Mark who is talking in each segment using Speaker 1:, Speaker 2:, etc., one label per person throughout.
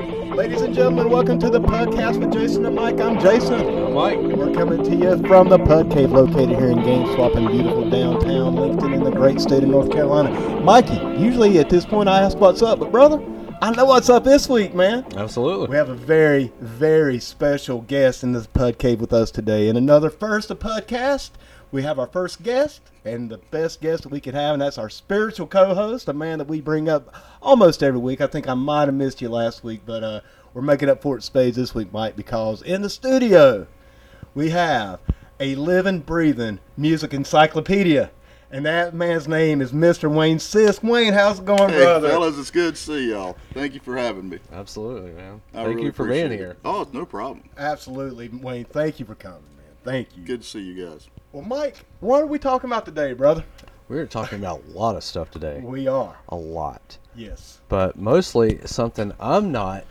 Speaker 1: Ladies and gentlemen, welcome to the podcast with Jason and Mike. I'm Jason.
Speaker 2: Mike,
Speaker 1: We're coming to you from the Pud Cave located here in Gameswap in beautiful downtown Lincoln in the great state of North Carolina. Mikey, usually at this point I ask what's up, but brother, I know what's up this week, man.
Speaker 2: absolutely.
Speaker 1: We have a very, very special guest in this Pud Cave with us today. In another first of podcast, we have our first guest and the best guest that we could have, and that's our spiritual co-host, a man that we bring up almost every week. I think I might have missed you last week, but uh, we're making up for it spades this week, Mike, because in the studio we have a living, breathing music encyclopedia. And that man's name is Mr. Wayne Sisk. Wayne, how's it going,
Speaker 3: Hey,
Speaker 1: brother?
Speaker 3: fellas, it's good to see y'all. Thank you for having me.
Speaker 2: Absolutely, man.
Speaker 3: I
Speaker 2: Thank
Speaker 3: really
Speaker 2: you for being
Speaker 3: appreciate it.
Speaker 2: here.
Speaker 3: Oh, it's no problem.
Speaker 1: Absolutely, Wayne. Thank you for coming, man. Thank you.
Speaker 3: Good to see you guys.
Speaker 1: Well, Mike, what are we talking about today, brother?
Speaker 2: We were talking about a lot of stuff today.
Speaker 1: We are.
Speaker 2: A lot.
Speaker 1: Yes.
Speaker 2: But mostly something I'm not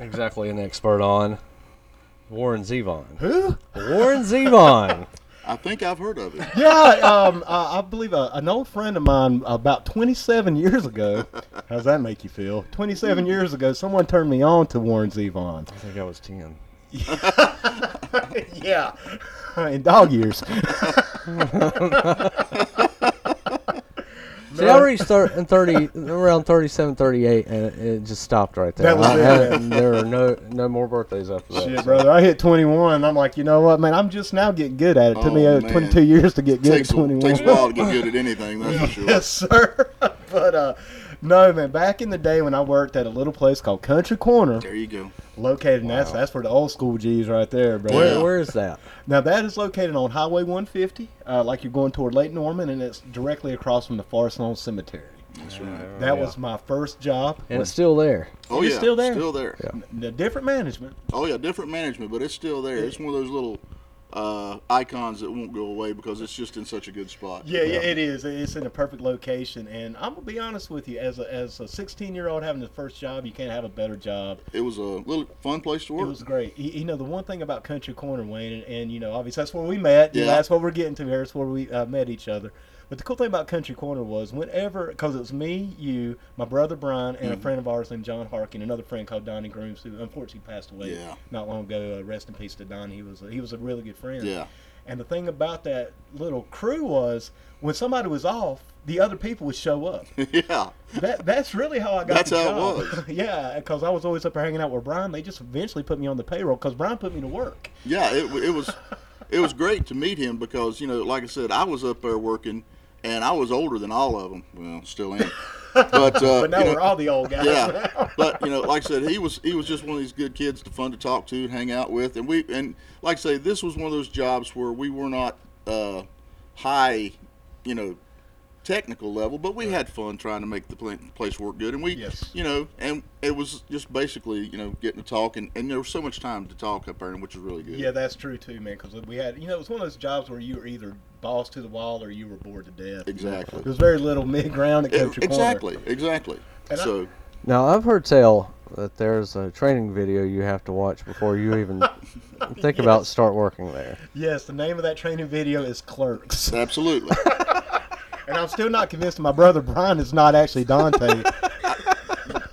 Speaker 2: exactly an expert on Warren Zevon.
Speaker 1: Who?
Speaker 2: Warren Zevon.
Speaker 3: I think I've heard of it.
Speaker 1: Yeah, um, I, I believe uh, an old friend of mine about 27 years ago. How's that make you feel? 27 years ago, someone turned me on to Warren Zevon.
Speaker 2: I think I was 10.
Speaker 1: yeah. In dog years.
Speaker 2: See, I reached thir- in 30, around 37, 38, and it, it just stopped right there.
Speaker 1: That was
Speaker 2: I-
Speaker 1: it.
Speaker 2: I- there are no, no more birthdays after that.
Speaker 1: Shit,
Speaker 2: so.
Speaker 1: brother. I hit 21. and I'm like, you know what, man? I'm just now getting good at it. took
Speaker 3: Oh,
Speaker 1: me uh,
Speaker 3: man.
Speaker 1: 22 years to get good
Speaker 3: takes,
Speaker 1: at
Speaker 3: a,
Speaker 1: 21.
Speaker 3: takes a while to get good at anything, that's for sure.
Speaker 1: yes, sir. but uh, no, man. Back in the day when I worked at a little place called Country Corner,
Speaker 3: There you go.
Speaker 1: located in that's that's for the old school G's right there, bro.
Speaker 2: Where,
Speaker 3: Yeah.
Speaker 2: where is that?
Speaker 1: Now that is located on Highway 150, uh, like you're going toward Lake Norman, and it's directly across from the Forest Lawn Cemetery. Uh,
Speaker 3: That's right.
Speaker 1: That
Speaker 2: Yeah.
Speaker 1: was my first job.
Speaker 2: And it's still there.
Speaker 3: Oh,
Speaker 1: It's
Speaker 3: yeah.
Speaker 1: still there?
Speaker 3: Still there.
Speaker 2: Yeah.
Speaker 1: The different management.
Speaker 3: Oh, yeah. Different management, but it's still there. It's one of those little uh, icons that won't go away because it's just in such a good spot.
Speaker 1: Yeah, yeah, it is. It's in a perfect location, and I'm gonna be honest with you. As a as a 16 year old having the first job, you can't have a better job
Speaker 3: It was a little fun place to
Speaker 1: It
Speaker 3: work.
Speaker 1: was great. Y- You know, the one thing about Country Corner, Wayne, and, and you know, obviously that's where we met. Yeah.
Speaker 3: Yeah.
Speaker 1: that's what we're getting to here. That's where we uh, met each other. But the cool thing about Country Corner was whenever, because it was me, you, my brother Brian, and
Speaker 3: Mm-hmm.
Speaker 1: a friend of ours named John Harkin, another friend called Donnie Grooms, who unfortunately passed away
Speaker 3: Yeah.
Speaker 1: not long ago. Uh, rest in peace to Don. He was a, he was a really good friend.
Speaker 3: Yeah.
Speaker 1: And the thing about that little crew was when somebody was off, the other people would show up.
Speaker 3: yeah.
Speaker 1: That, that's really how I got.
Speaker 3: That's
Speaker 1: the
Speaker 3: how it
Speaker 1: job.
Speaker 3: was.
Speaker 1: yeah, because I was always up there hanging out with Brian. They just eventually put me on the payroll because Brian put me to work.
Speaker 3: Yeah, it, it was it was great to meet him because you know, like I said, I was up there working, and I was older than all of them. Well, still am, but uh,
Speaker 1: But now
Speaker 3: you know,
Speaker 1: we're all the old guys.
Speaker 3: yeah. But you know, like I said, he was he was just one of these good kids, to fun to talk to, and hang out with, and we and like I say, this was one of those jobs where we were not uh, high, you know, technical level, but we had fun trying to make the pla- place work good, and we,
Speaker 1: Yes.
Speaker 3: you know, and it was just basically you know getting to talk, and, and there was so much time to talk up there, which was really good.
Speaker 1: Yeah, that's true too, man. Because we had, you know, it was one of those jobs where you were either boss to the wall or you were bored to death.
Speaker 3: Exactly.
Speaker 1: There was very little mid ground at
Speaker 3: E-
Speaker 1: Country Corner.
Speaker 3: exactly, exactly.
Speaker 1: And I-
Speaker 3: so
Speaker 2: Now I've heard tell that there's a training video you have to watch before you even think about start working there.
Speaker 1: Yes, the name of that training video is Clerks,
Speaker 3: absolutely,
Speaker 1: and I'm still not convinced my brother Brian is not actually Dante.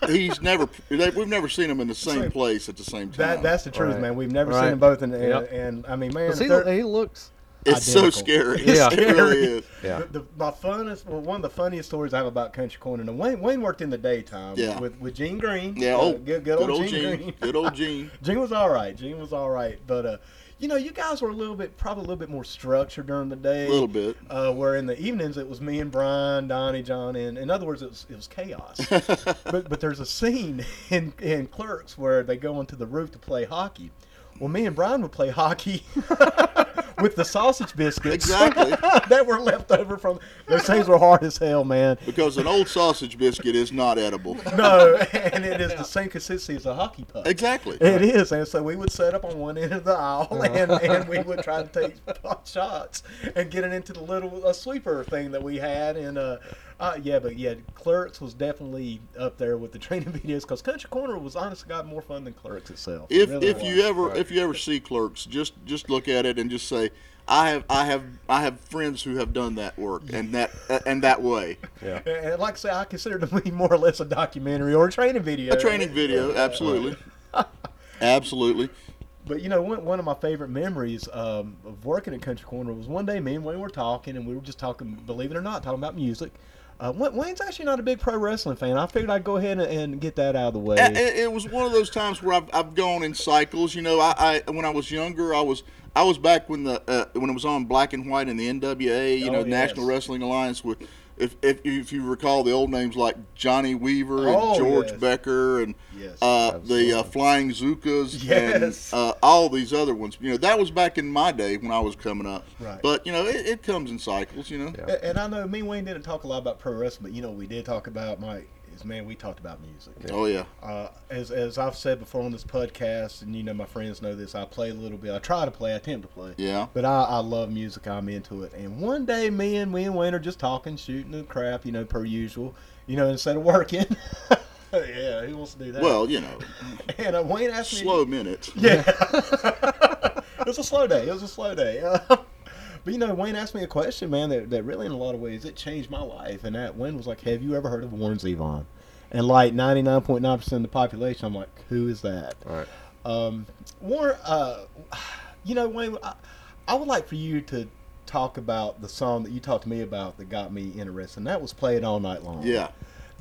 Speaker 3: he's never they- we've never seen him in the same place at the same time.
Speaker 1: that that's the truth,
Speaker 2: Right.
Speaker 1: man. We've never seen
Speaker 2: Right.
Speaker 1: them both, in, and,
Speaker 2: Yep.
Speaker 1: and I mean, man,
Speaker 2: Does
Speaker 1: if
Speaker 2: He,
Speaker 1: they're-
Speaker 2: he looks.
Speaker 3: it's so
Speaker 1: identical.
Speaker 3: scary.
Speaker 2: Yeah.
Speaker 3: it really is.
Speaker 2: Yeah.
Speaker 1: The, the, my funnest, well, one of the funniest stories I have about Country Corner. Now, Wayne, Wayne worked in the daytime
Speaker 3: Yeah.
Speaker 1: with with Gene Green.
Speaker 3: Yeah,
Speaker 1: Uh,
Speaker 3: oh,
Speaker 1: good, good, old, Gene, Green.
Speaker 3: good old Gene.
Speaker 1: Gene was all right. Gene was all right, but uh, you know, you guys were a little bit, probably a little bit more structured during the day.
Speaker 3: A little bit.
Speaker 1: Uh, where in the evenings it was me and Brian, Donnie, John, and in other words, it was it was chaos. but but there's a scene in in Clerks where they go onto the roof to play hockey. Well, me and Brian would play hockey with the sausage biscuits
Speaker 3: Exactly.
Speaker 1: that were left over from those things were hard as hell, man.
Speaker 3: Because an old sausage biscuit is not edible.
Speaker 1: No, and it is the same consistency as a hockey puck.
Speaker 3: Exactly.
Speaker 1: It is, and so we would set up on one end of the aisle, and,
Speaker 3: Uh-huh.
Speaker 1: and we would try to take shots and get it into the little uh, sweeper thing that we had. And uh, uh, yeah, but yeah, Clerks was definitely up there with the training videos because Country Corner was honest to God more fun than Clerks itself. It
Speaker 3: If
Speaker 1: really
Speaker 3: if
Speaker 1: was.
Speaker 3: you ever if you ever see clerks, just just look at it and just say, I have I have I have friends who have done that work and that and that way.
Speaker 2: Yeah.
Speaker 1: and and like I say, I consider it to be more or less a documentary or a training video.
Speaker 3: A training video, absolutely. Absolutely.
Speaker 1: But you know, one, one of my favorite memories um, of working at Country Corner was one day me and Wayne were talking, and we were just talking, believe it or not, talking about music. Uh, Wayne- Wayne's actually not a big pro wrestling fan. I figured I'd go ahead and, and get that out of the way.
Speaker 3: A- a- Uh, it was one of those times where I've, I've gone in cycles. You know, I, I when I was younger, I was I was back when the uh, when it was on black and white in the NWA. You
Speaker 1: Oh,
Speaker 3: know,
Speaker 1: yes.
Speaker 3: National Wrestling Alliance with. If, if, if you recall the old names like Johnny Weaver and
Speaker 1: Oh,
Speaker 3: George
Speaker 1: yes.
Speaker 3: Becker and
Speaker 1: Yes,
Speaker 3: uh, the uh, Flying Zookas
Speaker 1: Yes.
Speaker 3: and uh, all these other ones, you know that was back in my day when I was coming up.
Speaker 1: Right.
Speaker 3: But you know it, it comes in cycles, you know.
Speaker 2: Yeah.
Speaker 1: A- And I know me and Wayne didn't talk a lot about pro wrestling, but you know we did talk about my is man we talked about music.
Speaker 3: Oh yeah.
Speaker 1: Uh, as as I've said before on this podcast, and you know my friends know this, I play a little bit. I try to play, I attempt to play.
Speaker 3: Yeah.
Speaker 1: But I, I love music. I'm into it. And one day, me and me and Wayne are just talking, shooting the crap, you know, per usual, you know, instead of working. yeah, who wants to do that?
Speaker 3: Well, you know,
Speaker 1: and uh, Wayne asked me.
Speaker 3: slow minutes.
Speaker 1: Yeah. it was a slow day. It was a slow day. Uh, but you know, Wayne asked me a question, man, that, that really, in a lot of ways, it changed my life. And that Wayne was like, "Have you ever heard of Warren Zevon?" And like 99.9% of the population, I'm like, "Who is that?"
Speaker 2: All right.
Speaker 1: Um, Warren, uh, you know, Wayne, I, I would like for you to talk about the song that you talked to me about that got me interested, and that was "Play It All Night Long."
Speaker 3: Yeah.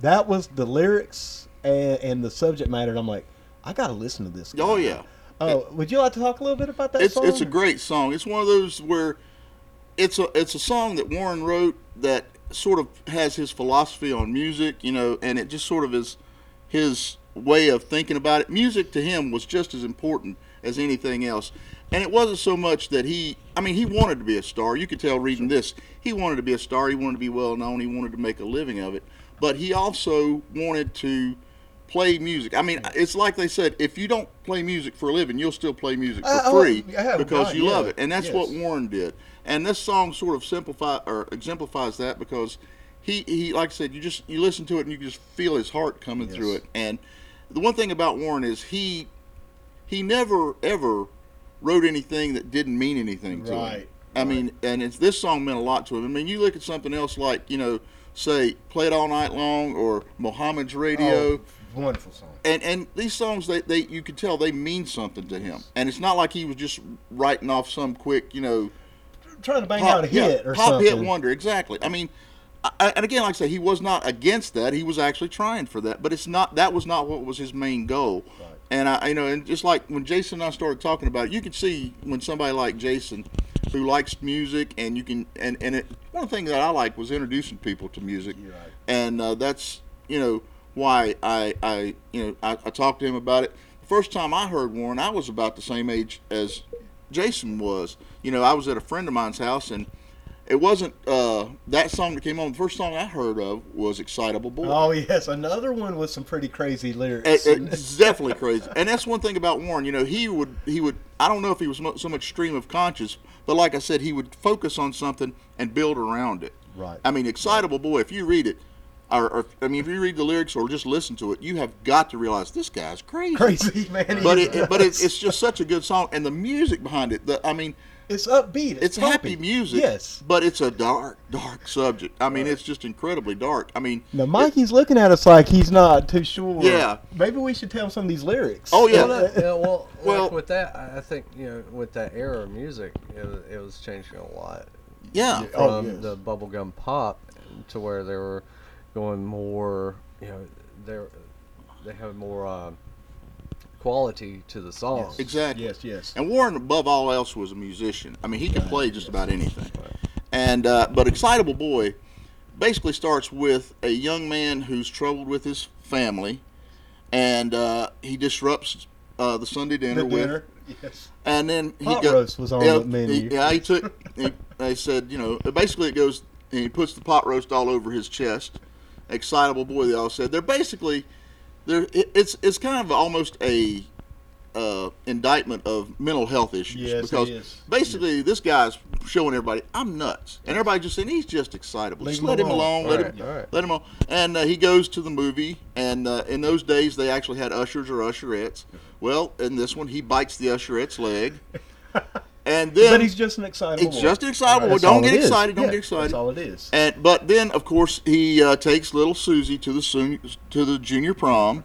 Speaker 1: that was the lyrics and, and the subject matter, and I'm like, I gotta listen to this.
Speaker 3: Oh
Speaker 1: guy."
Speaker 3: yeah.
Speaker 1: Oh, would you like to talk a little bit about that
Speaker 3: it's
Speaker 1: song?
Speaker 3: it's a great song. It's one of those where it's a it's a song that Warren wrote that sort of has his philosophy on music, you know, and it just sort of is his way of thinking about it. Music to him was just as important as anything else. And it wasn't so much that he I mean, he wanted to be a star. You could tell reading this. He wanted to be a star, he wanted to be well known, he wanted to make a living of it. But he also wanted to play music. I mean, it's like they said, if you don't play music for a living, you'll still play music for
Speaker 1: Uh, oh,
Speaker 3: free
Speaker 1: yeah,
Speaker 3: because
Speaker 1: God,
Speaker 3: you love
Speaker 1: yeah.
Speaker 3: it. And that's
Speaker 1: Yes.
Speaker 3: what Warren did. And this song sort of simplify or exemplifies that because he, he like I said, you just you listen to it and you can just feel his heart coming through
Speaker 1: Yes.
Speaker 3: it. And the one thing about Warren is he he never ever wrote anything that didn't mean anything to him.
Speaker 1: Right,
Speaker 3: I mean, and it's, this song meant a lot to him. I mean, you look at something else like you know, say "Play It All Night Long" or "Mohammed's Radio."
Speaker 1: Oh, wonderful song.
Speaker 3: and and these songs they, they you could tell they mean something to him and it's not like he was just writing off some quick you know
Speaker 1: trying to bang out a
Speaker 3: yeah,
Speaker 1: hit or
Speaker 3: pop
Speaker 1: something.
Speaker 3: hit wonder exactly i mean I- I, and again like i say he was not against that he was actually trying for that but it's not that was not what was his main goal
Speaker 1: Right.
Speaker 3: and i you know and just like when jason and i started talking about it you could see when somebody like jason who likes music and you can and and it one thing that i like was introducing people to music
Speaker 1: You're right.
Speaker 3: and uh, that's you know why I I you know I, I talked to him about it. The first time I heard Warren, I was about the same age as Jason was. You know, I was at a friend of mine's house, and it wasn't uh, that song that came on. The first song I heard of was "Excitable Boy."
Speaker 1: Oh yes, another one with some pretty crazy lyrics.
Speaker 3: It- it's definitely crazy, and that's one thing about Warren. You know, he would he would. I don't know if he was mo- so much stream of conscious, but like I said, he would focus on something and build around it.
Speaker 1: Right.
Speaker 3: I mean, excitable boy. If you read it, or, or I mean, if you read the lyrics or just listen to it, you have got to realize this guy's crazy.
Speaker 1: crazy man.
Speaker 3: But it, it- but it, it's just such a good song, and the music behind it. The, I mean,
Speaker 1: it's upbeat. It's,
Speaker 3: it's
Speaker 1: poppy.
Speaker 3: happy music.
Speaker 1: Yes.
Speaker 3: But it's a dark, dark subject. I mean, it's just incredibly dark. I mean,
Speaker 1: Now Mikey's looking at us like he's not too sure.
Speaker 3: Yeah.
Speaker 1: Maybe we should tell him some of these lyrics.
Speaker 3: Oh, yeah.
Speaker 2: Well, that- yeah, well,
Speaker 3: Well-
Speaker 2: like with that, I I think you know, with that era of music, it, was- it was changing a lot
Speaker 3: yeah,
Speaker 2: from
Speaker 1: Oh, yes.
Speaker 2: the bubblegum pop to where they were going more. You know, they they have more uh, quality to the songs.
Speaker 3: exactly.
Speaker 1: Yes, yes.
Speaker 3: And Warren, above all else, was a musician. I mean, he could play just about anything. And uh, but excitable boy basically starts with a young man who's troubled with his family, and uh, he disrupts uh, the Sunday dinner
Speaker 1: The
Speaker 3: with,
Speaker 1: dinner. Yes.
Speaker 3: and then he
Speaker 1: Pot
Speaker 3: got-
Speaker 1: roast was on
Speaker 3: yeah,
Speaker 1: the menu.
Speaker 3: He, yeah, he took. He, they said, you know, basically it goes. And he puts the pot roast all over his chest. Excitable boy, they all said. They're basically, they're it, it's it's kind of almost a uh, indictment of mental health issues
Speaker 1: Yes, it
Speaker 3: because
Speaker 1: is.
Speaker 3: basically this guy's showing everybody I'm nuts, and everybody just saying he's just excitable.
Speaker 1: Leave
Speaker 3: just
Speaker 1: him
Speaker 3: let him
Speaker 1: alone."
Speaker 3: alone.
Speaker 2: All
Speaker 3: Let
Speaker 2: right,
Speaker 3: him.
Speaker 2: all right.
Speaker 3: Let him on. And uh, he goes to the movie, and uh, in those days they actually had ushers or usherettes. Well, in this one, he bites the usherette's leg, and then
Speaker 1: But he's just an excitable.
Speaker 3: it's
Speaker 1: boy.
Speaker 3: just an excitable boy.
Speaker 1: That's all
Speaker 3: Don't get
Speaker 1: it is.
Speaker 3: excited. Don't
Speaker 1: Yeah,
Speaker 3: get excited.
Speaker 1: That's all it is.
Speaker 3: And but then, of course, he uh, takes little Susie to the soon, to the junior prom,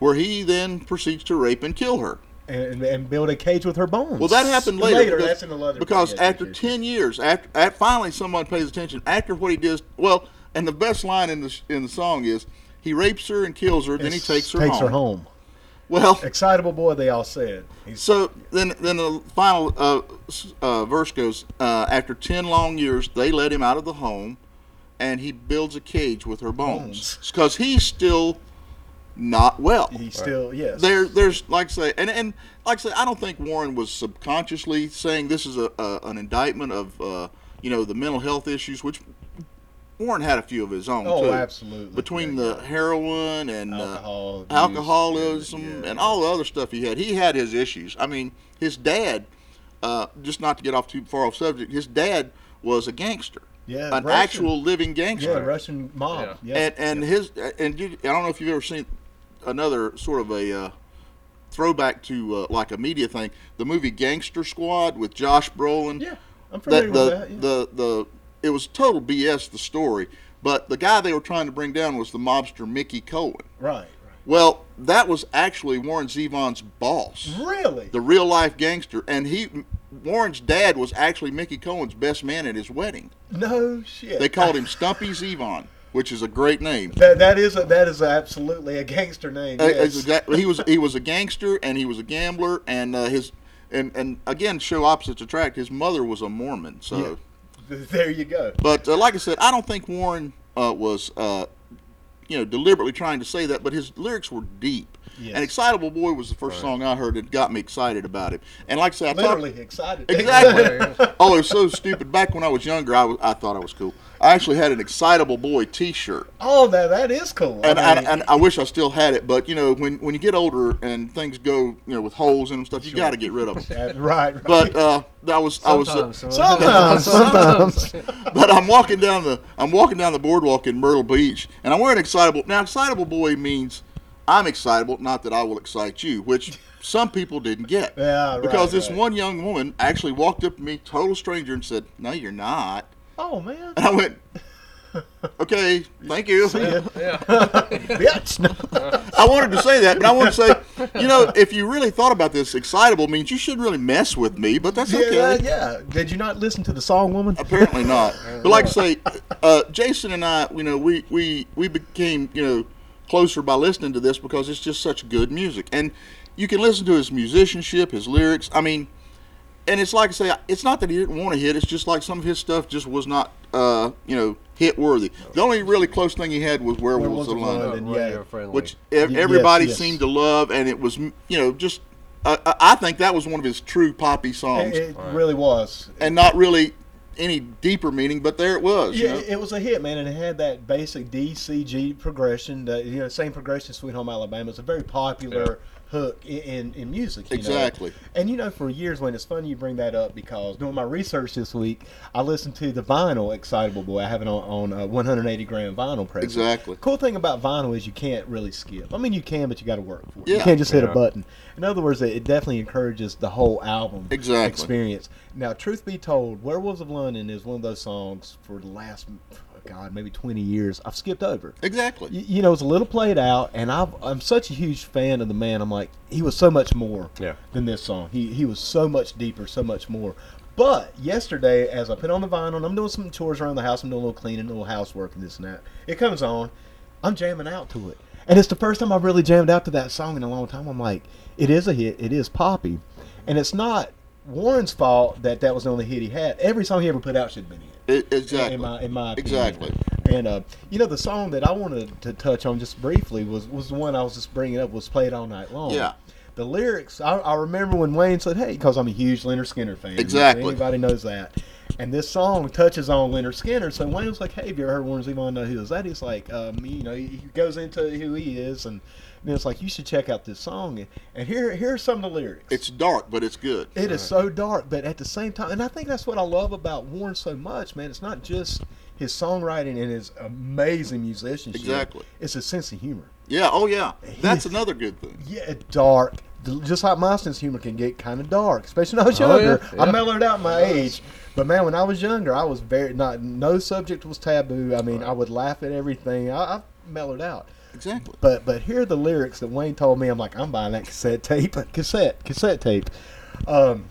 Speaker 3: where he then proceeds to rape and kill her.
Speaker 1: and, and build a cage with her bones.
Speaker 3: Well, that happened later. because,
Speaker 1: that's in the leather.
Speaker 3: because
Speaker 1: podcast
Speaker 3: after
Speaker 1: issue.
Speaker 3: ten years, after, at finally someone pays attention. After what he does, well, and the best line in the sh- in the song is, he rapes her and kills her, then he
Speaker 1: It's-
Speaker 3: takes her
Speaker 1: takes
Speaker 3: home.
Speaker 1: her home.
Speaker 3: Well,
Speaker 1: Excitable boy, they all said. He's
Speaker 3: so then then the final uh, s- uh, verse goes, uh, after ten long years, they let him out of the home, and he builds a cage with her bones
Speaker 1: Bones.
Speaker 3: because he's still not well.
Speaker 1: he's still yes.
Speaker 3: there there's like I say and and like I say I don't think Warren was subconsciously saying this is a, a an indictment of uh, you know the mental health issues which Warren had a few of his own
Speaker 1: oh,
Speaker 3: too
Speaker 1: absolutely.
Speaker 3: between
Speaker 1: Yeah,
Speaker 3: the heroin and
Speaker 1: Alcohol abuse,
Speaker 3: uh, alcoholism
Speaker 1: yeah, yeah.
Speaker 3: and all the other stuff he had he had his issues I mean his dad uh, just not to get off too far off subject his dad was a gangster
Speaker 1: Yeah,
Speaker 3: an
Speaker 1: Russian.
Speaker 3: actual living
Speaker 1: yeah,
Speaker 3: gangster
Speaker 1: yeah, Russian mob. Yeah.
Speaker 3: and and his and you, I don't know if you've ever seen another sort of a uh, throwback to uh, like a media thing, the movie Gangster Squad with Josh Brolin.
Speaker 1: Yeah, I'm familiar
Speaker 3: that
Speaker 1: with
Speaker 3: the
Speaker 1: that. yeah.
Speaker 3: the the it was total BS the story, but the guy they were trying to bring down was the mobster Mickey Cohen.
Speaker 1: right,
Speaker 3: Well, that was actually Warren Zevon's boss,
Speaker 1: right. Really?
Speaker 3: the real life gangster, and he Warren's dad was actually Mickey Cohen's best man at his wedding.
Speaker 1: no shit.
Speaker 3: They called him Stumpy Zevon, which is a great name.
Speaker 1: that, that is a, that is absolutely a gangster name.
Speaker 3: Uh,
Speaker 1: yes.
Speaker 3: it's exactly. He was he was a gangster and he was a gambler and uh, his and and again show opposites attract. His mother was a Mormon, so.
Speaker 1: Yeah. There you go.
Speaker 3: But uh, like I said, I don't think Warren uh, was uh, you know deliberately trying to say that, but his lyrics were deep.
Speaker 1: Yes.
Speaker 3: And "Excitable Boy" was the first song I heard that got me excited about him. And like I said, I thought-
Speaker 1: Literally excited.
Speaker 3: Exactly. oh, it was so stupid. Back when I was younger, I, was, I thought I was cool. I actually had an excitable boy T-shirt,
Speaker 1: oh, that that is cool.
Speaker 3: and
Speaker 1: I
Speaker 3: I,
Speaker 1: mean,
Speaker 3: and I wish I still had it, but you know, when when you get older and things go, you know, with holes in them and stuff, you got to get rid of them.
Speaker 1: that- right, right.
Speaker 3: But uh, that was I was.
Speaker 2: Sometimes.
Speaker 1: Sometimes,
Speaker 2: sometimes.
Speaker 3: But I'm walking down the I'm walking down the boardwalk in Myrtle Beach, and I'm wearing excitable. Now, excitable boy means I'm excitable, not that I will excite you, which some people didn't get.
Speaker 1: Yeah, right,
Speaker 3: Because this
Speaker 1: right.
Speaker 3: one young woman actually walked up to me, total stranger, and said, "No, you're not."
Speaker 1: oh man,
Speaker 3: And I went, "Okay, thank you."
Speaker 2: Yeah.
Speaker 1: bitch.
Speaker 3: I wanted to say that, but I want to say, you know, if you really thought about this, excitable means you shouldn't really mess with me, but that's
Speaker 1: yeah,
Speaker 3: okay.
Speaker 1: that- yeah. Did you not listen to the song, woman?
Speaker 3: Apparently not. But like I say, uh, Jason and I, you know, we, we, we became, you know, closer by listening to this because it's just such good music. And you can listen to his musicianship, his lyrics. I mean, and it's like I say, it's not that he didn't want to hit. It's just like some of his stuff just was not, uh, you know, hit worthy. The only really close thing he had was
Speaker 1: Werewolves
Speaker 3: Werewolves
Speaker 1: of
Speaker 3: of London
Speaker 1: London.
Speaker 2: Not
Speaker 1: yeah.
Speaker 2: radio friendly.
Speaker 3: which
Speaker 1: Y-
Speaker 3: ev-
Speaker 1: yes,
Speaker 3: everybody
Speaker 1: yes.
Speaker 3: seemed to love, and it was you know just uh, I I think that was one of his true poppy songs,
Speaker 1: It, it really was.
Speaker 3: and not really any deeper meaning, but there it was. you
Speaker 1: Yeah,
Speaker 3: know?
Speaker 1: it was a hit, man, and it had that basic DCG progression. That you know, same progression. as Sweet Home Alabama It's a very popular hook i- in in music. you know.
Speaker 3: Exactly.
Speaker 1: And you know, for years, when it's funny you bring that up because doing my research this week, I listened to the vinyl "Excitable Boy." I have it on, on uh, 180 gram vinyl press.
Speaker 3: Exactly.
Speaker 1: Cool thing about vinyl is you can't really skip. I mean, you can, but you got to work for it. You
Speaker 3: Yeah.
Speaker 1: can't just hit a
Speaker 2: Yeah.
Speaker 1: button. In other words, it, it definitely encourages the whole album
Speaker 3: Exactly.
Speaker 1: experience. Now, truth be told, Werewolves of London is one of those songs for the last, God, maybe 20 years I've skipped over.
Speaker 3: Exactly.
Speaker 1: Y- You know, it's a little played out, and I've, I'm such a huge fan of the man. I'm like, he was so much more
Speaker 2: Yeah.
Speaker 1: than this song. He, he was so much deeper, so much more. But yesterday, as I put on the vinyl, and I'm doing some chores around the house, I'm doing a little cleaning, a little housework, and this and that. It comes on, I'm jamming out to it. And it's the first time I've really jammed out to that song in a long time. I'm like, it is a hit, it is poppy. And it's not Warren's fault that that was the only hit he had. Every song he ever put out should have been a hit
Speaker 3: I- E, exactly.
Speaker 1: in my in my opinion.
Speaker 3: Exactly.
Speaker 1: And uh, you know the song that I wanted to touch on just briefly was was the one I was just bringing up was played all night long.
Speaker 3: Yeah.
Speaker 1: The lyrics I, I remember when Wayne said, "Hey," because I'm a huge Leonard Skinner fan.
Speaker 3: Exactly.
Speaker 1: Everybody knows that. And this song touches on Leonard Skinner, so Wayne was like, "Hey, have you ever heard Warren Zevon know who is that?" He's like, um, "You know," he he goes into who he is, and then it's like, "You should check out this song." And here, here are some of the lyrics.
Speaker 3: It's dark, but it's good.
Speaker 1: It is so dark, but at the same time, and I think that's what I love about Warren so much, man. It's not just his songwriting and his amazing musicianship.
Speaker 3: Exactly.
Speaker 1: It's his sense of humor.
Speaker 3: yeah. Oh yeah. That's another good thing.
Speaker 1: Yeah, dark. Just like my sense of humor can get kind of dark, especially when I was
Speaker 2: Oh,
Speaker 1: younger.
Speaker 2: yeah,
Speaker 1: I
Speaker 2: yeah.
Speaker 1: mellowed out my age, but man, when I was younger, I was very not no subject was taboo. I mean, I would laugh at everything. I, I mellowed out.
Speaker 3: Exactly.
Speaker 1: But but here are the lyrics that Wayne told me. I'm like, I'm buying that cassette tape. Cassette, cassette tape. Um,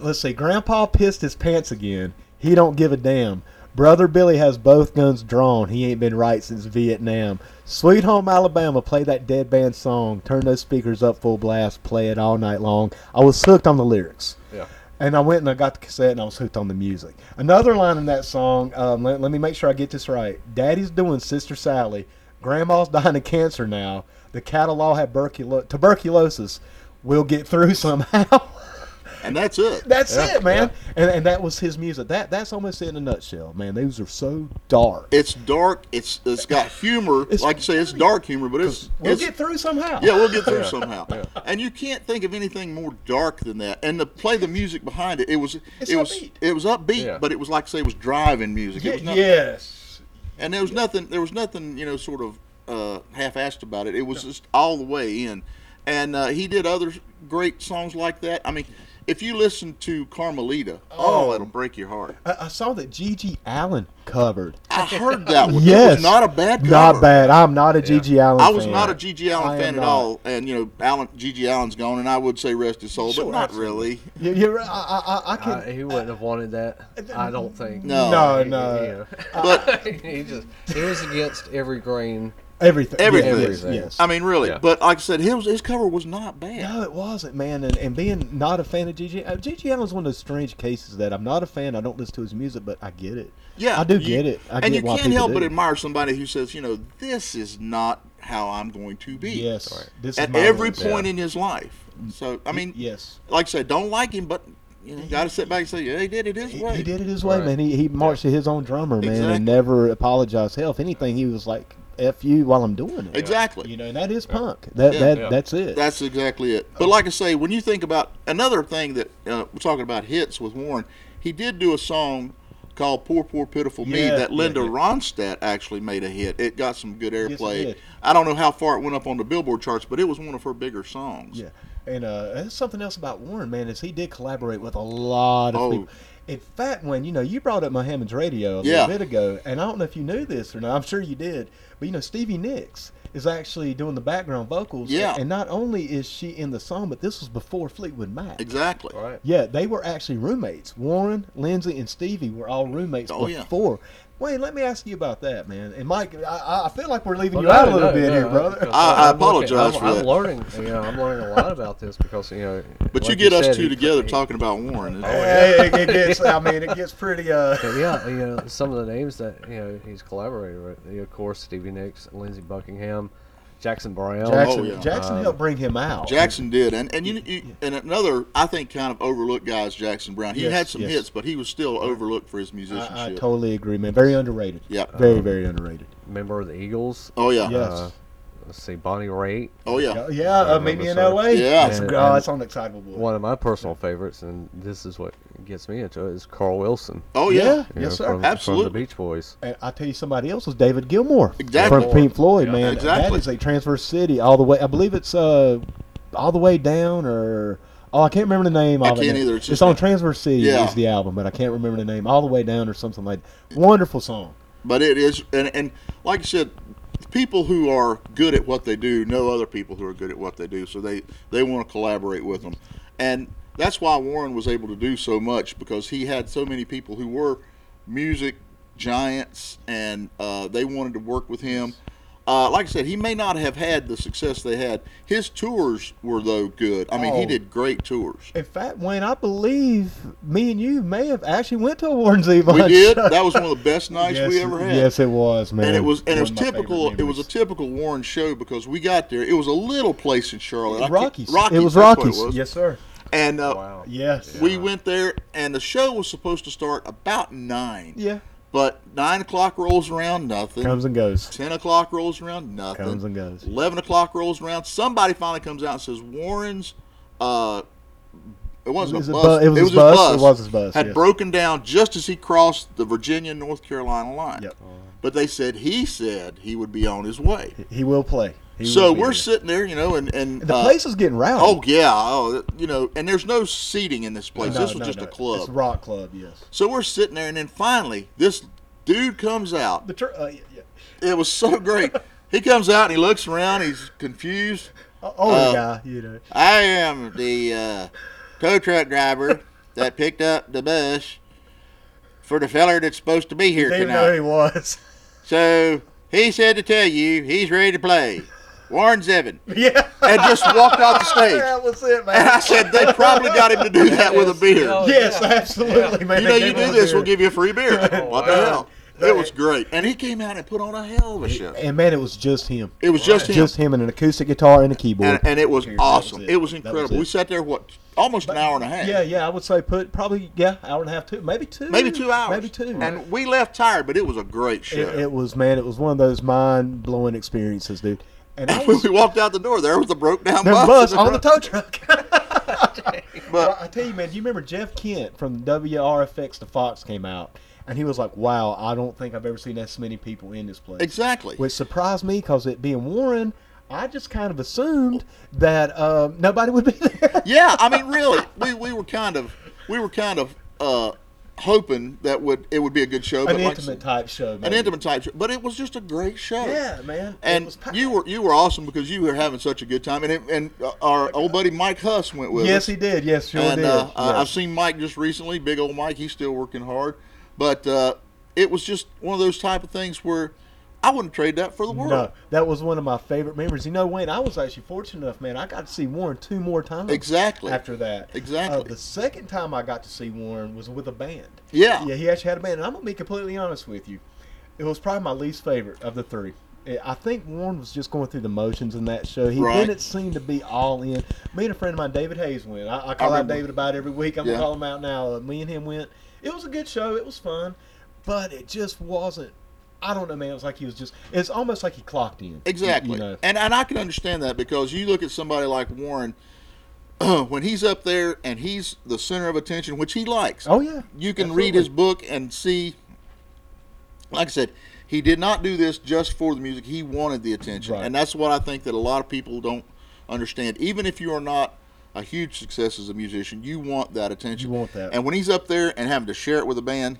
Speaker 1: let's see. Grandpa pissed his pants again. He don't give a damn. Brother Billy has both guns drawn. He ain't been right since Vietnam. Sweet Home Alabama, play that dead band song. Turn those speakers up full blast. Play it all night long. I was hooked on the lyrics.
Speaker 2: Yeah.
Speaker 1: And I went and I got the cassette and I was hooked on the music. Another line in that song, um, let, let me make sure I get this right. Daddy's doing Sister Sally. Grandma's dying of cancer now. The cattle all have burculo- tuberculosis. We'll get through somehow.
Speaker 3: And that's it.
Speaker 1: that's
Speaker 2: Yeah,
Speaker 1: it, man. And, and that was his music. That That's almost it in a nutshell, man. These are so dark.
Speaker 3: It's dark. It's it's got humor.
Speaker 1: It's
Speaker 3: like you say, it's dark humor, but it's
Speaker 1: We'll
Speaker 3: it's
Speaker 1: get through somehow.
Speaker 3: yeah, we'll get through
Speaker 2: Yeah,
Speaker 3: somehow.
Speaker 2: yeah.
Speaker 3: And you can't think of anything more dark than that. And to play the music behind it, it was
Speaker 1: It's
Speaker 3: it was
Speaker 1: upbeat.
Speaker 3: it was upbeat,
Speaker 2: Yeah.
Speaker 3: but it was like say it was driving music. It
Speaker 1: Ye-
Speaker 3: was not,
Speaker 1: yes.
Speaker 3: And there was nothing. There was nothing. You know, sort of uh, half-assed about it. It was just all the way in. And uh, he did other great songs like that. I mean, if you listen to Carmelita, oh,
Speaker 1: Oh.
Speaker 3: it'll break your heart.
Speaker 1: I, I saw that Gigi Allen covered.
Speaker 3: I heard that one. It
Speaker 1: yes.
Speaker 3: was not a bad cover.
Speaker 1: Not bad. I'm not a Gigi Allen
Speaker 3: I was
Speaker 1: fan.
Speaker 3: not a G.G.
Speaker 1: I
Speaker 3: Allen
Speaker 1: am
Speaker 3: fan at
Speaker 1: not.
Speaker 3: all, and you know, Allen G.G. Allen's gone, and I would say rest his soul,
Speaker 1: Sure,
Speaker 3: but not
Speaker 1: absolutely.
Speaker 3: really.
Speaker 1: You, you're, right. I, I- I, I can.
Speaker 2: Uh, he wouldn't have wanted that. I don't think.
Speaker 3: No.
Speaker 1: No,
Speaker 2: He-
Speaker 1: no.
Speaker 2: yeah.
Speaker 3: But
Speaker 2: he just he was against every grain.
Speaker 1: everything.
Speaker 3: Everything.
Speaker 1: Yes.
Speaker 2: Everything.
Speaker 1: yes.
Speaker 3: I mean, really.
Speaker 2: Yeah.
Speaker 3: But like I said, his his cover was not bad.
Speaker 1: No, it wasn't, man. And, and being not a fan of Gigi, uh, Gigi Allen's one of those strange cases that I'm not a fan. I don't listen to his music, but I get it.
Speaker 3: Yeah,
Speaker 1: I do
Speaker 3: you-
Speaker 1: get it. I
Speaker 3: and
Speaker 1: get
Speaker 3: you
Speaker 1: why
Speaker 3: can't
Speaker 1: people
Speaker 3: help but
Speaker 1: do.
Speaker 3: admire somebody who says, you know, this is not how I'm going to be.
Speaker 1: Yes,
Speaker 2: Right.
Speaker 1: this is
Speaker 3: At
Speaker 1: my
Speaker 3: every
Speaker 1: words.
Speaker 3: point in his life. So I mean,
Speaker 1: yes,
Speaker 3: like I said, don't like him, but you know, got to sit back and say, yeah, he did it his
Speaker 1: he,
Speaker 3: way.
Speaker 1: he did it his way,
Speaker 2: Right.
Speaker 1: man. He he marched to his own drummer, man,
Speaker 3: Exactly.
Speaker 1: and never apologized. Hell, if anything, he was like "f you" while I'm doing it.
Speaker 3: Exactly.
Speaker 1: You know, and that is punk. That
Speaker 3: Yeah.
Speaker 1: that
Speaker 2: Yeah.
Speaker 1: that's it.
Speaker 3: That's exactly it. But like I say, when you think about another thing that uh, we're talking about hits with Warren, he did do a song called "Poor Poor Pitiful Me"
Speaker 1: Yeah,
Speaker 3: that
Speaker 1: yeah,
Speaker 3: Linda
Speaker 1: yeah.
Speaker 3: Ronstadt actually made a hit. It got some good
Speaker 1: it
Speaker 3: airplay.
Speaker 1: did.
Speaker 3: I don't know how far it went up on the Billboard charts, but it was one of her bigger songs.
Speaker 1: Yeah, and uh, that's something else about Warren, man, is he did collaborate with a lot of
Speaker 3: Oh.
Speaker 1: people. In fact, when you know you brought up Muhammad's radio a
Speaker 3: Yeah.
Speaker 1: little bit ago, and I don't know if you knew this or not. I'm sure you did, but you know Stevie Nicks is actually doing the background vocals.
Speaker 3: Yeah.
Speaker 1: and not only is she in the song, but this was before Fleetwood Mac.
Speaker 3: Exactly.
Speaker 2: All right.
Speaker 1: Yeah, they were actually roommates. Warren, Lindsay, and Stevie were all roommates
Speaker 3: Oh, yeah.
Speaker 1: before. Wayne, let me ask you about that, man. And Mike, I, I feel like we're leaving
Speaker 2: Well,
Speaker 1: you out a
Speaker 2: no,
Speaker 1: little
Speaker 2: no,
Speaker 1: bit
Speaker 2: no,
Speaker 1: here,
Speaker 2: I-
Speaker 1: brother.
Speaker 2: because
Speaker 3: I- I
Speaker 2: I'm looking-
Speaker 3: apologize
Speaker 2: I'm,
Speaker 3: for
Speaker 2: I'm
Speaker 3: that.
Speaker 2: learning. You know, I'm learning a lot about this because you know.
Speaker 3: But you
Speaker 2: like
Speaker 3: get us
Speaker 2: said,
Speaker 3: two
Speaker 2: he- Oh,
Speaker 3: together
Speaker 2: he-
Speaker 3: talking about Warren.
Speaker 1: it, it gets. I mean, it gets pretty. Uh,
Speaker 2: But yeah, you know, some of the names that you know he's collaborated with, you know, of course, Stevie Nicks, Lindsey Buckingham, Jackson Brown.
Speaker 1: Jackson,
Speaker 3: Oh, yeah.
Speaker 1: Jackson
Speaker 2: Um,
Speaker 1: helped bring him out.
Speaker 3: Jackson did, and and you, you and another I think kind of overlooked guy is Jackson Brown. He
Speaker 1: Yes,
Speaker 3: had some
Speaker 1: yes.
Speaker 3: hits, but he was still overlooked for his musicianship.
Speaker 1: I, I totally agree, man. Very underrated.
Speaker 3: Yeah.
Speaker 1: Very, very underrated.
Speaker 2: member of the Eagles.
Speaker 3: oh yeah.
Speaker 1: yes.
Speaker 2: Let's see, Bonnie Raitt,
Speaker 3: Oh
Speaker 1: Yeah,
Speaker 3: yeah.
Speaker 1: yeah
Speaker 2: I
Speaker 1: uh, meet me in
Speaker 2: remember so.
Speaker 1: L.A.
Speaker 3: Yeah.
Speaker 1: It's,
Speaker 2: And-
Speaker 1: oh,
Speaker 2: and-
Speaker 1: it's on Excitable Boy.
Speaker 2: one of my personal favorites, and this is what gets me into it is Carl Wilson.
Speaker 3: Oh
Speaker 1: yeah.
Speaker 3: yeah.
Speaker 2: you
Speaker 1: yes,
Speaker 2: know,
Speaker 1: sir.
Speaker 2: From,
Speaker 3: Absolutely.
Speaker 2: From the Beach Boys.
Speaker 1: And I tell you, somebody else was David Gilmour
Speaker 3: Exactly.
Speaker 1: from Pink Floyd,
Speaker 2: Yeah.
Speaker 1: man.
Speaker 3: Exactly.
Speaker 1: That is a Transverse City all the way. I believe it's uh, all the way down or. Oh, I can't remember the name.
Speaker 3: I
Speaker 1: of it
Speaker 3: can't
Speaker 1: now.
Speaker 3: either. It's
Speaker 1: It's,
Speaker 3: just-
Speaker 1: on Transverse City
Speaker 3: Yeah.
Speaker 1: is the album, but I can't remember the name. All the way down or something like. that. Wonderful song.
Speaker 3: But it is, and, and like I said, people who are good at what they do know other people who are good at what they do, so they they want to collaborate with them, and that's why Warren was able to do so much because he had so many people who were music giants, and uh, they wanted to work with him. Uh, like I said, he may not have had the success they had. His tours were though good. I mean, he
Speaker 1: Oh.
Speaker 3: did great tours.
Speaker 1: In fact, Wayne, I believe me and you may have actually went to a Warren Zevon.
Speaker 3: We did.
Speaker 1: show.
Speaker 3: That was one of the best nights
Speaker 1: yes,
Speaker 3: we ever had.
Speaker 1: Yes, it was, man.
Speaker 3: and it was and it
Speaker 1: One
Speaker 3: was
Speaker 1: of my favorite
Speaker 3: typical. It was a
Speaker 1: memories.
Speaker 3: typical Warren show because we got there. It was a little place in Charlotte. I can't-
Speaker 1: Rockies.
Speaker 3: Rockies.
Speaker 1: It was
Speaker 3: that's what
Speaker 1: Rockies.
Speaker 3: was.
Speaker 1: Yes, sir.
Speaker 3: And uh,
Speaker 2: Wow.
Speaker 1: Yes.
Speaker 3: we went there, and the show was supposed to start about nine.
Speaker 1: Yeah.
Speaker 3: But nine o'clock rolls around, nothing.
Speaker 1: Comes and goes.
Speaker 3: Ten o'clock rolls around, nothing.
Speaker 1: Comes and goes.
Speaker 3: Eleven o'clock rolls around. Somebody finally comes out and says, "Warren's." Uh, it
Speaker 1: It
Speaker 3: wasn't
Speaker 1: was,
Speaker 3: a
Speaker 1: a
Speaker 3: bus.
Speaker 1: bus. It was, his bus. It was his bus.
Speaker 3: Had
Speaker 1: yes.
Speaker 3: broken down just as he crossed the Virginia North Carolina line.
Speaker 1: Yep.
Speaker 3: But they said he said he would be on his way.
Speaker 1: He will play. He
Speaker 3: So
Speaker 1: will be
Speaker 3: we're
Speaker 1: there.
Speaker 3: sitting there, you know, and and
Speaker 1: The
Speaker 3: uh,
Speaker 1: place is getting rowdy.
Speaker 3: Oh yeah, oh, you know, and there's no seating in this place.
Speaker 1: No,
Speaker 3: this was
Speaker 1: no,
Speaker 3: just
Speaker 1: no.
Speaker 3: a club.
Speaker 1: It's a rock club. Yes.
Speaker 3: So we're sitting there, and then finally, this dude comes out.
Speaker 1: The tur- uh, yeah, yeah.
Speaker 3: It was so great. He comes out and he looks around. He's confused.
Speaker 1: Older
Speaker 3: Uh,
Speaker 1: guy, you know.
Speaker 3: I am the uh, tow truck driver that picked up the bus for the feller that's supposed to be here
Speaker 1: Didn't even
Speaker 3: tonight.
Speaker 1: know who he was.
Speaker 3: So he said to tell you he's ready to play. Warren Zevin.
Speaker 1: yeah.
Speaker 3: And just walked off the stage.
Speaker 1: that was it,
Speaker 3: And I
Speaker 1: man.
Speaker 3: said they probably got him to do that with a
Speaker 2: Oh,
Speaker 3: beer.
Speaker 1: yes,
Speaker 2: yeah.
Speaker 1: absolutely, man.
Speaker 3: You know,
Speaker 1: They
Speaker 3: you
Speaker 1: gave
Speaker 3: do
Speaker 1: him
Speaker 3: this,
Speaker 1: a
Speaker 3: we'll
Speaker 1: beer.
Speaker 3: give you a free beer. What the
Speaker 2: wow.
Speaker 3: hell? It was great. And he came out and put on a hell of a show.
Speaker 1: And man, it was just him.
Speaker 3: It was just him.
Speaker 1: Just him and an acoustic guitar and a keyboard.
Speaker 3: And, and it was
Speaker 1: That was
Speaker 3: awesome.
Speaker 1: it.
Speaker 3: It was
Speaker 1: That was
Speaker 3: incredible.
Speaker 1: it.
Speaker 3: We sat there, what, almost an hour and a half?
Speaker 1: yeah, yeah, I would say put probably yeah, hour and a half, two, maybe two,
Speaker 3: Maybe two hours.
Speaker 1: Mm. maybe two.
Speaker 3: And we left tired, but it was a great show.
Speaker 1: it, it was man, it was one of those mind blowing experiences, dude. And I
Speaker 3: when
Speaker 1: was
Speaker 3: we walked out the door, there was the broke down
Speaker 1: the
Speaker 3: bus.
Speaker 1: bus on the tow truck. Well,
Speaker 3: but
Speaker 1: I tell you, man, do you remember Jeff Kent from WRFX to Fox came out, and he was like, "Wow, I don't think I've ever seen as many people in this place."
Speaker 3: exactly.
Speaker 1: Which surprised me because it being Warren, I just kind of assumed that um, nobody would be there.
Speaker 3: yeah, I mean, really, we, we were kind of we were kind of uh, hoping that would it would be a good show, but
Speaker 1: An
Speaker 3: like-
Speaker 1: intimate type show.
Speaker 3: an
Speaker 1: maybe.
Speaker 3: intimate type show. But it was just a great show.
Speaker 1: Yeah, man. it
Speaker 3: And
Speaker 1: was packed.
Speaker 3: you were you were awesome because you were having such a good time, and it, and uh, our old buddy Mike Huss went with
Speaker 1: Yes,
Speaker 3: us.
Speaker 1: he did. Yes, sure
Speaker 3: and
Speaker 1: did.
Speaker 3: uh, I-
Speaker 1: Yes.
Speaker 3: I've seen Mike just recently, big old Mike. He's still working hard, but uh, it was just one of those type of things where I wouldn't trade that for the world.
Speaker 1: No, that was one of my favorite memories. You know, Wayne, I was actually fortunate enough, man. I got to see Warren two more times.
Speaker 3: Exactly.
Speaker 1: After that,
Speaker 3: Exactly.
Speaker 1: Uh, the second time I got to see Warren was with a band.
Speaker 3: Yeah.
Speaker 1: Yeah, he actually had a band, and I'm gonna be completely honest with you. It was probably my least favorite of the three. I- I think Warren was just going through the motions in that show. He
Speaker 3: Right.
Speaker 1: didn't seem to be all in. Me and a friend of mine, David Hayes, went. I, I call out
Speaker 3: remember.
Speaker 1: David about every week. I'm
Speaker 3: Yeah.
Speaker 1: gonna call him out now. Uh, me and him went. It was a good show. It was fun, but it just wasn't. I don't know, man. It was like he was just. It's almost like he clocked in.
Speaker 3: Exactly.
Speaker 1: You know.
Speaker 3: And and I can understand that because you look at somebody like Warren when he's up there and he's the center of attention, which he likes.
Speaker 1: Oh yeah.
Speaker 3: you can read his book and see like I said, he did not do this just for the music. He wanted the attention.
Speaker 1: Right.
Speaker 3: And that's what I think that a lot of people don't understand. Even if you are not a huge success as a musician, you want that attention.
Speaker 1: You want that.
Speaker 3: And when he's up there and having to share it with a band,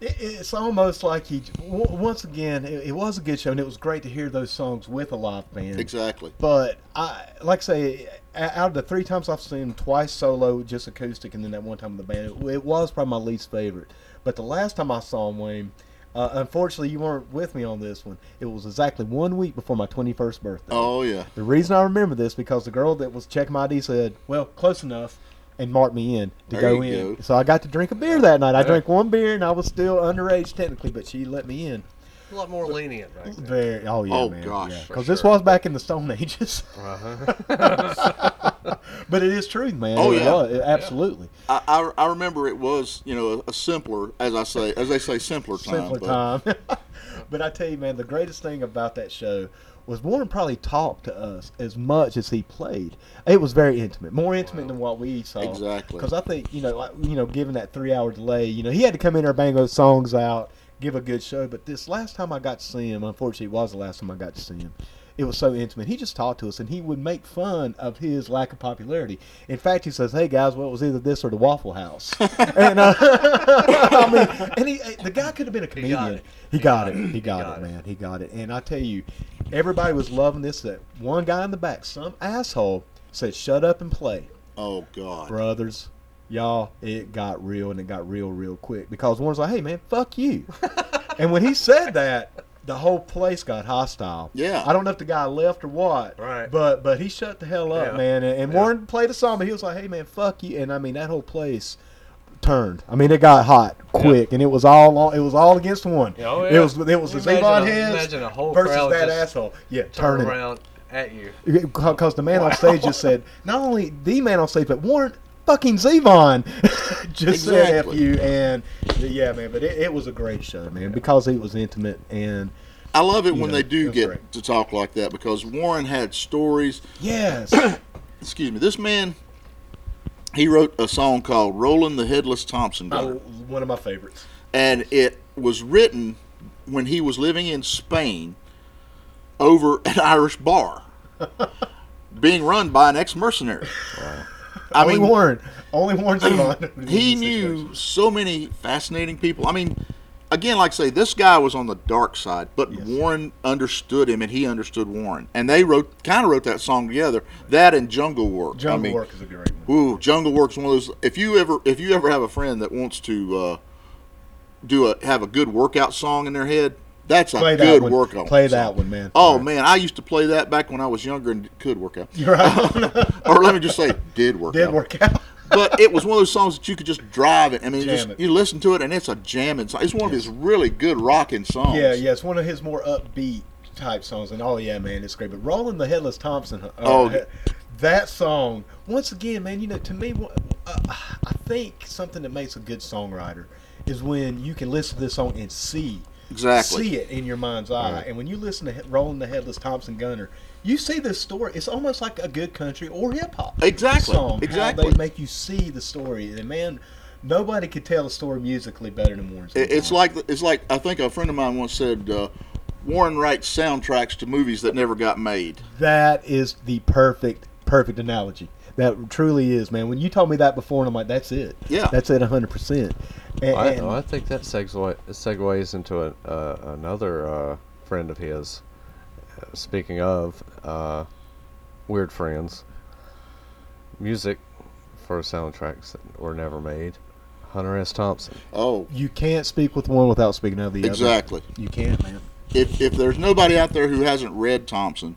Speaker 1: It, it's almost like he. w- Once again, it, it was a good show, and it was great to hear those songs with a live band.
Speaker 3: exactly.
Speaker 1: But I, like I say, o- out of the three times I've seen him, twice solo, just acoustic, and then that one time with the band, it, it was probably my least favorite. But the last time I saw him, Wayne, uh, unfortunately, you weren't with me on this one. It was exactly one week before my 21st birthday.
Speaker 3: Oh yeah.
Speaker 1: The reason I remember this because the girl that was checking my ID said, "Well, close enough," and marked me in to
Speaker 3: There
Speaker 1: go
Speaker 3: you
Speaker 1: in.
Speaker 3: go.
Speaker 1: So I got to drink a beer that night. I drank one beer and I was still underage technically, but she let me in.
Speaker 2: A lot more lenient back then.
Speaker 1: Very, oh yeah,
Speaker 3: Oh,
Speaker 1: man,
Speaker 3: gosh, for
Speaker 1: because this
Speaker 2: sure.
Speaker 1: was back in the Stone Ages. but it is true, man.
Speaker 3: Uh-huh. Oh,
Speaker 1: It
Speaker 3: yeah.
Speaker 1: was, it- absolutely.
Speaker 3: I, I, I remember it was you know a, a simpler as I say as they say simpler time.
Speaker 1: simpler
Speaker 3: but-
Speaker 1: time. but I tell you, man, the greatest thing about that show was Warren probably talked to us as much as he played. It was very intimate, more intimate than what we saw.
Speaker 3: Exactly.
Speaker 1: Because I think you know, like, you know, given that three-hour delay, you know, he had to come in there, bang those songs out, give a good show. But this last time I got to see him, unfortunately, it was the last time I got to see him. It was so intimate. He just talked to us, and he would make fun of his lack of popularity. In fact, he says, "Hey guys, well, it was either this or the Waffle House." and uh, I mean, and he, uh, the guy could have been a
Speaker 2: He got
Speaker 1: comedian.
Speaker 2: it.
Speaker 1: He got it. He got it, man. He got it. And I tell you, everybody was loving this. That one guy in the back, some asshole, said, "Shut up and play."
Speaker 3: Oh God.
Speaker 1: brothers, y'all, it got real and it got real real quick because Warren's like, "Hey man, fuck you," and when he said that, the whole place got hostile.
Speaker 3: Yeah.
Speaker 1: I don't know if the guy left or what,
Speaker 2: Right.
Speaker 1: But but he shut the hell up,
Speaker 2: Yeah.
Speaker 1: man. And, and
Speaker 2: Yeah.
Speaker 1: Warren played a song, but he was like, "Hey man, fuck you," and I mean that whole place turned. I mean it got hot quick, and it was all on, it was all against one.
Speaker 2: Oh,
Speaker 1: It
Speaker 2: yeah.
Speaker 1: was it was the
Speaker 2: You imagine
Speaker 1: Zevon
Speaker 2: a-
Speaker 1: heads
Speaker 2: imagine a whole
Speaker 1: versus
Speaker 2: crowd
Speaker 1: that
Speaker 2: just
Speaker 1: asshole. Yeah,
Speaker 2: Turn
Speaker 1: turning it
Speaker 2: around at you.
Speaker 1: because the man on stage just said not only the man on stage but Warren fucking Zevon just said f
Speaker 3: Exactly.
Speaker 1: you and yeah man but it, it was a great show man because it was intimate and
Speaker 3: I love it when
Speaker 1: know,
Speaker 3: they
Speaker 1: it
Speaker 3: do
Speaker 1: was
Speaker 3: get
Speaker 1: great.
Speaker 3: to talk like that because Warren had stories.
Speaker 1: yes
Speaker 3: Excuse me. This man, he wrote a song called "Rolling the Headless Thompson
Speaker 1: I-
Speaker 3: Gun,"
Speaker 1: one of my favorites
Speaker 3: and it was written when he was living in Spain over an Irish bar, being run by an ex-mercenary. I
Speaker 1: only
Speaker 3: mean,
Speaker 1: Warren only Warren Zevon
Speaker 3: he knew so many fascinating people. I mean, again, like I say, this guy was on the dark side, but
Speaker 1: Yes.
Speaker 3: Warren understood him, and he understood Warren, and they wrote kind of wrote that song together. That and Jungle Work.
Speaker 1: Jungle
Speaker 3: I mean,
Speaker 1: Work is a great one.
Speaker 3: Ooh, Jungle Work's one of those. If you ever if you ever have a friend that wants to uh, do a have a good workout song in their head, that's a
Speaker 1: Play that
Speaker 3: good
Speaker 1: one.
Speaker 3: workout.
Speaker 1: Play
Speaker 3: song.
Speaker 1: that one, man.
Speaker 3: Oh man, I used to play that back when I was younger and could work out,
Speaker 1: You're right.
Speaker 3: or let me just say, did work
Speaker 1: Did
Speaker 3: out.
Speaker 1: work out.
Speaker 3: but it was one of those songs that you could just drive it. I mean,
Speaker 1: Jam
Speaker 3: just,
Speaker 1: it.
Speaker 3: you listen to it and it's a jamming song. It's one of his really good rocking songs.
Speaker 1: Yeah, yeah, it's one of his more upbeat type songs, and oh yeah, man, it's great. But Rolling the Headless Thompson, uh,
Speaker 3: Oh.
Speaker 1: he- that song once again, man. You know, to me, wh- uh, I think something that makes a good songwriter is when you can listen to this song and see
Speaker 3: Exactly.
Speaker 1: see it in your mind's eye. And when you listen to he- Rolling the Headless Thompson Gunner, you see this story. It's almost like a good country or hip hop
Speaker 3: Exactly,
Speaker 1: song. how
Speaker 3: exactly.
Speaker 1: they make you see the story, and man. Nobody could tell a story musically better than Warren.
Speaker 3: It- It's
Speaker 1: Zevon.
Speaker 3: like it's like I think a friend of mine once said, uh, Warren writes soundtracks to movies that never got made.
Speaker 1: That is the perfect, perfect analogy. That truly is, man. When you told me that before, and I'm like, that's it.
Speaker 3: Yeah.
Speaker 1: That's it 100%. And,
Speaker 2: I,
Speaker 1: and-
Speaker 2: I think that segue, segues into a, uh, another uh, friend of his. Uh, Speaking of uh, weird friends, music for soundtracks that were never made. Hunter S. Thompson.
Speaker 3: Oh,
Speaker 1: you can't speak with one without speaking of the other.
Speaker 3: exactly.
Speaker 1: You can't, man.
Speaker 3: If if there's nobody out there who hasn't read Thompson,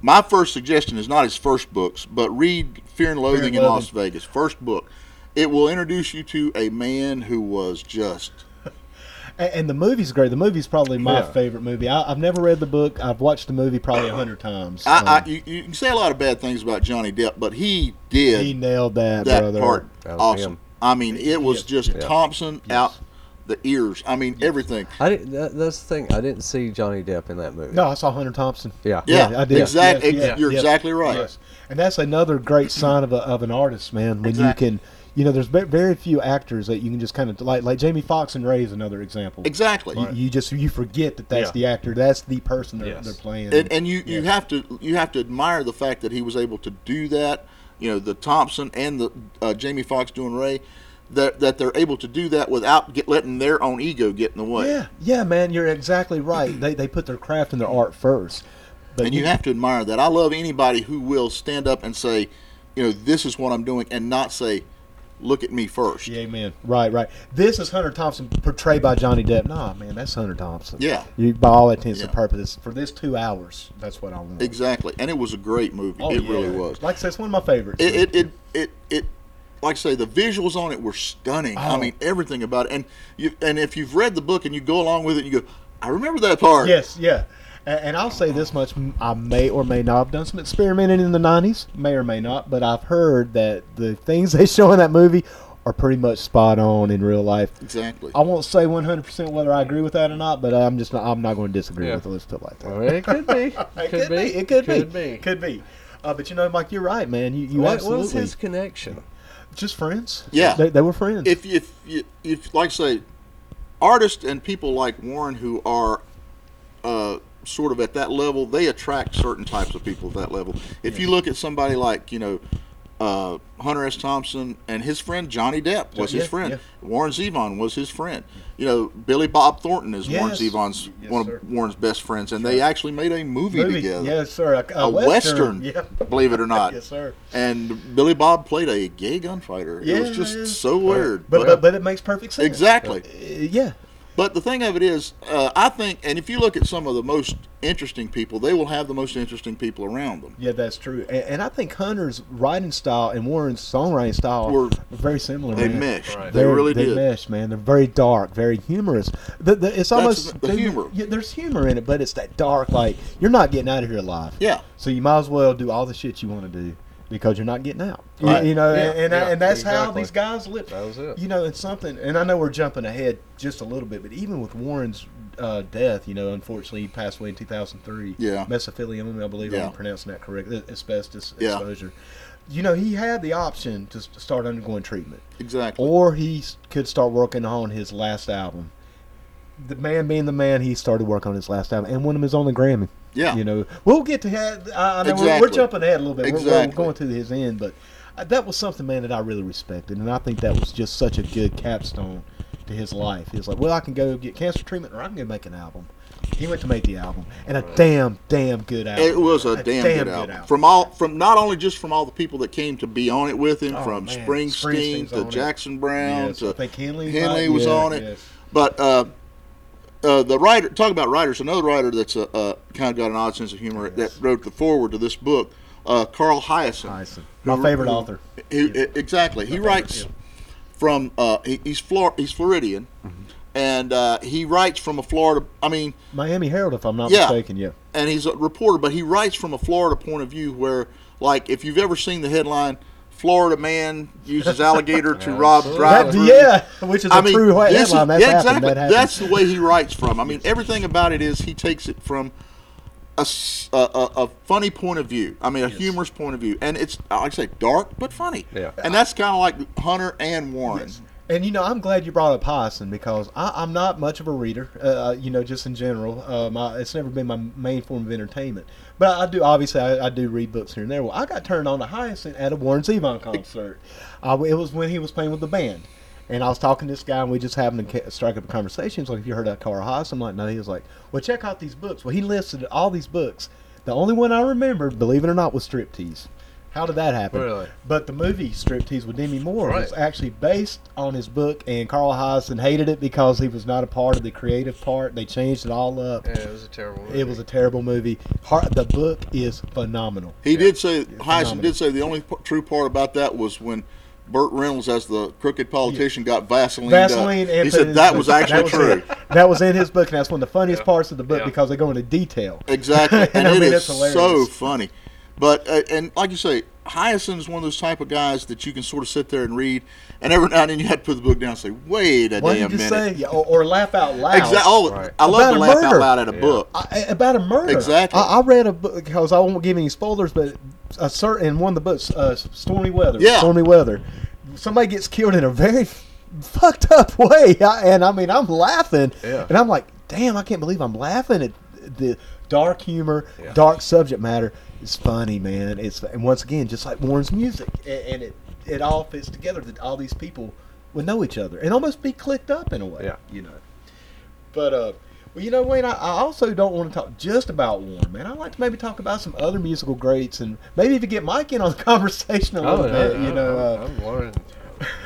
Speaker 3: my first suggestion is not his first books, but read Fear and Loathing in
Speaker 1: Loathing.
Speaker 3: Las Vegas, first book. It will introduce you to a man who was just
Speaker 1: And, and the movie's great. The movie's probably my
Speaker 2: Yeah.
Speaker 1: favorite movie. I, I've never read the book. I've watched the movie probably a hundred times.
Speaker 3: I,
Speaker 1: Um,
Speaker 3: I, you, you can say a lot of bad things about Johnny Depp, but he did
Speaker 1: he nailed that,
Speaker 3: that
Speaker 1: brother.
Speaker 3: part
Speaker 2: That was
Speaker 3: awesome.
Speaker 2: him.
Speaker 3: I mean, it was
Speaker 1: Yes,
Speaker 3: just
Speaker 2: yes.
Speaker 3: Thompson out the ears. I mean, everything.
Speaker 2: I didn't, that, that's the thing. I didn't see Johnny Depp in that movie.
Speaker 1: No, I saw Hunter Thompson.
Speaker 2: Yeah.
Speaker 3: Yeah,
Speaker 1: I did.
Speaker 3: exact-
Speaker 1: Yes,
Speaker 3: ex-
Speaker 1: yes,
Speaker 3: you're
Speaker 1: yes,
Speaker 3: exactly right.
Speaker 1: yes. And that's another great sign of, a, of an artist, man. When
Speaker 3: Exactly.
Speaker 1: you can, you know, there's ve- very few actors that you can just kind of like, like Jamie Foxx and Ray is another example.
Speaker 3: Exactly.
Speaker 1: You, you just you forget that that's
Speaker 2: Yeah.
Speaker 1: the actor, that's the person they're,
Speaker 2: Yes.
Speaker 1: they're playing.
Speaker 3: and, and you, you
Speaker 1: Yes.
Speaker 3: have to you have to admire the fact that he was able to do that. You know, the Thompson and the uh, Jamie Foxx doing Ray, that that they're able to do that without get, letting their own ego get in the way.
Speaker 1: yeah, yeah, man, you're exactly right. they they put their craft and their art first. But
Speaker 3: And you have to admire that. I love anybody who will stand up and say, you know, this is what I'm doing, and not say, look at me first.
Speaker 1: Yeah, man. Right, right. This is Hunter Thompson portrayed by Johnny Depp. Nah, man, that's Hunter Thompson.
Speaker 3: Yeah.
Speaker 1: You, by all intents and
Speaker 3: Yeah.
Speaker 1: purposes, for this two hours, that's what I want.
Speaker 3: Exactly, and it was a great movie.
Speaker 1: Oh,
Speaker 3: it
Speaker 1: yeah.
Speaker 3: really was.
Speaker 1: Like I said, it's one of my favorites.
Speaker 3: It
Speaker 1: man.
Speaker 3: it, it it it like I say, the visuals on it were stunning. I
Speaker 1: Oh.
Speaker 3: mean, everything about it. And you and if you've read the book and you go along with it, you go, I remember that part.
Speaker 1: Yes, yeah. A- And, I'll say this much: m- I may or may not have done some experimenting in the '90s, may or may not. But I've heard that the things they show in that movie are pretty much spot on in real life.
Speaker 3: exactly.
Speaker 1: I won't say 100% whether I agree with that or not, but I'm just not, I'm not going to disagree
Speaker 2: Yeah.
Speaker 1: with it. Let's put it like that.
Speaker 2: Well, it could be.
Speaker 1: It could, be. It could, be. Could be. Uh, but you know, Mike, you're right, man. You, you
Speaker 2: What
Speaker 1: absolutely
Speaker 2: was his connection?
Speaker 1: just friends.
Speaker 3: Yeah.
Speaker 1: they, they were friends.
Speaker 3: if if you if like I say, artists and people like Warren who are uh, sort of at that level, they attract certain types of people at that level. If you look at somebody like you know. Uh, Hunter S. Thompson and his friend Johnny Depp was his
Speaker 1: Yeah,
Speaker 3: friend.
Speaker 1: yeah.
Speaker 3: Warren Zevon was his friend. You know, Billy Bob Thornton is Warren
Speaker 1: Yes.
Speaker 3: Zevon's
Speaker 1: Yes,
Speaker 3: one of
Speaker 1: sir.
Speaker 3: Warren's best friends, and they actually made a movie,
Speaker 1: Movie.
Speaker 3: together.
Speaker 1: yes, sir. A, a
Speaker 3: A western,
Speaker 1: Yeah.
Speaker 3: believe it or not.
Speaker 1: Yes, sir.
Speaker 3: And Billy Bob played a gay gunfighter. it was
Speaker 1: Yeah.
Speaker 3: just so weird.
Speaker 1: But, but but it makes perfect sense.
Speaker 3: Exactly.
Speaker 1: Uh, yeah.
Speaker 3: But the thing of it is, uh, I think, and if you look at some of the most interesting people, they will have the most interesting people around them.
Speaker 1: Yeah, that's true. And, and I think Hunter's writing style and Warren's songwriting style
Speaker 3: Were-
Speaker 1: were very similar.
Speaker 3: They
Speaker 1: man.
Speaker 3: meshed.
Speaker 2: Right.
Speaker 3: They
Speaker 1: They're-
Speaker 3: really
Speaker 1: they
Speaker 3: did.
Speaker 1: mesh, man. They're very dark, very humorous. The, the, it's almost
Speaker 3: the- the
Speaker 1: they-
Speaker 3: humor.
Speaker 1: Yeah, there's humor in it, but it's that dark. Like you're not getting out of here alive.
Speaker 3: Yeah.
Speaker 1: So you might as well do all the shit you want to do because you're not getting out. You-
Speaker 3: Right.
Speaker 1: You, know,
Speaker 2: Yeah,
Speaker 1: and, and,
Speaker 2: yeah,
Speaker 1: and that's how
Speaker 2: exactly.
Speaker 1: these guys live.
Speaker 2: That was it.
Speaker 1: You know, it's something. And I know we're jumping ahead just a little bit, but even with Warren's uh, death, you know, unfortunately he passed away in 2003.
Speaker 3: Yeah.
Speaker 1: Mesothelioma, I believe
Speaker 3: Yeah.
Speaker 1: I'm pronouncing that correctly. Asbestos
Speaker 3: Yeah.
Speaker 1: exposure. You know, he had the option to s- start undergoing treatment
Speaker 3: Exactly.
Speaker 1: or he s- could start working on his last album. The man being the man, he started working on his last album and won him his only Grammy.
Speaker 3: Yeah.
Speaker 1: you know, we'll get to that. I I mean, we're- we're,
Speaker 3: Exactly.
Speaker 1: jumping ahead a little bit. We're- We're,
Speaker 3: Exactly.
Speaker 1: we're going to his end, but uh, that was something, man, that I really respected, and I think that was just such a good capstone to his life. He was like, well, I can go get cancer treatment or I can go make an album. He went to make the album, and a damn, damn good album.
Speaker 3: It was a, damn, good, album. from all from not only just from all the people that came to be on it with him,
Speaker 1: Oh,
Speaker 3: from
Speaker 1: man.
Speaker 3: Springsteen
Speaker 1: Springsteen's
Speaker 3: to
Speaker 1: on it.
Speaker 3: Jackson Brown
Speaker 1: Yes, I
Speaker 3: to
Speaker 1: think Henley was
Speaker 3: Henley
Speaker 1: on it.
Speaker 3: was
Speaker 1: Yeah,
Speaker 3: on it.
Speaker 1: yes.
Speaker 3: But uh, uh, the writer, talk about writers, another writer that's uh, uh, kind of got an odd sense of humor that wrote the foreword to this book, uh, Carl Hyacin.
Speaker 1: Nice. My favorite author.
Speaker 3: He, E, Exactly. He writes from uh, he, he's Flor- he's Floridian, and uh, he writes from a Florida. I mean,
Speaker 1: Miami Herald, if I'm not
Speaker 3: Yeah.
Speaker 1: mistaken. Yeah.
Speaker 3: and he's a reporter, but he writes from a Florida point of view where, like, if you've ever seen the headline, Florida man uses alligator to rob
Speaker 1: That,
Speaker 3: drive
Speaker 1: yeah, which is a true headline.
Speaker 3: this
Speaker 1: That's
Speaker 3: is-
Speaker 1: happened.
Speaker 3: yeah, exactly.
Speaker 1: That happened.
Speaker 3: That's the way he writes from. I mean, everything about it is he takes it from a, s- a- a- a funny point of view. I mean, a humorous point of view, and it's like I say, dark but funny.
Speaker 2: Yeah.
Speaker 3: And that's kind of like Hunter and Warren.
Speaker 1: And you know, I'm glad you brought up Hyson because I, I'm not much of a reader. Uh, you know, just in general, uh, my, it's never been my main form of entertainment. But I, do obviously I, I do read books here and there. Well, I got turned on to Hyson at a Warren Zevon concert. Uh, it was when he was playing with the band, and I was talking to this guy, and we just happened to ca- strike up a conversation. He's like, "Have you heard of Carl Hyson?" I'm like, "No." He was like, "Well, check out these books." Well, he listed all these books. The only one I remembered, believe it or not, was Striptease. How did that happen?
Speaker 2: Really?
Speaker 1: But the movie Striptease with Demi Moore
Speaker 2: Right.
Speaker 1: was actually based on his book, and Carl Hyacin hated it because he was not a part of the creative part. They changed it all up.
Speaker 2: Yeah, it was a terrible. Movie.
Speaker 1: It was a terrible movie. Har the book is phenomenal.
Speaker 3: He did say Heisen
Speaker 1: phenomenal.
Speaker 3: did say the only p- true part about that was when. Burt Reynolds, as the crooked politician, got Vaseline.
Speaker 1: Vaseline. and
Speaker 3: He
Speaker 1: put it in
Speaker 3: said
Speaker 1: his
Speaker 3: that
Speaker 1: book.
Speaker 3: was actually
Speaker 1: was
Speaker 3: true.
Speaker 1: in- that was in his book, and that's one of the funniest
Speaker 2: Yeah.
Speaker 1: parts of the book
Speaker 2: Yeah.
Speaker 1: because they go into detail.
Speaker 3: Exactly,
Speaker 1: And
Speaker 3: and
Speaker 1: I
Speaker 3: it
Speaker 1: mean,
Speaker 3: is
Speaker 1: that's hilarious.
Speaker 3: so funny. But uh, and like you say, Hyacinth is one of those type of guys that you can sort of sit there and read, and every now and then you had to put the book down and say, "Wait a
Speaker 1: What
Speaker 3: damn
Speaker 1: did you
Speaker 3: minute."
Speaker 1: say? Yeah, or, or laugh out loud.
Speaker 3: Exactly. Oh,
Speaker 2: Right.
Speaker 3: I love
Speaker 1: About
Speaker 3: to
Speaker 1: a
Speaker 3: laugh out
Speaker 1: murder.
Speaker 3: loud at a
Speaker 2: Yeah.
Speaker 3: book.
Speaker 1: I, about a murder.
Speaker 3: Exactly.
Speaker 1: I, I read a book because I won't give any spoilers, but a certain in one of the books, uh, Stormy Weather.
Speaker 3: Yeah.
Speaker 1: Stormy Weather. Somebody gets killed in a very f- fucked up way, I, and I mean, I'm laughing,
Speaker 2: Yeah.
Speaker 1: and I'm like, damn, I can't believe I'm laughing at the dark humor,
Speaker 2: Yeah.
Speaker 1: dark subject matter. It's funny, man. It's and once again, just like Warren's music, and, and it it all fits together that all these people would know each other and almost be clicked up in a way.
Speaker 2: Yeah.
Speaker 1: You know. But uh, well, you know, Wayne, I, I also don't want to talk just about Warren, man. I'd like to maybe talk about some other musical greats, and maybe even get Mike in on the conversation a
Speaker 2: Oh,
Speaker 1: little
Speaker 2: no,
Speaker 1: bit.
Speaker 2: no,
Speaker 1: you know,
Speaker 2: I'm,
Speaker 1: uh,
Speaker 2: I'm learning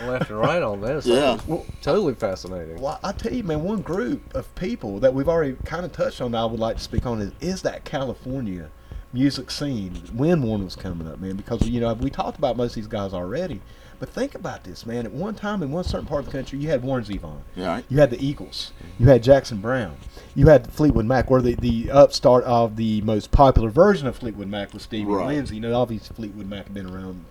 Speaker 2: left and right on this.
Speaker 3: Yeah.
Speaker 2: That was totally fascinating.
Speaker 1: well, I tell you, man, one group of people that we've already kind of touched on, that I would like to speak on is, is that California music scene when Warren was coming up, man. Because you know we talked about most of these guys already, but think about this, man. At one time in one certain part of the country, you had Warren Zevon.
Speaker 3: Yeah, right.
Speaker 1: You had the Eagles. You had Jackson Brown. You had Fleetwood Mac, where the, the upstart of the most popular version of Fleetwood Mac was Stevie
Speaker 3: Right.
Speaker 1: Lindsay. You know, obviously Fleetwood Mac had been around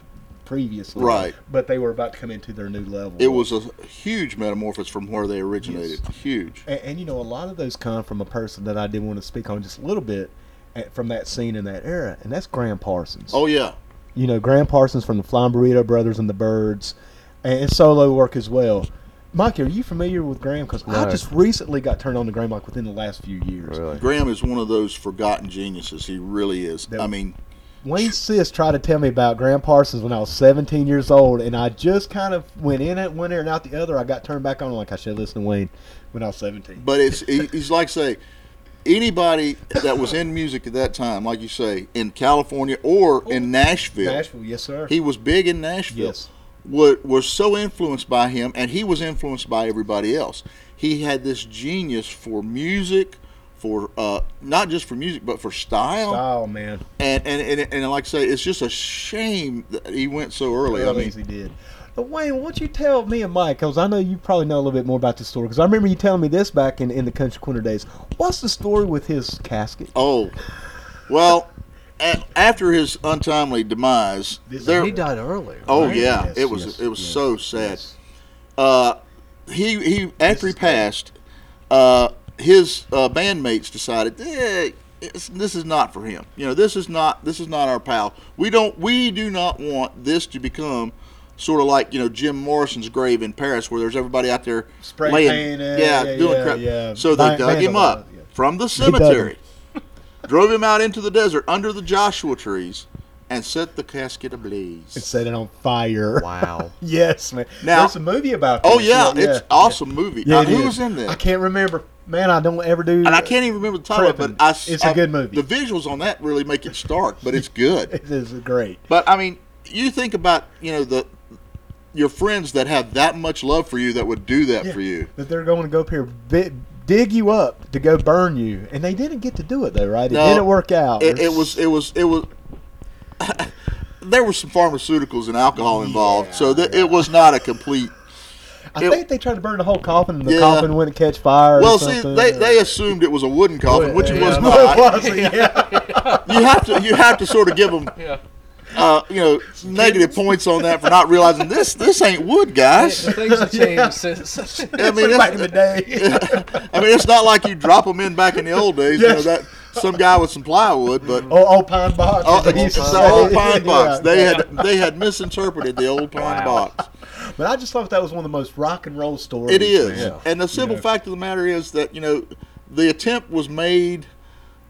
Speaker 1: previously,
Speaker 3: Right.
Speaker 1: But they were about to come into their new level.
Speaker 3: It was a huge metamorphosis from where they originated. Huge.
Speaker 1: and, and you know, a lot of those come from a person that I did want to speak on just a little bit eh, from that scene in that era, and that's Graham Parsons.
Speaker 3: Oh yeah,
Speaker 1: you know, Graham Parsons from the Flying Burrito Brothers and the Birds, and, and solo work as well. Mikey, are you familiar with Graham? Because I
Speaker 2: No.
Speaker 1: just recently got turned on to Graham, like within the last few years.
Speaker 2: Really.
Speaker 3: Graham is one of those forgotten geniuses. He really is.
Speaker 1: That-
Speaker 3: I mean,
Speaker 1: Wayne Sis tried to tell me about Graham Parsons when I was 17 years old, and I just kind of went in at one ear and out the other. I got turned back on, like I should listen to Wayne when I was 17.
Speaker 3: But it's he- he's like say anybody that was in music at that time, like you say, in California or in Nashville,
Speaker 1: Oh, Nashville, yes, sir.
Speaker 3: he was big in Nashville.
Speaker 1: Yes.
Speaker 3: Wa- was so influenced by him, and he was influenced by everybody else. He had this genius for music, for uh, not just for music, but for style.
Speaker 1: oh, man.
Speaker 3: And, and and and like I say, it's just a shame that he went so early. I
Speaker 1: Well,
Speaker 3: mean,
Speaker 1: as he did. Now, Wayne, why don't you tell me and Mike, because I know you probably know a little bit more about this story, because I remember you telling me this back in, in the Country Corner days. What's the story with his casket?
Speaker 3: oh, well. a- After his untimely demise,
Speaker 1: Did
Speaker 3: there,
Speaker 2: He died early.
Speaker 3: Oh
Speaker 2: right?
Speaker 3: yeah,
Speaker 1: Yes,
Speaker 3: it was
Speaker 1: yes,
Speaker 3: it was
Speaker 1: yes,
Speaker 3: so sad.
Speaker 1: yes.
Speaker 3: Uh, he he after he
Speaker 1: is-
Speaker 3: passed, uh, his uh, bandmates decided, eh, it's, this is not for him. You know, this is not this is not our pal. We don't we do not want this to become sort of like you know Jim Morrison's grave in Paris, where there's everybody out there
Speaker 1: Spray
Speaker 3: laying,
Speaker 1: painting,
Speaker 3: yeah,
Speaker 1: yeah,
Speaker 3: doing
Speaker 1: yeah,
Speaker 3: crap.
Speaker 1: yeah.
Speaker 3: So they
Speaker 1: Van-
Speaker 3: dug him up
Speaker 1: vandalized, yeah.
Speaker 3: from the
Speaker 1: dug him.
Speaker 3: cemetery, drove him out into the desert under the Joshua trees, and set the casket ablaze.
Speaker 1: and set it on fire.
Speaker 2: Wow.
Speaker 1: Yes, man.
Speaker 3: Now-
Speaker 1: There's a movie about this.
Speaker 3: Oh yeah, it's awesome movie.
Speaker 1: Yeah,
Speaker 3: Now,
Speaker 1: it
Speaker 3: who
Speaker 1: is.
Speaker 3: was in that?
Speaker 1: I can't remember. Man, I don't ever do.
Speaker 3: and I can't even remember the title,
Speaker 1: Trippin'.
Speaker 3: but I, s-
Speaker 1: It's a
Speaker 3: I-
Speaker 1: good movie.
Speaker 3: The visuals on that really make it stark, but it's good.
Speaker 1: This is great.
Speaker 3: but I mean, you think about you know the your friends that have that much love for you that would do that
Speaker 1: Yeah,
Speaker 3: for you.
Speaker 1: That they're going to go up here, bi- dig you up to go burn you, and they didn't get to do it though, right? It
Speaker 3: No,
Speaker 1: didn't work out.
Speaker 3: It, it was it was it was. there were some pharmaceuticals and alcohol involved, so that it was not a complete.
Speaker 1: I
Speaker 3: it-
Speaker 1: think they tried to burn the whole coffin, and the
Speaker 3: Yeah.
Speaker 1: coffin wouldn't catch fire.
Speaker 3: Well,
Speaker 1: or
Speaker 3: see,
Speaker 1: something.
Speaker 3: they, they assumed it was a wooden coffin, which it
Speaker 2: yeah.
Speaker 3: was
Speaker 1: It
Speaker 3: not.
Speaker 1: wasn't, yeah.
Speaker 3: you have to you have to sort of give them
Speaker 2: Yeah.
Speaker 3: uh, you know negative points on that for not realizing this this ain't wood guys
Speaker 2: Things have changed since.
Speaker 3: I mean,
Speaker 1: back in the day.
Speaker 3: I mean it's not like you drop them in back in the old days you know
Speaker 1: Yes.
Speaker 3: that some guy with some plywood but
Speaker 1: Oh, old pine box.
Speaker 3: Oh,
Speaker 1: as they
Speaker 3: it's
Speaker 1: used to
Speaker 3: the
Speaker 1: say.
Speaker 3: old pine box.
Speaker 1: Yeah.
Speaker 3: They had they had misinterpreted the old pine
Speaker 2: Wow.
Speaker 3: box.
Speaker 1: But I just thought that was one of the most rock and roll stories.
Speaker 3: It is,
Speaker 1: man.
Speaker 3: and the simple fact of the matter is that you know the attempt was made,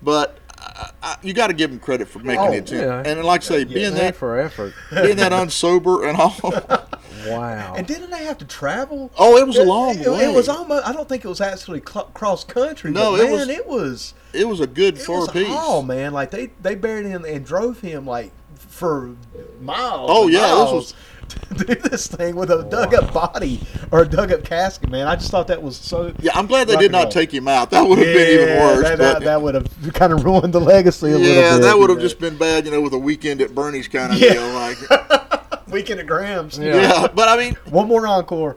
Speaker 3: but I, I, you got to give them credit for making
Speaker 1: Oh,
Speaker 3: the attempt.
Speaker 2: yeah.
Speaker 3: And like I say, being
Speaker 2: Pay
Speaker 3: that
Speaker 2: for effort.
Speaker 3: being that unsober and all,
Speaker 2: Wow.
Speaker 1: And didn't they have to travel?
Speaker 3: Oh, it was a long
Speaker 1: it,
Speaker 3: way.
Speaker 1: It was almost. I don't think it was actually cl- cross country.
Speaker 3: No,
Speaker 1: but
Speaker 3: it
Speaker 1: man,
Speaker 3: was-
Speaker 1: It was.
Speaker 3: it was a good
Speaker 1: It
Speaker 3: four
Speaker 1: was
Speaker 3: piece.
Speaker 1: a haul, man. Like they they buried him and drove him like for miles.
Speaker 3: Oh,
Speaker 1: and
Speaker 3: yeah, this
Speaker 1: miles
Speaker 3: was-
Speaker 1: to do this thing with a dug up body or a dug up casket, man. I just thought that was so.
Speaker 3: Yeah, I'm glad they
Speaker 1: rock
Speaker 3: did
Speaker 1: and
Speaker 3: not
Speaker 1: roll.
Speaker 3: take him out. That would have been even
Speaker 1: Yeah,
Speaker 3: worse.
Speaker 1: That,
Speaker 3: but-
Speaker 1: that, that would have kind of ruined the legacy a little bit.
Speaker 3: yeah, that would have
Speaker 1: you know.
Speaker 3: just been bad, you know, with a weekend at Bernie's kind of
Speaker 1: Yeah.
Speaker 3: deal. Like,
Speaker 1: weekend of Grams.
Speaker 2: Yeah.
Speaker 3: yeah, but I mean,
Speaker 1: One more encore.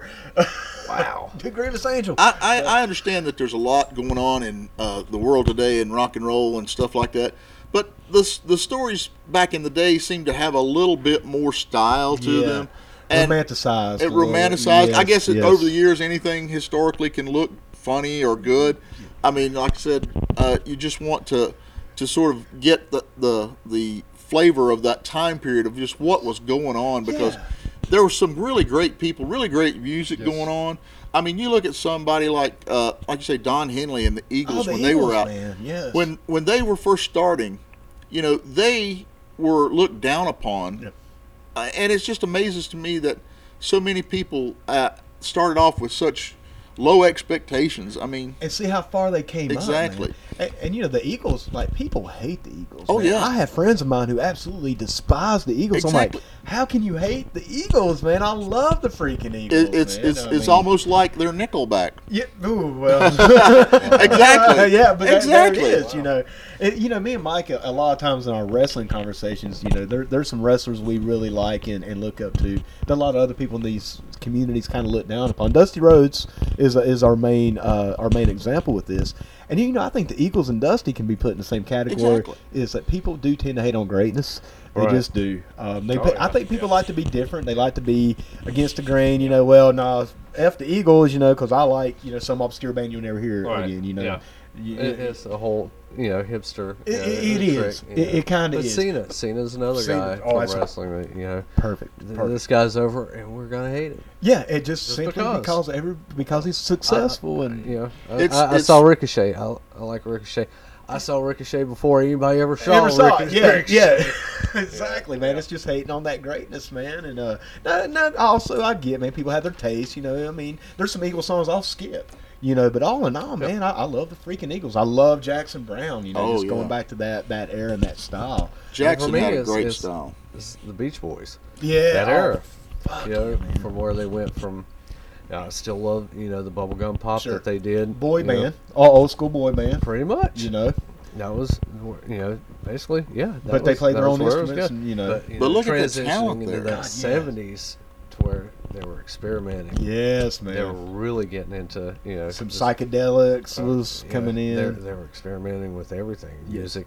Speaker 2: wow.
Speaker 1: the Grievous Angel.
Speaker 3: I, I, I understand that there's a lot going on in uh, the world today in rock and roll and stuff like that. But the s- the stories back in the day seem to have a little bit more style to
Speaker 1: Yeah.
Speaker 3: them, and
Speaker 1: romanticized. a
Speaker 3: it
Speaker 1: little.
Speaker 3: romanticized. I
Speaker 1: Yes,
Speaker 3: guess it,
Speaker 1: yes.
Speaker 3: over the years, anything historically can look funny or good. I mean, like I said, uh, you just want to to sort of get the the the flavor of that time period of just what was going on because
Speaker 1: Yeah.
Speaker 3: there were some really great people, really great music going on. I mean, you look at somebody like uh, like you say Don Henley and the Eagles
Speaker 1: Oh, the
Speaker 3: when they were
Speaker 1: Eagles,
Speaker 3: out
Speaker 1: man, yes.
Speaker 3: when when they were first starting, you know, they were looked down upon,
Speaker 1: Yeah.
Speaker 3: uh, and it just amazes to me that so many people uh, started off with such low expectations. I mean,
Speaker 1: and see how far they came. up, man.
Speaker 3: Exactly.
Speaker 1: and, and you know the Eagles, like people hate the Eagles.
Speaker 3: Oh,
Speaker 1: man.
Speaker 3: yeah.
Speaker 1: I have friends of mine who absolutely despise the Eagles.
Speaker 3: Exactly.
Speaker 1: I'm like, how can you hate the Eagles, man? I love the freaking Eagles.
Speaker 3: it, it's
Speaker 1: man.
Speaker 3: it's
Speaker 1: I
Speaker 3: it's
Speaker 1: mean-
Speaker 3: almost like they're Nickelback.
Speaker 1: Yeah, ooh, well,
Speaker 3: exactly.
Speaker 1: yeah, but that- there it
Speaker 3: exactly.
Speaker 1: is, you know, it, you know, me and Mike, a, a lot of times in our wrestling conversations, you know, there, there's some wrestlers we really like and, and look up to that a lot of other people in these communities kind of look down upon. Dusty Rhodes is is our main uh, our main example with this, and you know, I think the Eagles and Dusty can be put in the same category.
Speaker 3: Exactly.
Speaker 1: Is that people do tend to hate on greatness. They
Speaker 2: Right.
Speaker 1: just do. Um, they,
Speaker 2: Oh,
Speaker 1: pe- I
Speaker 2: yeah.
Speaker 1: think people like to be different. They like to be against the grain. You know, well, nah, f the Eagles. You know, because I like you know some obscure band you'll never hear
Speaker 2: Right.
Speaker 1: again. You know,
Speaker 2: Yeah.
Speaker 1: You-
Speaker 2: It is a whole, you know, hipster.
Speaker 1: It-
Speaker 2: you know,
Speaker 1: it- it
Speaker 2: trick,
Speaker 1: is.
Speaker 2: you
Speaker 1: It-
Speaker 2: know.
Speaker 1: it kinda
Speaker 2: But
Speaker 1: is.
Speaker 2: Cena, Cena's another
Speaker 1: Cena-
Speaker 2: guy
Speaker 1: oh,
Speaker 2: from
Speaker 1: that's a-
Speaker 2: wrestling that you know.
Speaker 1: perfect.
Speaker 2: th-
Speaker 1: perfect.
Speaker 2: This guy's over, and we're gonna hate it.
Speaker 1: yeah, it just, simply because.
Speaker 2: because.
Speaker 1: every because he's successful and
Speaker 2: You know, I,
Speaker 3: It's-
Speaker 2: I, I
Speaker 3: it's-
Speaker 2: saw Ricochet. I, I like Ricochet. I saw Ricochet before anybody ever saw,
Speaker 1: Ever saw it.
Speaker 2: Ricochet.
Speaker 1: Yeah, yeah, exactly, man. It's just hating on that greatness, man. And uh, no, no. Also, I get, man. People have their taste, you know. I mean, there's some Eagle songs I'll skip, you know. But all in all, man, I, I love the freaking Eagles. I love Jackson Brown, you know.
Speaker 3: Oh,
Speaker 1: just going
Speaker 3: yeah.
Speaker 1: back to that that era and that style.
Speaker 3: Jackson
Speaker 2: For me,
Speaker 3: had a
Speaker 2: it's-
Speaker 3: great
Speaker 2: it's-
Speaker 3: style.
Speaker 2: It's the Beach Boys.
Speaker 1: Yeah,
Speaker 2: That
Speaker 1: oh,
Speaker 2: era.
Speaker 1: fuck
Speaker 2: you
Speaker 1: yeah,
Speaker 2: know,
Speaker 1: man.
Speaker 2: from where they went from. I still love you know the bubblegum pop
Speaker 1: Sure.
Speaker 2: that they did.
Speaker 1: Oh, boy
Speaker 2: you know,
Speaker 1: band, all old school boy band.
Speaker 2: pretty much.
Speaker 1: You know,
Speaker 2: That was you know basically yeah. that
Speaker 1: But they
Speaker 2: was-
Speaker 1: played
Speaker 2: that
Speaker 1: their
Speaker 2: was
Speaker 1: own
Speaker 2: where it was
Speaker 1: instruments
Speaker 2: good.
Speaker 1: and, you know.
Speaker 2: But, you
Speaker 3: But look at the
Speaker 2: transitioning
Speaker 3: talent
Speaker 2: into
Speaker 3: there.
Speaker 2: that
Speaker 1: God, yeah.
Speaker 2: '70s to where they were experimenting.
Speaker 1: yes, man.
Speaker 2: They were really getting into you know
Speaker 1: some
Speaker 2: this-
Speaker 1: psychedelics was
Speaker 2: you know,
Speaker 1: coming
Speaker 2: they-
Speaker 1: in.
Speaker 2: They were experimenting with everything,
Speaker 1: Yeah.
Speaker 2: music.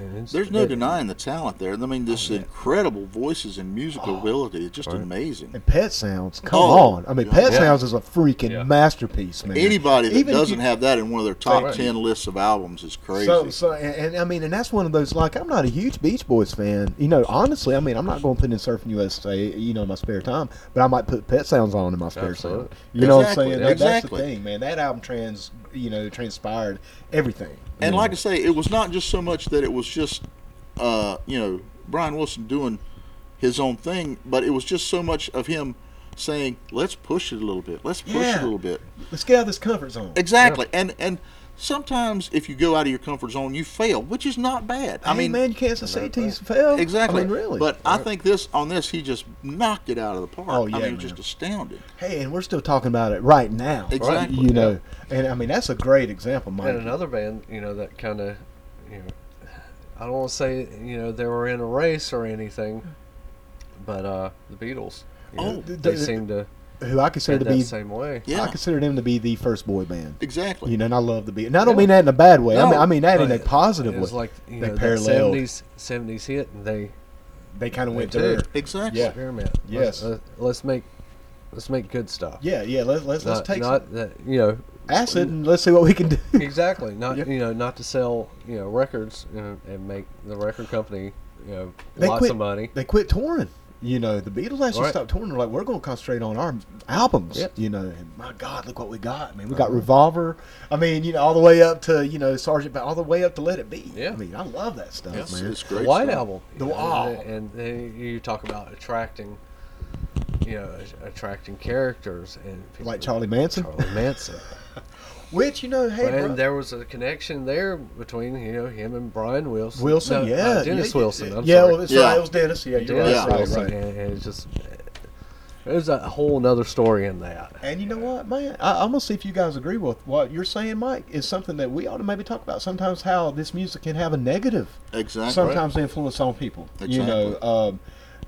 Speaker 2: And, and
Speaker 3: There's no
Speaker 2: it-
Speaker 3: denying the talent there. I mean,
Speaker 1: Oh,
Speaker 3: this incredible voices and musical ability. It's just
Speaker 2: Right.
Speaker 3: amazing.
Speaker 1: And Pet Sounds, come
Speaker 3: Oh,
Speaker 1: on! I mean,
Speaker 3: yeah.
Speaker 1: Pet
Speaker 2: Yeah.
Speaker 1: Sounds is a freaking
Speaker 2: Yeah.
Speaker 1: masterpiece, man.
Speaker 3: Anybody that
Speaker 1: Even if
Speaker 3: doesn't
Speaker 1: you-
Speaker 3: have that in one of their top
Speaker 2: Right.
Speaker 3: ten lists of albums is crazy.
Speaker 1: So, so and, and I mean, and that's one of those like I'm not a huge Beach Boys fan. You know, honestly, I mean, I'm not going to put in Surfing USA, you know, in my spare time, but I might put Pet Sounds on in my spare
Speaker 2: Absolutely.
Speaker 1: time. You know what I'm
Speaker 3: Exactly,
Speaker 1: saying? That- That's the
Speaker 3: exactly.
Speaker 1: thing, man. That album trans, you know, transpired everything.
Speaker 3: and
Speaker 1: you
Speaker 3: like I say, it was not just so much that it was just, uh, you know, Brian Wilson doing his own thing, but it was just so much of him saying, "Let's push it a little bit. Let's push it
Speaker 1: Yeah.
Speaker 3: a little bit."
Speaker 1: Let's get out of this comfort zone.
Speaker 3: Exactly. And and sometimes if you go out of your comfort zone, you fail, which is not bad. I
Speaker 1: Hey,
Speaker 3: mean,
Speaker 1: man, you can't say to fail.
Speaker 3: exactly.
Speaker 1: I mean, really.
Speaker 3: But I think this on this he just knocked it out of the park.
Speaker 1: Oh,
Speaker 3: I
Speaker 1: yeah,
Speaker 3: mean,
Speaker 1: man.
Speaker 3: just astounded.
Speaker 1: hey, and we're still talking about it right now.
Speaker 3: Exactly.
Speaker 1: You know, and I mean that's a great example, Mike.
Speaker 2: And another band, you know, that kind of, you know, I don't want to say, you know, they were in a race or anything, but uh, the Beatles. you know,
Speaker 3: Oh.
Speaker 2: they seem to
Speaker 1: Who I consider
Speaker 2: head
Speaker 1: to
Speaker 2: that
Speaker 1: be,
Speaker 2: same way.
Speaker 3: Yeah.
Speaker 1: I consider them to be the first boy band.
Speaker 3: Exactly.
Speaker 1: You know, and I love the Beatles. And I don't mean that in a bad way. I
Speaker 3: No,
Speaker 1: mean I mean that in a
Speaker 2: but
Speaker 1: positive
Speaker 2: It
Speaker 1: way.
Speaker 2: was like you
Speaker 1: They
Speaker 2: know, that
Speaker 1: paralleled.
Speaker 2: 70s, 70s hit, and they
Speaker 1: they kind of went
Speaker 2: they did.
Speaker 1: there.
Speaker 3: Exactly.
Speaker 1: Yeah.
Speaker 2: experiment.
Speaker 1: Yes.
Speaker 2: Let's, uh, let's make let's make good stuff.
Speaker 1: Yeah, yeah. Let's let's,
Speaker 2: Not,
Speaker 1: let's take
Speaker 2: not that you know
Speaker 1: some acid and let's see what we can do.
Speaker 2: exactly not
Speaker 1: Yeah.
Speaker 2: you know not to sell you know records and, and make the record company you know
Speaker 1: They
Speaker 2: lots
Speaker 1: quit-
Speaker 2: of money.
Speaker 1: they quit touring. You know, the Beatles actually
Speaker 2: Right.
Speaker 1: stopped touring. They're like, we're going to concentrate on our albums.
Speaker 2: Yep. Uh-huh.
Speaker 1: You know, and my God, look what we got, man. We got Revolver. I mean, you know, all the way up to you know Sergeant, Pepper, all the way up to Let It Be.
Speaker 2: Yeah.
Speaker 1: I mean, I love that stuff,
Speaker 3: It's,
Speaker 1: man.
Speaker 3: it's great.
Speaker 2: White
Speaker 3: stuff.
Speaker 2: Album. you
Speaker 1: The-
Speaker 2: know,
Speaker 1: oh.
Speaker 2: And, and they, you talk about attracting, you know, a- attracting characters and people-
Speaker 1: Like Charlie Manson?
Speaker 2: Charlie Manson.
Speaker 1: Which you know, hey, bro,
Speaker 2: and there was a connection there between you know him and Brian Wilson.
Speaker 1: Wilson,
Speaker 2: No,
Speaker 1: yeah,
Speaker 2: uh, Dennis
Speaker 1: yeah,
Speaker 2: Wilson. I'm
Speaker 1: yeah,
Speaker 2: sorry.
Speaker 1: well, it's
Speaker 3: Yeah.
Speaker 1: right, it was Dennis. Yeah, you're
Speaker 2: Dennis
Speaker 1: right, right,
Speaker 2: Wilson,
Speaker 1: right.
Speaker 2: And, and it's just there's a whole nother story in that.
Speaker 1: And you know what, man? I, I'm gonna see if you guys agree with what you're saying, Mike. Is something that we ought to maybe talk about sometimes. How this music can have a negative
Speaker 3: Exactly.
Speaker 1: sometimes influence on people. You know,
Speaker 3: Exactly.
Speaker 1: um,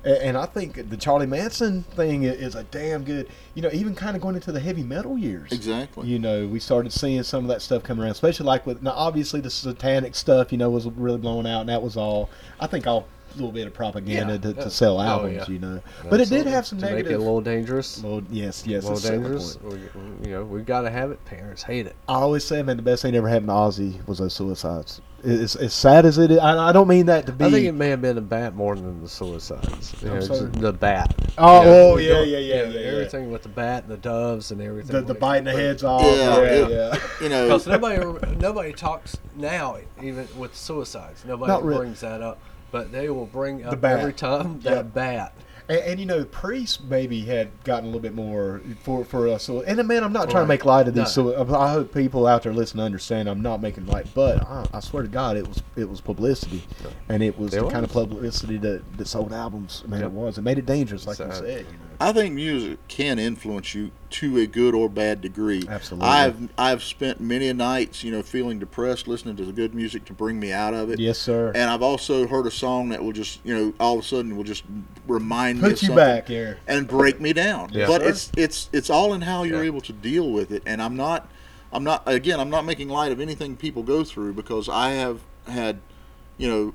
Speaker 1: a- and I think the Charlie Manson thing i- is a damn good. You know, even kind of going into the heavy metal years.
Speaker 3: Exactly.
Speaker 1: You know, we started seeing some of that stuff come around, especially like with now. Obviously, the satanic stuff, you know, was really blowing out, and that was all. I think all a little bit of propaganda
Speaker 2: Yeah.
Speaker 1: to, to
Speaker 2: Yeah.
Speaker 1: sell
Speaker 2: Oh,
Speaker 1: albums.
Speaker 2: yeah.
Speaker 1: You know, but it did
Speaker 2: Absolutely.
Speaker 1: have some
Speaker 2: to
Speaker 1: negative.
Speaker 2: Make it a little dangerous.
Speaker 1: little- yes, yes,
Speaker 2: little
Speaker 1: that's a valid
Speaker 2: dangerous.
Speaker 1: point.
Speaker 2: We- you know, we've got to have it. Parents hate it.
Speaker 1: I always say, man, the best thing that ever happened to Ozzy was those suicides. As, as sad as it is, I, I don't mean that to be.
Speaker 2: I think it may have been the bat more than the suicides. You
Speaker 1: I'm
Speaker 2: know, it's
Speaker 1: sorry.
Speaker 2: the bat.
Speaker 1: Oh,
Speaker 2: You know,
Speaker 1: oh,
Speaker 2: you
Speaker 1: yeah,
Speaker 2: don't-
Speaker 1: yeah, yeah,
Speaker 2: you know,
Speaker 1: yeah, yeah.
Speaker 2: Everything with the bat and the doves and everything.
Speaker 1: the, the biting the heads off.
Speaker 3: Yeah,
Speaker 1: yeah,
Speaker 3: yeah.
Speaker 1: yeah.
Speaker 3: You know.
Speaker 2: Because nobody, nobody talks now, even with suicides. Nobody
Speaker 1: Not really.
Speaker 2: brings that up. But they will bring up
Speaker 1: bat.
Speaker 2: every time that
Speaker 1: Yeah.
Speaker 2: bat.
Speaker 1: And, and you know, Priest maybe had gotten a little bit more for for us. So, and uh, man, I'm not trying to make light of this.
Speaker 2: No.
Speaker 1: So I hope people out there listening understand. I'm not making light, but I, I swear to God, it was it was publicity, and it was
Speaker 2: It
Speaker 1: the kind of
Speaker 2: was.
Speaker 1: publicity that, that sold albums. Man,
Speaker 2: Yep.
Speaker 1: it was. It made it dangerous, like you
Speaker 2: So-
Speaker 1: said. You know.
Speaker 3: I think music can influence you to a good or bad degree.
Speaker 1: Absolutely.
Speaker 3: I've I've spent many nights, you know, feeling depressed, listening to the good music to bring me out of it.
Speaker 1: Yes, sir.
Speaker 3: And I've also heard a song that will just, you know, all of a sudden will just remind me
Speaker 1: Put
Speaker 3: of
Speaker 1: you
Speaker 3: something
Speaker 1: back here.
Speaker 3: and break me down.
Speaker 2: Yeah.
Speaker 3: But
Speaker 1: Sure.
Speaker 3: it's it's it's all in how you're
Speaker 2: Yeah.
Speaker 3: able to deal with it. And I'm not I'm not again I'm not making light of anything people go through because I have had, you know,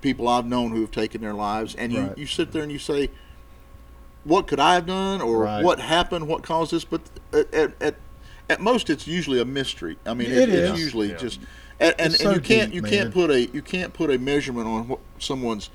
Speaker 3: people I've known who have taken their lives and you,
Speaker 1: Right.
Speaker 3: you sit there and you say, What could I have done or
Speaker 1: Right.
Speaker 3: what happened, what caused this? But at at, at, at most it's usually a mystery. I mean
Speaker 1: It
Speaker 3: it, it's
Speaker 1: is.
Speaker 3: usually
Speaker 2: Yeah.
Speaker 3: just and, and,
Speaker 1: It's
Speaker 3: and
Speaker 1: so
Speaker 3: you can't
Speaker 1: deep,
Speaker 3: you
Speaker 1: man.
Speaker 3: can't put a you can't put a measurement on what someone's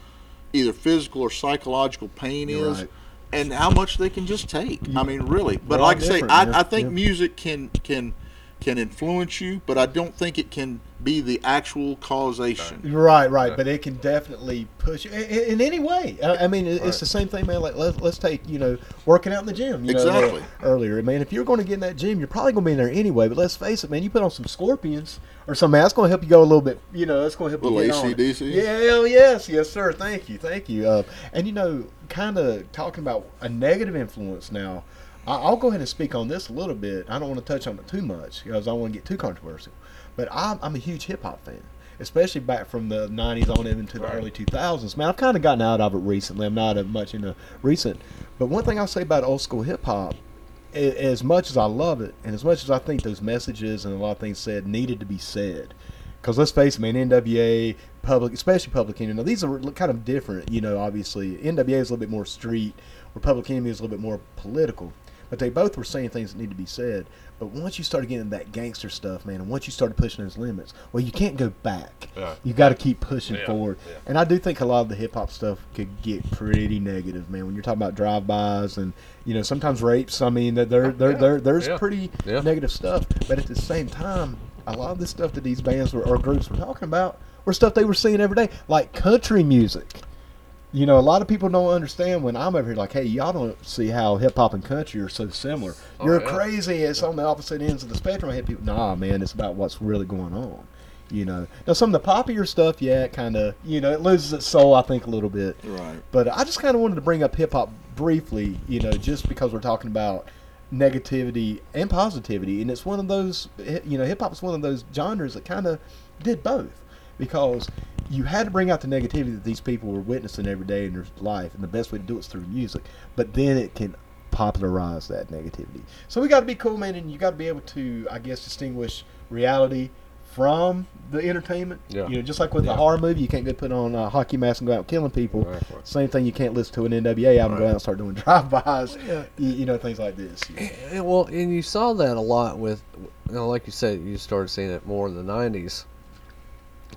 Speaker 3: either physical or psychological pain
Speaker 1: You're
Speaker 3: is
Speaker 1: right.
Speaker 3: and how much they can just take. I mean, really. But
Speaker 1: all
Speaker 3: like I say,
Speaker 1: different, man.
Speaker 3: I, I think
Speaker 1: Yeah.
Speaker 3: music can can can influence you, but I don't think it can be the actual causation.
Speaker 1: Right, right, but it can definitely push in, in any way. I, I mean, it- it's the same thing, man. Like let, let's take you know working out in the gym. You know, like
Speaker 3: Exactly.
Speaker 1: earlier, man. If you're going to get in that gym, you're probably going to be in there anyway. But let's face it, man. You put on some scorpions or something. That's going to help you go a little bit. You know, that's going to help
Speaker 3: Little
Speaker 1: you. get on it.
Speaker 3: AC/DC?
Speaker 1: Yeah. Hell yes, yes, sir. Thank you, thank you. Uh, and you know, kind of talking about a negative influence now. I- I'll go ahead and speak on this a little bit. I don't want to touch on it too much because I don't want to get too controversial. But I'm, I'm a huge hip hop fan, especially back from the 90s on into the early 2000s. Man, I've kind of gotten out of it recently. I'm not uh, much into recent. But one thing I'll say about old school hip hop, a- as much as I love it and as much as I think those messages and a lot of things said needed to be said, because let's face it, man, NWA, public, especially Public Enemy. Now these are kind of different, you know. Obviously, NWA is a little bit more street, where Public Enemy is a little bit more political. But they both were saying things that need to be said. But once you started getting that gangster stuff, man, and once you started pushing those limits, well, you can't go back.
Speaker 2: Yeah.
Speaker 1: You got to keep pushing
Speaker 2: Yeah,
Speaker 1: forward.
Speaker 2: yeah.
Speaker 1: And I do think a lot of the hip hop stuff could get pretty negative, man. When you're talking about drive bys and you know sometimes rapes. I mean, that there, there,
Speaker 2: yeah,
Speaker 1: there, there's
Speaker 2: yeah,
Speaker 1: pretty
Speaker 2: yeah.
Speaker 1: negative stuff. But at the same time, a lot of the stuff that these bands were, or groups were talking about were stuff they were seeing every day, like country music. you know, a lot of people don't understand when I'm over here, like, hey, y'all don't see how hip hop and country are so similar.
Speaker 2: Oh,
Speaker 1: You're
Speaker 2: yeah.
Speaker 1: crazy. It's on the opposite ends of the spectrum. I hit people, nah, man, it's about what's really going on. You know, now some of the poppier stuff, yeah, it kind of, you know, it loses its soul, I think, a little bit.
Speaker 3: Right.
Speaker 1: But I just kind of wanted to bring up hip hop briefly, you know, just because we're talking about negativity and positivity, and it's one of those, you know, hip hop is one of those genres that kind of did both because you had to bring out the negativity that these people were witnessing every day in their life, and the best way to do it is through music. But then it can popularize that negativity. So we got to be cool, man, and you got to be able to, I guess, distinguish reality from the entertainment.
Speaker 2: Yeah.
Speaker 1: You know, just like with a
Speaker 2: Yeah.
Speaker 1: horror movie, you can't go put on a hockey mask and go out killing people.
Speaker 2: Exactly.
Speaker 1: Same thing, you can't listen to an NWA album, go
Speaker 2: Right.
Speaker 1: out and start doing drive-bys,
Speaker 2: Yeah.
Speaker 1: you, you know, things like this. Yeah.
Speaker 2: Yeah, eh, well, and you saw that a lot with, you know, like you said, you started seeing it more in the '90s.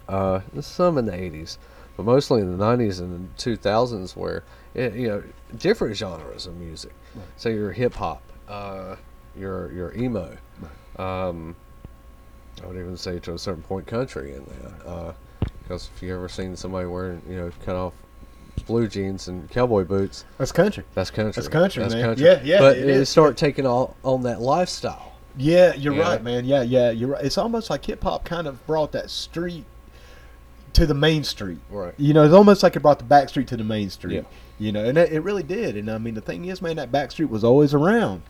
Speaker 2: Uh, some in the '80s, but mostly in the '90s and the 2000s, where it, you know different genres of music. So your hip hop, uh, your your emo. Um, I would even say to a certain point, country in that, because if you ever seen somebody wearing you know cut off blue jeans and cowboy boots,
Speaker 1: That's country.
Speaker 2: that's country.
Speaker 1: That's country, man. Yeah, yeah,
Speaker 2: But
Speaker 1: it
Speaker 2: they
Speaker 1: is.
Speaker 2: start taking all on that lifestyle.
Speaker 1: Yeah, you're
Speaker 2: Yeah.
Speaker 1: right, man. Yeah, yeah, you're right. It's almost like hip hop kind of brought that street to the main street.
Speaker 2: Right.
Speaker 1: You know, it's almost like it brought the back street to the main street.
Speaker 2: Yeah.
Speaker 1: You know, and it, it really did. And I mean, the thing is, man, that back street was always around.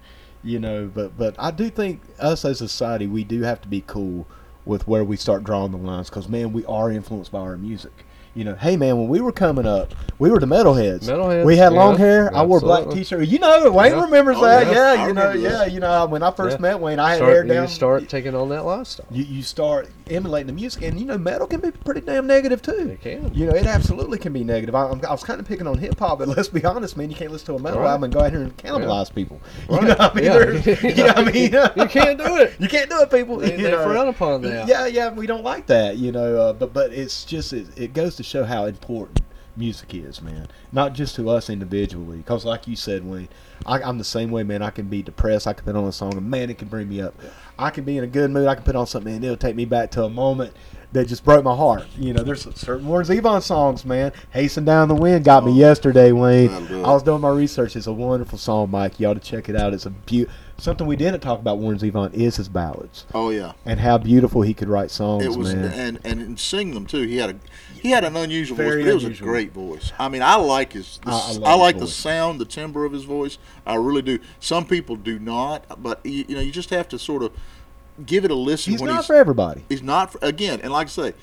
Speaker 1: You know, but but I do think us as a society, we do have to be cool with where we start drawing the lines because man, we are influenced by our music. You know, hey man, when we were coming up, we were the metalheads.
Speaker 2: Metalheads,
Speaker 1: we had
Speaker 2: yeah,
Speaker 1: long hair. I wore black
Speaker 2: absolutely.
Speaker 1: t-shirt. You know, Wayne
Speaker 2: Yeah.
Speaker 1: remembers
Speaker 3: Oh,
Speaker 1: that.
Speaker 3: yeah,
Speaker 1: Yeah,
Speaker 3: I
Speaker 1: you know,
Speaker 3: remember
Speaker 1: yeah,
Speaker 3: that.
Speaker 1: you know, when I first
Speaker 2: Yeah.
Speaker 1: met Wayne, I had
Speaker 2: start,
Speaker 1: hair
Speaker 2: you
Speaker 1: down.
Speaker 2: start taking on that lifestyle.
Speaker 1: You, you start emulating the music, and you know metal can be pretty damn negative too.
Speaker 2: It can.
Speaker 1: You know it absolutely can be negative. I, I'm- I was kind of picking on hip hop, but let's be honest, man, you can't listen to a metal
Speaker 2: Right.
Speaker 1: album and go out here and cannibalize people.
Speaker 2: Right.
Speaker 1: You know what I mean?
Speaker 2: Yeah.
Speaker 1: There's- You know what I mean?
Speaker 2: You can't do it.
Speaker 1: You can't do it, people.
Speaker 2: They-
Speaker 1: you
Speaker 2: they
Speaker 1: know?
Speaker 2: frown upon that.
Speaker 1: Yeah, yeah, we don't like that. You know, uh, but but it's just it, it goes to show how important music is, man. Not just to us individually, because like you said, Wayne, I, I'm the same way, man. I can be depressed. I can put on a song, and man, it can bring me up. I can be in a good mood. I can put on something, and it'll take me back to a moment that just broke my heart. You know, there's certain Warren Zevon songs, man. Hasten Down the Wind got me yesterday, Wayne.
Speaker 3: That'll do it.
Speaker 1: I was doing my research. It's a wonderful song, Mike. You ought to check it out. It's a beau- something we didn't talk about Warren Zevon is his ballads
Speaker 3: Oh yeah.
Speaker 1: and how beautiful he could write songs,
Speaker 3: It was
Speaker 1: Oh, man.
Speaker 3: and, and and sing them too. He had a he had an unusual
Speaker 1: Very
Speaker 3: voice, but it was a
Speaker 1: unusual.
Speaker 3: great voice. I mean, I like his the,
Speaker 1: I- I
Speaker 3: s-
Speaker 1: love
Speaker 3: I,
Speaker 1: his
Speaker 3: like the
Speaker 1: voice.
Speaker 3: sound, the timbre of his voice. I really do. Some people do not, but you, you know, you just have to sort of give it a listen
Speaker 1: He's
Speaker 3: when
Speaker 1: not
Speaker 3: he's
Speaker 1: for everybody.
Speaker 3: he's not for, again. And like I say,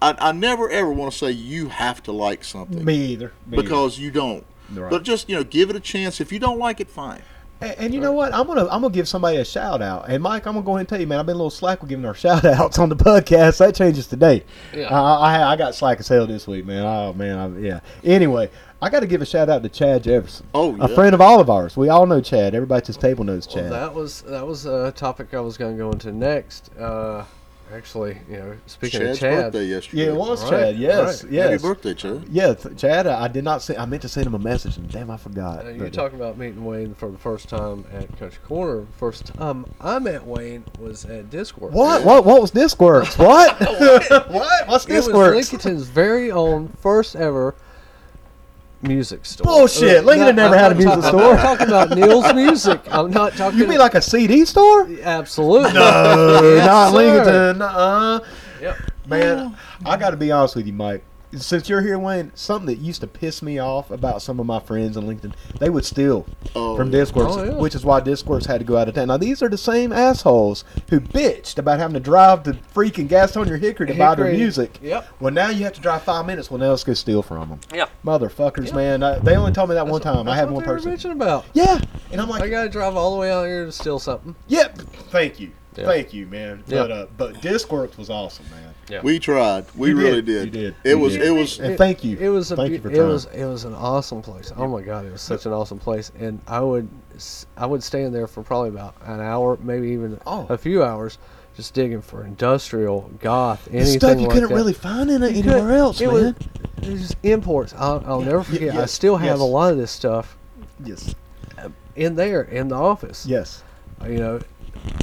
Speaker 3: I, I never ever want to say you have to like something
Speaker 1: Me either. me
Speaker 3: because you don't.
Speaker 1: Right.
Speaker 3: But just you know, give it a chance. If you don't like it, fine.
Speaker 1: either. And, and you know what? I'm gonna I'm gonna give somebody a shout out. And Mike, I'm gonna go ahead and tell you, man, I've been a little slack with giving our shout outs on the podcast. That changes today.
Speaker 2: Yeah.
Speaker 1: Uh, I I- I got slack as hell this week, man. Oh man, I, yeah. Anyway, I got to give a shout out to Chad Jefferson.
Speaker 3: Oh,
Speaker 1: a
Speaker 3: yeah. Oh,
Speaker 1: friend of all of ours. We all know Chad. Everybody at this table knows Chad.
Speaker 2: Well, that was that was a topic I was going to go into next. Uh, actually, you know, speaking
Speaker 3: Chad's
Speaker 2: of Chad,
Speaker 3: birthday yesterday.
Speaker 1: yeah, it was
Speaker 2: Right,
Speaker 1: Chad. Yes,
Speaker 2: right.
Speaker 1: yes.
Speaker 3: Happy birthday, Chad.
Speaker 1: Yeah, th- Chad. I I did not send. I meant to send him a message, and damn, I forgot.
Speaker 2: Uh, you're
Speaker 1: But, uh,
Speaker 2: talking about meeting Wayne for the first time at Country Corner. First time I met Wayne was at Discord.
Speaker 1: What? What? What was this works? What? what? What's
Speaker 2: It
Speaker 1: this
Speaker 2: was
Speaker 1: works?
Speaker 2: Lincoln's very own first ever music store.
Speaker 1: Bullshit. Lincoln never
Speaker 2: I'm
Speaker 1: had a
Speaker 2: not
Speaker 1: music
Speaker 2: talking-
Speaker 1: store.
Speaker 2: I'm talking about Neil's music. I'm not talking.
Speaker 1: You mean like a CD store?
Speaker 2: absolutely?
Speaker 1: No,
Speaker 2: Yes,
Speaker 1: Uh, not
Speaker 2: sir.
Speaker 1: Lincoln. Uh,
Speaker 2: Yep.
Speaker 1: man,
Speaker 2: Oh.
Speaker 1: I got to be honest with you, Mike. Since you're here, Wayne, something that used to piss me off about some of my friends in LinkedIn, they would steal
Speaker 3: Oh,
Speaker 1: from
Speaker 3: yeah.
Speaker 1: Discords,
Speaker 2: Oh, yeah.
Speaker 1: which is why Discords had to go out of town. Now, these are the same assholes who bitched about having to drive to freaking Gaston or Hickory to buy their
Speaker 2: Hickory.
Speaker 1: music.
Speaker 2: Yep.
Speaker 1: Well, now you have to drive five minutes. Well, now let's go steal from them.
Speaker 2: Yeah.
Speaker 1: Motherfuckers,
Speaker 2: Yeah.
Speaker 1: man. I, they only told me that one
Speaker 2: That's what-
Speaker 1: time. I
Speaker 2: that's
Speaker 1: had
Speaker 2: what
Speaker 1: one
Speaker 2: they were
Speaker 1: person.
Speaker 2: bitching about.
Speaker 1: Yeah. And I'm like,
Speaker 2: I gotta drive all the way out here to steal something.
Speaker 1: yeah, thank you.
Speaker 2: Yeah.
Speaker 1: Thank you, man.
Speaker 2: Yeah.
Speaker 1: But, uh, but Discworks was awesome, man.
Speaker 2: Yeah.
Speaker 3: We tried. We
Speaker 1: You did.
Speaker 3: really
Speaker 1: You
Speaker 3: did.
Speaker 1: did.
Speaker 3: It
Speaker 1: You
Speaker 3: was.
Speaker 1: did.
Speaker 3: It was.
Speaker 1: And thank you.
Speaker 2: It was a
Speaker 1: Thank
Speaker 2: be-
Speaker 1: you for
Speaker 2: it
Speaker 1: trying.
Speaker 2: was it was an awesome place. Oh my god, it was such an awesome place. And I would s- I would stay in there for probably about an hour, maybe even
Speaker 1: Oh.
Speaker 2: a few hours, just digging for industrial goth
Speaker 1: The
Speaker 2: anything
Speaker 1: stuff you
Speaker 2: like
Speaker 1: couldn't
Speaker 2: that.
Speaker 1: really find in it
Speaker 2: You
Speaker 1: anywhere
Speaker 2: couldn't-
Speaker 1: else,
Speaker 2: it
Speaker 1: man.
Speaker 2: was- it was just imports. I'll, I'll never
Speaker 1: Y-
Speaker 2: forget. I
Speaker 1: yes,
Speaker 2: still have a
Speaker 1: yes.
Speaker 2: lot of this stuff
Speaker 1: Yes.
Speaker 2: in there in the office.
Speaker 1: Yes.
Speaker 2: You know,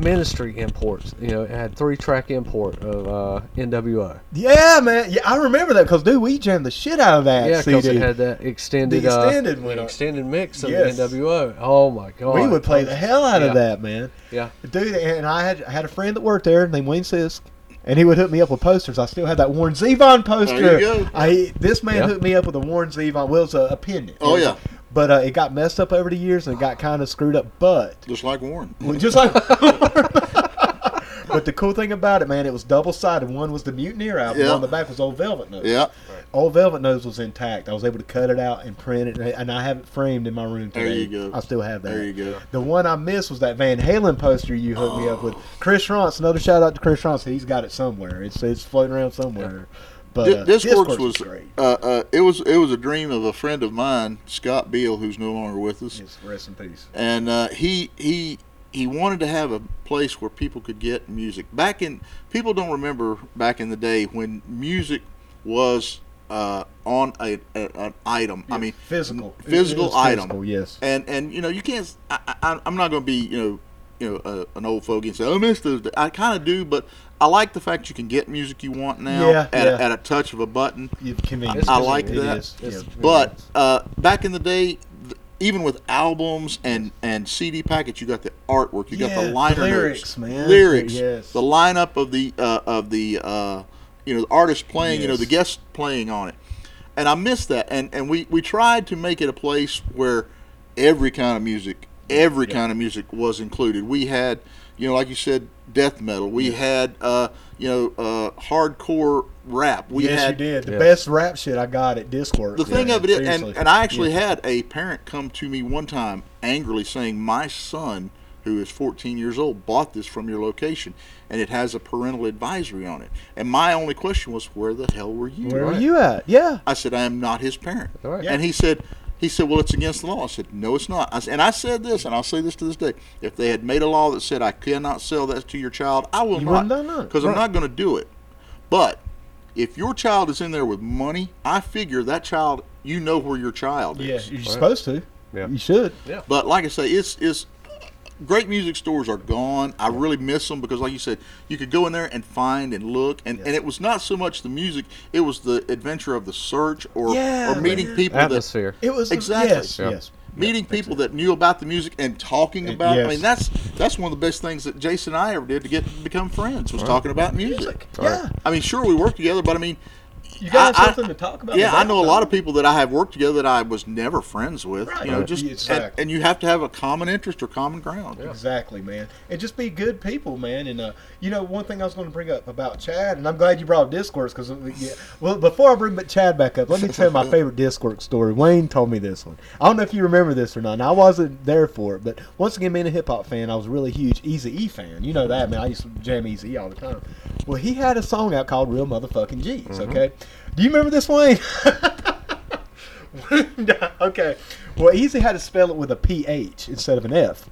Speaker 2: ministry imports. You know, it had three track import of uh, NWO.
Speaker 1: Yeah, man. Yeah, I remember that because dude, we jammed the shit out of that
Speaker 2: Yeah, because
Speaker 1: CD.
Speaker 2: it had that extended,
Speaker 1: The
Speaker 2: uh,
Speaker 1: extended went
Speaker 2: the
Speaker 1: up.
Speaker 2: extended mix of
Speaker 1: Yes.
Speaker 2: NWO. Oh my god,
Speaker 1: we would play the hell out
Speaker 2: Yeah.
Speaker 1: of that, man.
Speaker 2: Yeah,
Speaker 1: Dude, and I had I had a friend that worked there named Wayne Sisk, and he would hook me up with posters. I still have that Warren Zevon poster.
Speaker 3: There you go.
Speaker 1: I this man
Speaker 2: Yeah.
Speaker 1: hooked me up with a Warren Zevon. Well, it's a, a pendant.
Speaker 3: Oh, yeah.
Speaker 1: but uh, it got messed up over the years and it got kind of screwed up. But
Speaker 3: Just like Warren.
Speaker 1: well, just like. But the cool thing about it, man, it was double sided. One was the Mutineer album,
Speaker 3: Yeah.
Speaker 1: on the back was Old Velvet Nose.
Speaker 3: Yeah.
Speaker 1: Old Velvet Nose was intact. I was able to cut it out and print it, and I have it framed in my room
Speaker 3: There
Speaker 1: today.
Speaker 3: you go.
Speaker 1: I still have that.
Speaker 3: There you go.
Speaker 1: The one I missed was that Van Halen poster you hooked me
Speaker 3: Oh.
Speaker 1: up with. Chris Rance, another shout out to Chris Rance. He's got it somewhere. It's it's floating around somewhere. But
Speaker 3: Di-
Speaker 1: uh,
Speaker 3: Discourse
Speaker 1: Discourse
Speaker 3: was
Speaker 1: great.
Speaker 3: uh, uh, it was it was a dream of a friend of mine, Scott Beal, who's no longer with us,
Speaker 1: Yes, rest in peace.
Speaker 3: and uh, he he he wanted to have a place where people could get music. Back in people don't remember back in the day when music was uh, on a, a, an item. I mean,
Speaker 1: Physical, It- it
Speaker 3: physical
Speaker 1: was
Speaker 3: item.
Speaker 1: physical, yes.
Speaker 3: and and you know you can't. I, I, I'm not going to be you know you know uh, an old fogey and say oh, I miss those. days." I kind of do, but I like the fact you can get music you want now
Speaker 1: Yeah,
Speaker 3: at, A,
Speaker 1: yeah.
Speaker 3: at a touch of a button.
Speaker 1: You- Convenient.
Speaker 2: It's I
Speaker 3: like
Speaker 1: It
Speaker 3: that.
Speaker 1: is,
Speaker 2: It's-
Speaker 1: yeah.
Speaker 3: But uh, back in the day, th- even with albums and, and CD packets, you got the artwork, you got
Speaker 1: Yeah,
Speaker 3: the liner
Speaker 1: lyrics,
Speaker 3: notes,
Speaker 1: man.
Speaker 3: lyrics,
Speaker 1: Yes.
Speaker 3: the lineup of the uh, of the uh, you know the artist playing, you know
Speaker 1: Yes.
Speaker 3: the guest playing on it, and I missed that. And and we we tried to make it a place where every kind of music, every kind of music was included. We had you know like you said death metal. We had uh, you know uh, hardcore rap. We
Speaker 1: yes,
Speaker 3: had
Speaker 1: you did. The
Speaker 2: yeah.
Speaker 1: best rap shit I got at Discord.
Speaker 3: the thing of it is, and, and I actually had a parent come to me one time angrily saying, My son, who is 14 years old, bought this from your location, and it has a parental advisory on it. And my only question was, Where the hell were you?
Speaker 1: where were
Speaker 2: Right.
Speaker 1: you at? Yeah,
Speaker 3: I said, I am not his parent.
Speaker 2: Right.
Speaker 3: And he said, he said, "Well, it's against the law." I said, "No, it's not." I s and I said this, and I'll say this to this day: If they had made a law that said I cannot sell that to your child, I will
Speaker 1: You
Speaker 3: not,
Speaker 1: wouldn't done that.
Speaker 3: because I'm
Speaker 1: Right.
Speaker 3: not going to do it. But if your child is in there with money, I figure that child, you know where your child
Speaker 1: yeah.
Speaker 3: is.
Speaker 1: You're supposed to.
Speaker 2: Yeah.
Speaker 1: You should.
Speaker 3: But like I say, it's it's great music stores are gone. I really miss them because, like you said, you could go in there and find and look, and, and it was not so much the music; it was the adventure of the search or
Speaker 1: Yeah,
Speaker 3: or meeting
Speaker 1: man.
Speaker 3: people that
Speaker 2: atmosphere.
Speaker 1: It was
Speaker 3: Exactly.
Speaker 1: Yes,
Speaker 2: Yeah.
Speaker 1: yes.
Speaker 3: meeting people that knew about the music and talking
Speaker 1: And-
Speaker 3: about. it. I
Speaker 1: yes.
Speaker 3: mean, that's that's one of the best things that Jason and I ever did to get become friends was talking about music.
Speaker 1: Yeah,
Speaker 3: I mean, sure we worked together, but I mean,
Speaker 1: you got
Speaker 3: I- I-
Speaker 1: something to talk about.
Speaker 3: yeah,
Speaker 1: with
Speaker 3: I
Speaker 1: that,
Speaker 3: know a
Speaker 1: though.
Speaker 3: lot of people that I have worked together that I was never friends with.
Speaker 1: Right.
Speaker 3: You know,
Speaker 1: Right.
Speaker 3: just
Speaker 1: Exactly.
Speaker 3: and, and you have to have a common interest or common ground.
Speaker 1: Exactly, man. And just be good people, man. And uh, you know, one thing I was going to bring up about Chad, and I'm glad you brought up Discourse because yeah. Well, before I bring Chad back up, let me tell you my favorite Discourse story. Wayne told me this one. I don't know if you remember this or not. And I wasn't there for it, but once again, being a hip hop fan, I was a really huge Easy E fan. You know that, man. I used to jam Easy E all the time. Well, he had a song out called "Real Motherfucking G's." Okay, do you remember this, Wayne? okay. Well, Easy had to spell it with a PH instead of an F.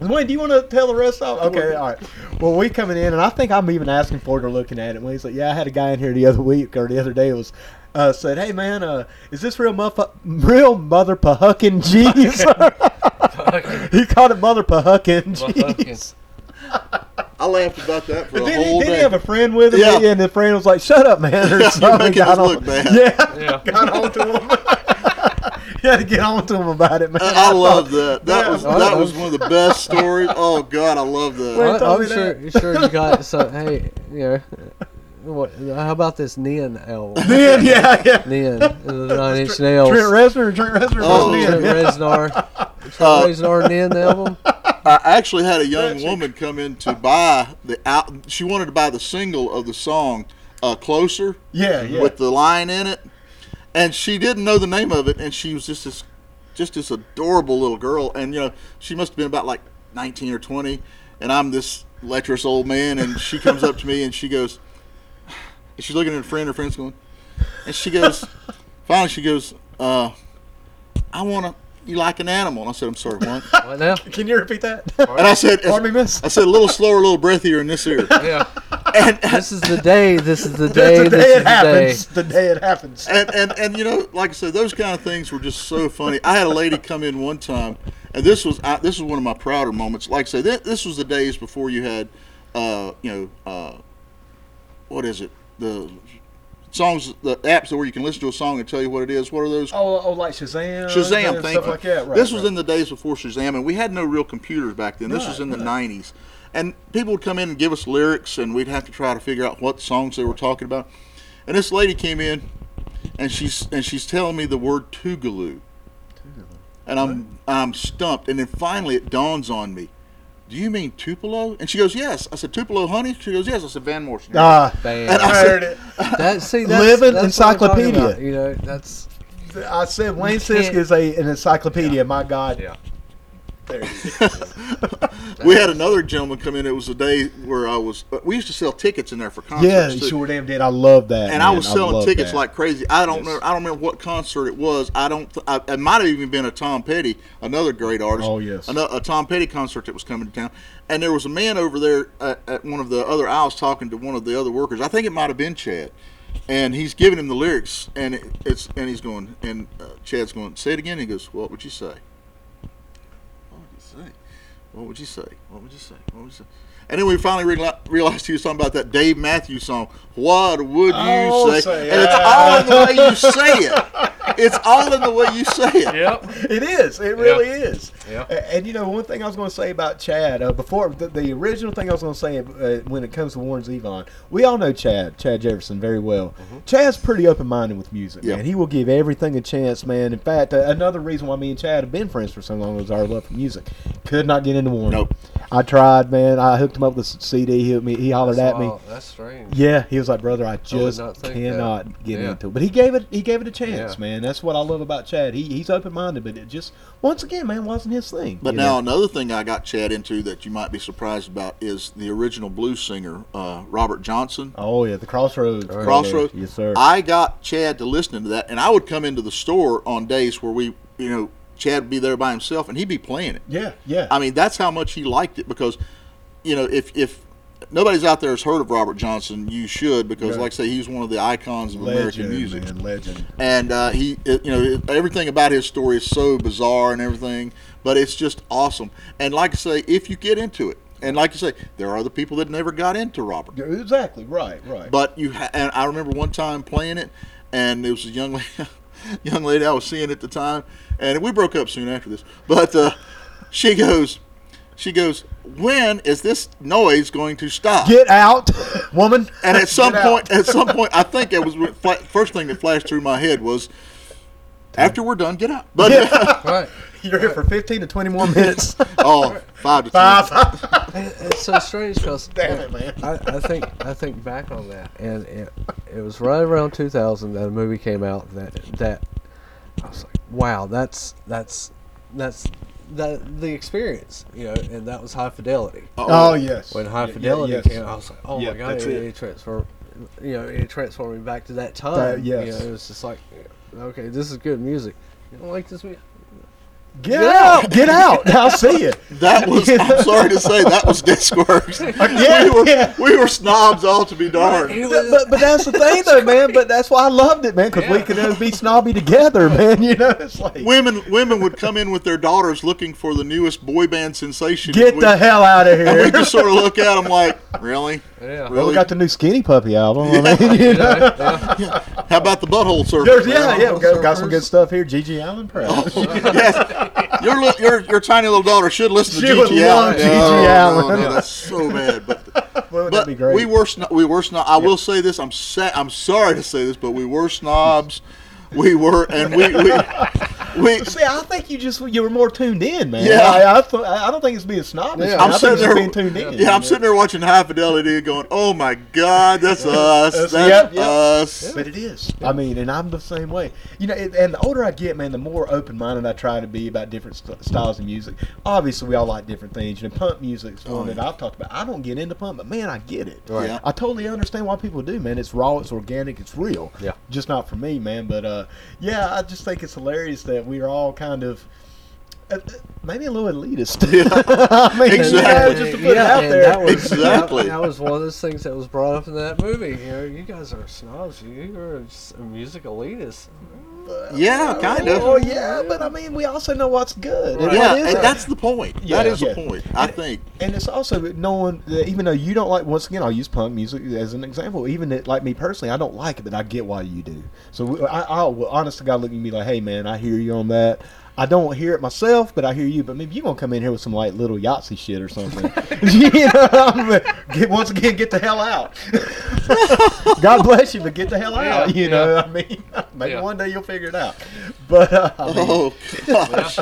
Speaker 1: Wayne, do you want to tell the rest of? Okay, all right. Well, we coming in, and I think I'm even asking for it or looking at it. Wayne's like, "Yeah, I had a guy in here the other week or the other day was uh, said, hey man, uh, is this real mother real mother pahuckin' G's?' he called it mother pahuckin' G's.
Speaker 3: I laughed about that for a
Speaker 1: Did he,
Speaker 3: whole
Speaker 1: did he
Speaker 3: day.
Speaker 1: have a friend with him?
Speaker 3: Yeah.
Speaker 1: And the friend was like, "Shut up, man!" Or
Speaker 3: You're
Speaker 1: something.
Speaker 3: making
Speaker 1: Got
Speaker 3: us
Speaker 1: on-
Speaker 3: look bad.
Speaker 1: Yeah,
Speaker 2: Yeah.
Speaker 1: got on to him. he had to get on to him about it, man.
Speaker 3: I love that. That
Speaker 1: Yeah.
Speaker 3: was that was one of the best stories. Oh God, I love that.
Speaker 1: Wait,
Speaker 2: I,
Speaker 1: tell me
Speaker 2: I'm sure,
Speaker 1: that.
Speaker 2: sure you got so. Hey, you know, what, how about this E Nin album?
Speaker 1: Then, yeah, yeah.
Speaker 2: Nin, the Nine Inch Nails.
Speaker 1: Trent Reznor, Trent Reznor.
Speaker 3: Oh.
Speaker 1: versus him.
Speaker 2: Trent
Speaker 1: Yeah.
Speaker 2: Reznor. Trent
Speaker 1: Oh.
Speaker 3: Uh,
Speaker 2: Reznor Nin album.
Speaker 3: I actually had a young
Speaker 1: That's-
Speaker 3: woman come in to buy the out. She wanted to buy the single of the song uh, "Closer"
Speaker 1: Yeah, yeah.
Speaker 3: with the line in it, and she didn't know the name of it, and she was just this, just this adorable little girl, and you know she must have been about like nineteen or twenty, and I'm this lecherous old man, and she comes up to me and she goes, and she's looking at her friend, her friend's going, and she goes, finally she goes, uh, I want to. You like an animal? And I said, I'm sorry, what?
Speaker 2: What now?
Speaker 1: Can you repeat that?
Speaker 3: And I said,
Speaker 1: Pardon me, miss.
Speaker 3: I said a little slower, a little breathier in this ear.
Speaker 2: Yeah.
Speaker 3: And,
Speaker 2: This is the day. This is the
Speaker 1: That's
Speaker 2: day.
Speaker 1: the
Speaker 2: this
Speaker 1: day
Speaker 2: is
Speaker 1: it
Speaker 2: the day.
Speaker 1: happens. The day it happens.
Speaker 3: and, and and you know, like I said, those kind of things were just so funny. I had a lady come in one time, And this was I, this was one of my prouder moments. Like I say, th- this was the days before you had, uh, you know, uh, what is it? The songs, the apps where you can listen to a song and tell you what it is. What are those?
Speaker 1: Oh, oh like Shazam.
Speaker 3: Shazam,
Speaker 1: and
Speaker 3: thank
Speaker 1: stuff
Speaker 3: you.
Speaker 1: like that. Right,
Speaker 3: this was
Speaker 1: right.
Speaker 3: in the days before Shazam, and we had no real computers back then. This
Speaker 1: Right,
Speaker 3: was in the
Speaker 1: right.
Speaker 3: 90s. And people would come in and give us lyrics, and we'd have to try to figure out what songs they were talking about. And this lady came in, and she's and she's telling me the word Tougaloo. And I'm I'm stumped. And then finally it dawns on me. Do you mean Tupelo? And she goes, Yes. I said, Tupelo, honey? She goes, Yes. I said, Van Morrison.
Speaker 1: Ah,
Speaker 2: Bam.
Speaker 1: I heard it.
Speaker 2: That see, that's,
Speaker 1: Living
Speaker 2: that's what I'm talking
Speaker 1: encyclopedia.
Speaker 2: about, You know, that's
Speaker 1: I said Wayne
Speaker 2: can't-
Speaker 1: Sisk is a an encyclopedia. My God.
Speaker 2: yeah.
Speaker 1: There you go.
Speaker 3: we had another gentleman come in. It was a day where I was. uh, We used to sell tickets in there for concerts.
Speaker 1: Yeah,
Speaker 3: too.
Speaker 1: you sure damn did. I love that.
Speaker 3: and
Speaker 1: man.
Speaker 3: I was selling
Speaker 1: love
Speaker 3: tickets
Speaker 1: that.
Speaker 3: like crazy. I don't
Speaker 2: Yes.
Speaker 3: know. I don't remember what concert it was. I don't. Th- I, it might have even been a Tom Petty, another great artist.
Speaker 1: Oh, yes.
Speaker 3: ano- a, Tom Petty concert that was coming to town. And there was a man over there at, at one of the other aisles talking to one of the other workers. I think it might have been Chad, and he's giving him the lyrics, and it, it's and he's going, and uh, Chad's going, say it again. He goes, what would you say? What would you say? What would you say? What would you say? What would you say? And then we finally reali- realized he was talking about that Dave Matthews song. What would you
Speaker 1: Oh,
Speaker 3: say?
Speaker 1: say,
Speaker 3: and it's
Speaker 1: yeah.
Speaker 3: all in the way you say it. It's all in the way you say it.
Speaker 2: Yep.
Speaker 1: It is. It really is.
Speaker 2: Yeah.
Speaker 1: A- And you know, one thing I was going to say about Chad uh, before the, the original thing I was going to say uh, when it comes to Warren Zevon, we all know Chad, Chad Jefferson, very well.
Speaker 2: Mm-hmm.
Speaker 1: Chad's pretty open minded with music,
Speaker 3: Yeah.
Speaker 1: man. He will give everything a chance, man. In fact, uh, another reason why me and Chad have been friends for so long was our love for music. Could not get into Warren.
Speaker 3: Nope.
Speaker 1: I tried, man. I hooked him up with a CD. He hooked me. He hollered
Speaker 2: That's
Speaker 1: at me.
Speaker 2: wild. That's strange.
Speaker 1: Yeah, he was like, brother, I
Speaker 2: would
Speaker 1: just
Speaker 2: not think that.
Speaker 1: cannot get
Speaker 2: Yeah.
Speaker 1: into it. But he gave it, he gave it a chance,
Speaker 2: Yeah.
Speaker 1: man. That's what I love about Chad. He he's open minded, but it just once again, man, wasn't his thing.
Speaker 3: But
Speaker 1: you
Speaker 3: now
Speaker 1: know?
Speaker 3: another thing I got Chad into that you might be surprised about is the original blues singer uh, Robert Johnson.
Speaker 1: oh yeah, the crossroads, brother.
Speaker 3: Crossroads.
Speaker 1: yes sir.
Speaker 3: I got Chad to listening to that, and I would come into the store on days where we, you know, Chad would be there by himself, and he'd be playing it.
Speaker 1: yeah, yeah.
Speaker 3: I mean, that's how much he liked it because, you know, if if nobody's out there has heard of Robert Johnson, you should because,
Speaker 1: Yeah.
Speaker 3: like I say, he's one of the icons of American
Speaker 1: legend,
Speaker 3: music.
Speaker 1: man, legend.
Speaker 3: And uh, he, it- you know, everything about his story is so bizarre and everything, but it's just awesome. And like I say, if you get into it, and like you say, there are the people that never got into Robert.
Speaker 1: Yeah, Exactly right, right.
Speaker 3: But you ha- and I remember one time playing it, and it was a young lady, young lady I was seeing at the time, and we broke up soon after this. But uh, she goes, she goes, when is this noise going to stop?
Speaker 1: get out, woman.
Speaker 3: and at some
Speaker 1: Get out.
Speaker 3: point, at some point, I think it was what fla- first thing that flashed through my head was, after we're done, get out. But
Speaker 2: Right.
Speaker 1: you're here for fifteen to twenty more minutes.
Speaker 3: oh, five to
Speaker 1: Five.
Speaker 3: ten.
Speaker 2: It- It's so strange because
Speaker 1: Damn it, man.
Speaker 2: I, I think I think back on that, and it, it was right around 2000 that a movie came out that that I was like, wow, that's that's that's that the experience, you know, and that was High Fidelity.
Speaker 1: Oh yes.
Speaker 2: When
Speaker 1: Yeah,
Speaker 2: High
Speaker 1: yeah,
Speaker 2: Fidelity
Speaker 1: yes.
Speaker 2: came, out, I was like, oh
Speaker 1: Yeah,
Speaker 2: my god,
Speaker 1: that's
Speaker 2: it,
Speaker 1: it.
Speaker 2: it transformed, you know, it transformed me back to that time.
Speaker 1: yes.
Speaker 2: you know, it was just like, okay, this is good music. You don't like this music?
Speaker 1: Get out! Get out! I'll see you.
Speaker 3: That was. I'm sorry to say, that was Discworks.
Speaker 1: Yeah,
Speaker 3: we were
Speaker 1: yeah.
Speaker 3: we were snobs all to be darned.
Speaker 1: But, but, but that's the thing, though, man. But that's why I loved it, man, because we could uh, be snobby together, man. You know, it's like
Speaker 3: women women would come in with their daughters looking for the newest boy band sensation.
Speaker 1: get
Speaker 3: We-
Speaker 1: the hell out of
Speaker 3: and
Speaker 1: here.
Speaker 3: we just sort of look at them like, really?
Speaker 2: Yeah.
Speaker 1: Well,
Speaker 3: Really?
Speaker 1: we got the new Skinny Puppy album. I mean, you know,
Speaker 3: How about the butthole
Speaker 1: there's,
Speaker 3: surfer?
Speaker 1: yeah, yeah, we got, got some
Speaker 2: Surfers.
Speaker 1: good stuff here. Gigi Allen, perhaps.
Speaker 3: Oh, yes. your, li- your your tiny little daughter should listen to
Speaker 1: She would
Speaker 3: GG
Speaker 1: love
Speaker 3: Allen.
Speaker 1: G.G.
Speaker 3: No, No,
Speaker 1: Allen.
Speaker 3: no, that's so bad. But
Speaker 1: Wouldn't that
Speaker 3: but
Speaker 1: be great?
Speaker 3: we were sno- we were snobs. I will say this. I'm sa- I'm sorry to say this, but we were snobs. We were, and we we. we
Speaker 1: See, I think you just you were more tuned in, man.
Speaker 3: Yeah.
Speaker 1: I, I, th- I don't think it's being snobbish.
Speaker 2: Yeah.
Speaker 1: man.
Speaker 2: I'm
Speaker 1: I think
Speaker 3: sitting
Speaker 1: it's just
Speaker 3: there-
Speaker 1: being tuned in.
Speaker 3: yeah, I'm sitting there watching High Fidelity, going, "Oh my God, that's us,
Speaker 1: That's-
Speaker 3: that's,
Speaker 1: yep, yep.
Speaker 3: us."
Speaker 1: But it is. I mean, and I'm the same way. You know, it, and the older I get, man, the more open-minded I try to be about different st- styles of music. Obviously, we all like different things. You know, pump music's one that I've talked about. I don't get into pump, but man, I get it.
Speaker 2: Right.
Speaker 3: Yeah.
Speaker 1: I totally understand why people do, man. It's raw, it's organic, it's real.
Speaker 2: Yeah.
Speaker 1: Just not for me, man. But uh, yeah, I just think it's hilarious that we're all kind of. uh, uh, Maybe a little elitist. I mean, you know,
Speaker 3: Exactly.
Speaker 1: just to put it
Speaker 2: Yeah,
Speaker 1: out
Speaker 2: and
Speaker 1: there.
Speaker 2: That was,
Speaker 3: Exactly.
Speaker 2: That, that was one of those things that was brought up in that movie. You know, you guys are snobs. You are just a music elitist.
Speaker 1: But,
Speaker 3: Yeah, kind of.
Speaker 1: Well, yeah, but I mean, we also know what's good. and
Speaker 3: Yeah,
Speaker 1: what isn't.
Speaker 3: and that's the point. that
Speaker 1: Yeah.
Speaker 3: is
Speaker 1: Yeah.
Speaker 3: the point. I think.
Speaker 1: And it's also knowing that even though you don't like, once again, I'll use punk music as an example. Even it, like me personally, I don't like it, but I get why you do. So we- I, I'll, honest to God, look at me like, hey, man, I hear you on that. I don't hear it myself, but I hear you. But maybe you're going to come in here with some like little Yahtzee shit or something. you know, I'm, get, once again, get the hell out. God bless you, but get the hell out.
Speaker 2: Yeah,
Speaker 1: you know, I mean, maybe
Speaker 2: Yeah.
Speaker 1: one day you'll figure it out. But uh, I mean,
Speaker 3: Oh gosh.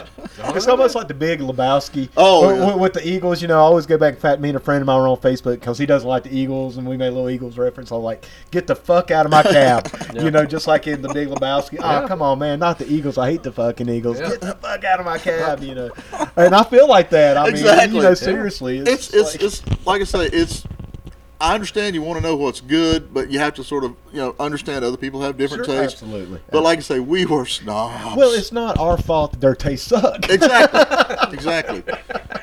Speaker 1: it's almost like the Big Lebowski.
Speaker 3: Oh,
Speaker 1: with,
Speaker 3: yeah.
Speaker 1: with- with the Eagles, you know, I always go back. In fact, me and a friend of mine were on Facebook because he doesn't like the Eagles, and we made a little Eagles reference. I'm like, "Get the fuck out of my cab,"
Speaker 2: Yeah.
Speaker 1: you know, just like in the Big Lebowski. Oh,
Speaker 2: Yeah.
Speaker 1: come on, man, not the Eagles. I hate the fucking Eagles.
Speaker 2: Yeah.
Speaker 1: Get the fuck out of my cab, you know. And I feel like that. I mean,
Speaker 3: Exactly.
Speaker 1: you know,
Speaker 3: Yeah.
Speaker 1: seriously,
Speaker 3: It's
Speaker 1: just
Speaker 3: it's
Speaker 1: like-
Speaker 3: it's like I say. It's. I understand you want to know what's good, but you have to sort of you know understand other people have different
Speaker 1: Sure,
Speaker 3: tastes.
Speaker 1: absolutely.
Speaker 3: But like I say, we were snobs.
Speaker 1: well, it's not our fault that their tastes suck.
Speaker 3: exactly exactly.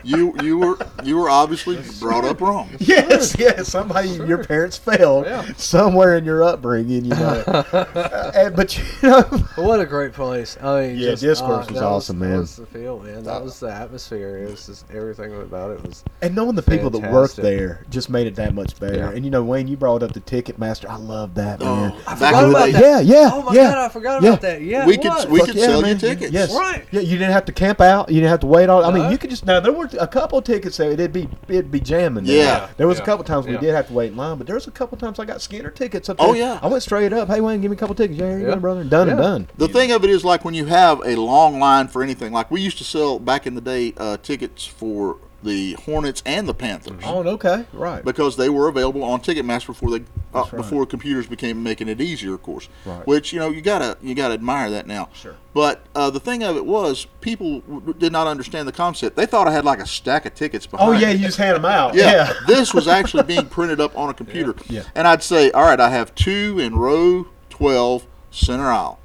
Speaker 3: You you were you were obviously brought up wrong.
Speaker 1: Yes, yes. Somebody, your parents failed
Speaker 2: Yeah.
Speaker 1: somewhere in your upbringing, you know. Uh, and- but you know,
Speaker 4: But what a great place! I mean,
Speaker 1: Yeah,
Speaker 4: just,
Speaker 1: Discourse
Speaker 4: ah,
Speaker 1: was
Speaker 4: that
Speaker 1: awesome, man.
Speaker 4: That was the feel, man. That was the atmosphere. It was just everything about it was.
Speaker 1: and knowing the people that worked
Speaker 2: Fantastic.
Speaker 1: there just made it that much better.
Speaker 2: Yeah.
Speaker 1: And you know, Wayne, you brought up the Ticketmaster. I love that, man.
Speaker 3: Oh, back
Speaker 4: forgot
Speaker 3: in the
Speaker 4: about
Speaker 3: day.
Speaker 4: that.
Speaker 1: Yeah, yeah.
Speaker 4: Oh my
Speaker 1: yeah.
Speaker 4: god, I forgot
Speaker 1: yeah.
Speaker 4: about that. Yeah,
Speaker 3: We
Speaker 4: it
Speaker 3: could-
Speaker 4: was.
Speaker 3: we
Speaker 1: Fuck
Speaker 3: could
Speaker 1: yeah,
Speaker 3: sell you
Speaker 1: man.
Speaker 3: tickets.
Speaker 1: Yes.
Speaker 4: Right.
Speaker 1: Yeah, you didn't have to camp out. You didn't have to wait all. I mean,
Speaker 4: No.
Speaker 1: you could just now. There were a couple tickets that it'd be it'd be jamming. there.
Speaker 3: Yeah.
Speaker 1: There was a
Speaker 2: Yeah.
Speaker 1: couple times we
Speaker 2: Yeah.
Speaker 1: did have to wait in line, but there was a couple times I got Skinner tickets up there.
Speaker 3: Oh, yeah.
Speaker 1: I went straight up. Hey Wayne, give me a couple tickets. Yeah, here you
Speaker 2: Yeah.
Speaker 1: go, brother. Done and
Speaker 2: Yeah.
Speaker 1: done.
Speaker 3: The thing of it is, like when you have a long line for anything, like we used to sell back in the day uh, tickets for the Hornets and the Panthers
Speaker 1: Oh, okay, right.
Speaker 3: because they were available on Ticketmaster before they uh,
Speaker 1: That's right.
Speaker 3: before computers became making it easier, of course.
Speaker 1: Right.
Speaker 3: Which you know you gotta you gotta admire that now.
Speaker 1: Sure.
Speaker 3: But uh, the thing of it was, people w- did not understand the concept. They thought I had like a stack of tickets behind.
Speaker 1: Oh yeah,
Speaker 3: me.
Speaker 1: you just hand them out.
Speaker 3: Yeah,
Speaker 1: Yeah.
Speaker 3: this was actually being printed up on a computer.
Speaker 1: Yeah.
Speaker 3: And I'd say, all right, I have two in row 12, center aisle.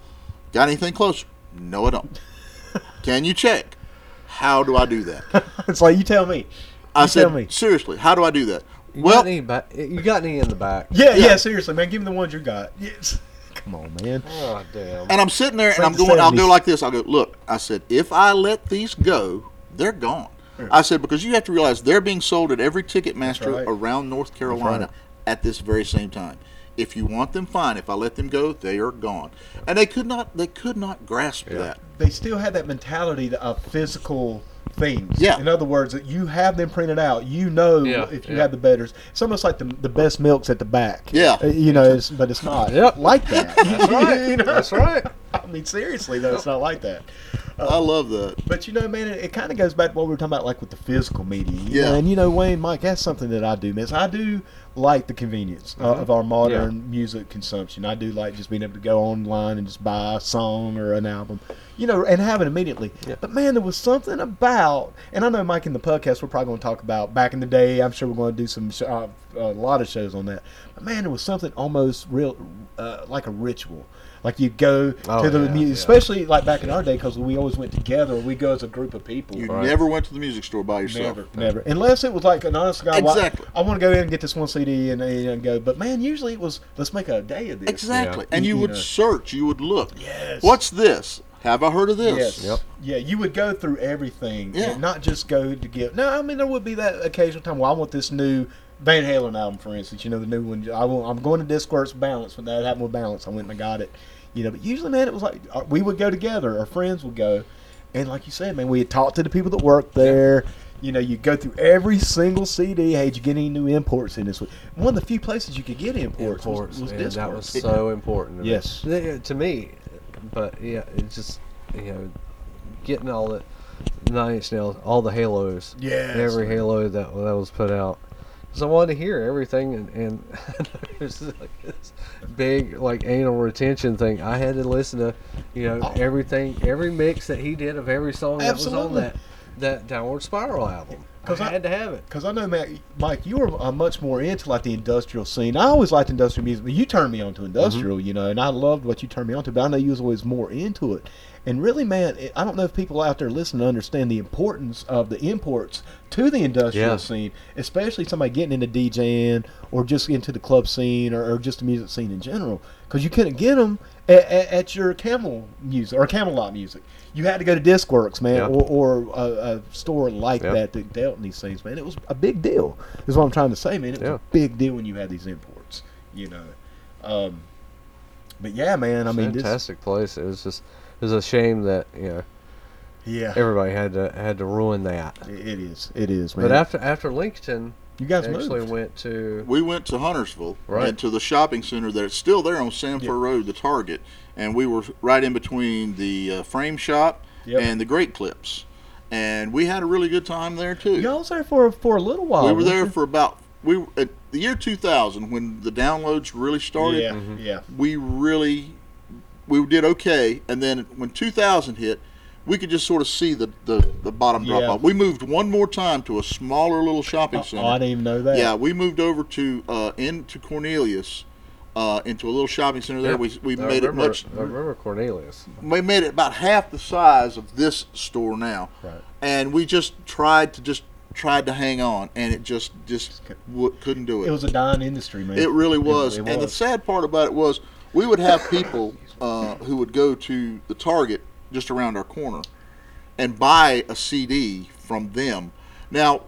Speaker 3: Got anything closer? No, I don't. Can you check? How do I do that?
Speaker 1: It's like you tell me.
Speaker 3: I
Speaker 1: You
Speaker 3: said,
Speaker 1: tell me.
Speaker 3: seriously, how do I do that?
Speaker 4: You
Speaker 3: well,
Speaker 4: got any ba- you got any in the back?
Speaker 1: Yeah, yeah,
Speaker 3: Yeah.
Speaker 1: seriously, man. Give me the ones you got. Yes. Come on, man.
Speaker 4: Oh damn.
Speaker 3: and I'm sitting there and
Speaker 1: like
Speaker 3: I'm
Speaker 1: the
Speaker 3: going, I'll
Speaker 1: 70s.
Speaker 3: go like this. I'll go, look, I said, if I let these go, they're gone. I said, because you have to realize they're being sold at every Ticketmaster
Speaker 1: right.
Speaker 3: around North Carolina at this very same time. If you want them, fine. If I let them go, they are gone. And they could not, they could not grasp that.
Speaker 1: They still had that mentality that- of physical things.
Speaker 3: Yeah.
Speaker 1: In other words, that you have them printed out. You know
Speaker 2: Yeah,
Speaker 1: if you
Speaker 2: yeah.
Speaker 1: have the betters. It's almost like the, the best milks at the back.
Speaker 3: Yeah.
Speaker 1: Uh, You know, it's, but it's not
Speaker 4: Yep.
Speaker 1: like that.
Speaker 4: That's right.
Speaker 1: You know?
Speaker 4: That's right.
Speaker 1: I mean, seriously though, it's not like that. Uh,
Speaker 3: I love that.
Speaker 1: But you know, man, it, it kind of goes back to what we were talking about, like with the physical media. you
Speaker 3: Yeah.
Speaker 1: know, and you know, Wayne, Mike, that's something that I do miss. I do like the convenience
Speaker 2: Mm-hmm.
Speaker 1: uh, of our modern music consumption. I do like just being able to go online and just buy a song or an album, you know, and have it immediately. But man, there was something about, and I know Mike in the podcast, we're probably going to talk about back in the day. I'm sure we're going to do some sh- uh, a lot of shows on that. But man, there was something almost real, uh, like a ritual. Like you go
Speaker 2: Oh,
Speaker 1: to the
Speaker 2: yeah,
Speaker 1: mu-
Speaker 2: yeah.
Speaker 1: especially like back in our day because we always went together. We go as a group of people.
Speaker 3: You
Speaker 2: Right.
Speaker 3: never went to the music store by yourself.
Speaker 1: Never, never. Unless it was like an honest guy. well,
Speaker 3: Exactly.
Speaker 1: I, want to go in and get this one CD and, and go. But man, usually it was let's make a day of this.
Speaker 3: Exactly.
Speaker 1: Yeah.
Speaker 3: And you
Speaker 1: You
Speaker 3: would
Speaker 1: know.
Speaker 3: search, you would look.
Speaker 1: Yes.
Speaker 3: What's this? Have I heard of this?
Speaker 1: Yes.
Speaker 2: Yep.
Speaker 1: Yeah, you would go through everything
Speaker 3: Yeah.
Speaker 1: and not just go to get. No, I mean there would be that occasional time. Well, I want this new Van Halen album, for instance. You know the new one. I want, I'm going to Discord's Balance. When that happened with Balance, I went and I got it. You know, but usually, man, it was like uh, we would go together. Our friends would go, and like you said, man, we had talked to the people that worked there. You know, you go through every single CD. Hey, did you get any new imports in this week? One of the few places you could get imports,
Speaker 4: Imports,
Speaker 1: was, was
Speaker 4: man, that
Speaker 1: Discogs.
Speaker 4: was so important. to me.
Speaker 1: Yes.
Speaker 4: They- to me. But yeah, it's just you know, getting all the Nine Inch Nails, all the Halos.
Speaker 1: Yes,
Speaker 4: every Halo that that was put out. Because I wanted to hear everything, and, and there's like this big like anal retention thing. I had to listen to, you know,
Speaker 1: Oh.
Speaker 4: everything, every mix that he did of every song that
Speaker 1: Absolutely.
Speaker 4: was on that that Downward Spiral album.
Speaker 1: 'Cause
Speaker 4: Because I,
Speaker 1: I-
Speaker 4: had to have it.
Speaker 1: Because I know, Matt, Mike, you were uh, much more into like the industrial scene. I always liked
Speaker 2: Mm-hmm.
Speaker 1: industrial music, but you turned me on to industrial, you know, and I loved what you turned me on to. But I know you was always more into it. And really, man, it, I don't know if people out there listening understand the importance of the imports to the industrial
Speaker 2: Yeah.
Speaker 1: scene, especially somebody getting into DJing or just into the club scene or, or just the music scene in general, because you couldn't get them at, at your Camel music or Camelot music. You had to go to Discworks, man,
Speaker 2: Yeah.
Speaker 1: or, or a, a store like
Speaker 2: Yeah.
Speaker 1: that that dealt in these things, man. It was a big deal. Is what I'm trying to say, man. It was
Speaker 2: Yeah.
Speaker 1: a big deal when you had these imports, you know. Um, but yeah, man. I mean, this,
Speaker 2: fantastic place. It was just it was a shame that you know
Speaker 1: yeah,
Speaker 2: everybody had to had to ruin that.
Speaker 1: it it is. It is, man.
Speaker 4: But after after Lincoln,
Speaker 1: you guys
Speaker 4: actually
Speaker 1: moved.
Speaker 4: went to
Speaker 3: We went to Huntersville
Speaker 4: Right.
Speaker 3: and to the shopping center that's still there on Sanford
Speaker 1: Yeah.
Speaker 3: Road, the Target, and we were right in between the uh, frame shop
Speaker 1: Yep.
Speaker 3: and the Great Clips, and we had a really good time there too.
Speaker 1: Y'all was there for for a little while.
Speaker 3: we were there
Speaker 1: weren't
Speaker 3: for about we were- at the year 2000 when the downloads really
Speaker 1: you?
Speaker 3: started.
Speaker 1: Yeah, yeah.
Speaker 3: we really we did okay and then when 2000 hit we could just sort of see the, the, the bottom drop
Speaker 1: Yeah.
Speaker 3: off we moved one more time to a smaller little shopping
Speaker 1: Oh,
Speaker 3: center
Speaker 1: I didn't even know that.
Speaker 3: Mm-hmm. yeah we moved over to uh, into cornelius uh, into a little shopping center there
Speaker 2: Yeah.
Speaker 3: we, we
Speaker 4: I
Speaker 3: made
Speaker 4: remember,
Speaker 3: it much
Speaker 4: I remember Cornelius.
Speaker 3: we made it about half the size of this store now
Speaker 1: Right.
Speaker 3: and we just tried to just tried to hang on and it just just w- couldn't do
Speaker 1: It was a dying industry, man.
Speaker 3: it really was.
Speaker 1: It,
Speaker 3: And the sad part about it was we would have people uh, who would go to the Target just around our corner and buy a CD from them. Now,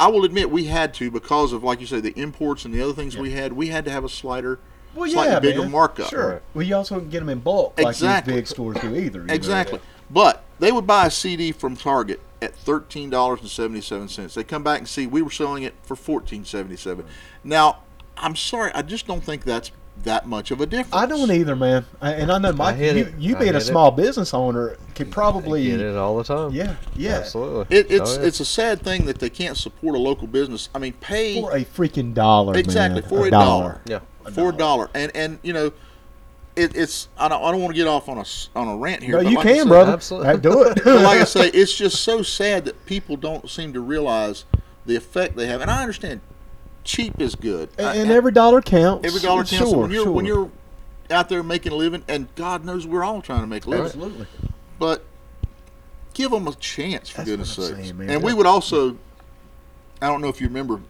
Speaker 3: I will admit we had to because of, like you say, the imports and the other things we had. We had to have a slighter,
Speaker 1: well,
Speaker 3: slightly
Speaker 1: yeah,
Speaker 3: bigger
Speaker 1: man.
Speaker 3: markup.
Speaker 1: Sure.
Speaker 4: Right.
Speaker 1: Well, you also can get them in bulk, like
Speaker 3: Exactly.
Speaker 1: these big stores do either. you know?
Speaker 3: Exactly. But they would buy a CD from Target at thirteen dollars and seventy seven cents. They come back and see we were selling it for fourteen seventy seven. Now, I'm sorry, I just don't think that's that much of a difference.
Speaker 1: I don't either, man. I, and I know, Mike,
Speaker 2: get
Speaker 1: you,
Speaker 2: it.
Speaker 1: you
Speaker 2: I
Speaker 1: being a
Speaker 2: get it.
Speaker 1: small business owner could probably.
Speaker 2: Get it all the time.
Speaker 1: Yeah, yeah.
Speaker 2: absolutely.
Speaker 3: It, it's
Speaker 2: Oh, yeah.
Speaker 3: it's a sad thing that they can't support a local business. I mean, pay
Speaker 1: For a freaking dollar,
Speaker 3: exactly
Speaker 1: man.
Speaker 3: for a dollar,
Speaker 2: yeah.
Speaker 3: for a dollar, and and you know, it, it's I don't I don't want to get off on a s- on a rant here.
Speaker 1: No,
Speaker 3: but
Speaker 1: you
Speaker 3: like I
Speaker 1: can,
Speaker 3: said-
Speaker 1: brother.
Speaker 4: absolutely.
Speaker 1: Hey, Do it.
Speaker 3: but like I say, it's just so sad that people don't seem to realize the effect they have. And I understand, cheap is good,
Speaker 1: and,
Speaker 3: I-
Speaker 1: and every dollar counts.
Speaker 3: every dollar counts.
Speaker 1: Sure,
Speaker 3: when you're
Speaker 1: sure.
Speaker 3: when you're out there making a living, and God knows we're all trying to make a living,
Speaker 1: absolutely.
Speaker 3: but give them a chance for
Speaker 1: That's
Speaker 3: goodness
Speaker 1: what I'm
Speaker 3: sakes.
Speaker 1: saying, man.
Speaker 3: and we would also, I don't know if you remember,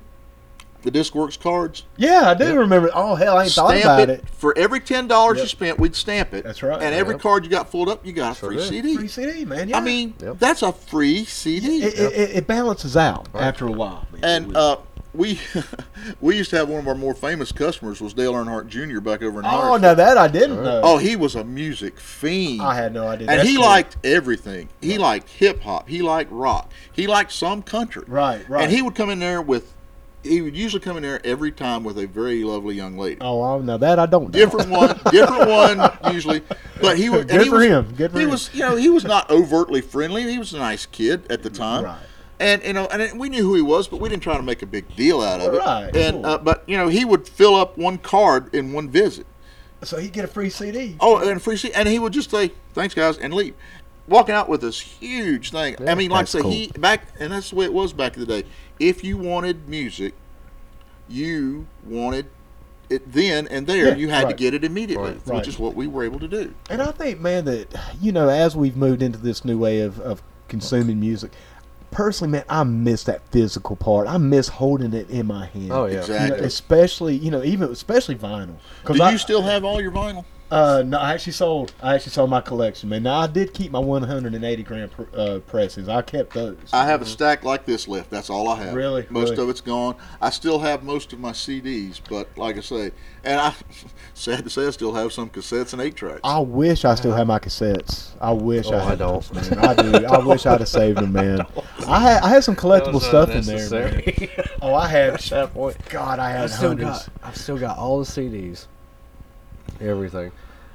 Speaker 3: the DiscWorks cards.
Speaker 1: Yeah, I do remember. Oh hell, I ain't thought
Speaker 3: Stamp
Speaker 1: about
Speaker 3: it.
Speaker 1: it.
Speaker 3: for every ten dollars you
Speaker 1: Yep.
Speaker 3: spent. We'd stamp it.
Speaker 1: That's right.
Speaker 3: And every
Speaker 1: Yep.
Speaker 3: card you got filled up, you got a
Speaker 2: Sure
Speaker 3: free
Speaker 2: did.
Speaker 3: CD.
Speaker 1: Free CD, man. Yeah.
Speaker 3: I mean,
Speaker 2: Yep.
Speaker 3: that's a free CD.
Speaker 1: it, it, it, it balances out
Speaker 2: Right.
Speaker 1: after a while. man.
Speaker 3: and uh, we we used to have one of our more famous customers was Dale Earnhardt Jr. back over in
Speaker 1: oh
Speaker 3: Ireland.
Speaker 1: no, that I didn't know.
Speaker 3: Oh, he was a music fiend.
Speaker 1: I had no idea.
Speaker 3: and
Speaker 1: That's
Speaker 3: he
Speaker 1: cool.
Speaker 3: liked everything. He liked hip hop. He liked rock. He liked some country.
Speaker 1: right, right.
Speaker 3: And he would come in there with, he would usually come in there every time with a very lovely young lady.
Speaker 1: Oh, well, now that I don't. know.
Speaker 3: Different one, different one usually. But he was
Speaker 1: Good
Speaker 3: and he
Speaker 1: for
Speaker 3: was,
Speaker 1: him. Good for
Speaker 3: he
Speaker 1: him.
Speaker 3: was, you know, he was not overtly friendly. He was a nice kid at the time.
Speaker 1: Right.
Speaker 3: And you know, and it- we knew who he was, but we didn't try to make a big deal out of it.
Speaker 1: Right,
Speaker 3: And
Speaker 1: sure.
Speaker 3: uh, but you know, he would fill up one card in one visit.
Speaker 1: So he get a free CD.
Speaker 3: Oh, and free seat, and he would just say, "Thanks, guys," and leave, walking out with this huge thing. I mean, like I
Speaker 1: that's
Speaker 3: say,
Speaker 1: cool.
Speaker 3: he back, and that's the way it was back in the day. If you wanted music, you wanted it then and there.
Speaker 1: Yeah,
Speaker 3: you had
Speaker 1: right.
Speaker 3: to get it immediately,
Speaker 2: Right,
Speaker 1: right.
Speaker 3: which is what we were able to do.
Speaker 1: And I think, man, that you know, as we've moved into this new way of, of consuming music, personally, man, I miss that physical part. I miss holding it in my hand.
Speaker 4: Oh yeah,
Speaker 1: You know,
Speaker 3: Exactly.
Speaker 1: especially, you know, even especially vinyl.
Speaker 3: Do
Speaker 1: Because I,
Speaker 3: you still have all your vinyl?
Speaker 1: uh, no, I actually sold. I actually sold my collection, man. Now I did keep my 180 gram pr- uh, presses. I kept those.
Speaker 3: I have a stack like this left. That's all I have.
Speaker 1: Mm-hmm. Really?
Speaker 3: Most
Speaker 1: Really?
Speaker 3: of it's gone. I still have most of my CDs, but like I say, and I sad to say, I still have some cassettes and eight tracks.
Speaker 1: I wish I still had my cassettes. I wish
Speaker 2: Oh,
Speaker 1: I
Speaker 2: I
Speaker 1: had
Speaker 2: don't.
Speaker 1: those, man. I do. I wish I'd have saved them, man. I had I had some collectible stuff in there. Man. Oh, I had.
Speaker 4: that point.
Speaker 1: God, I had
Speaker 4: I've still
Speaker 1: hundreds.
Speaker 4: got I've still got all the CDs, everything.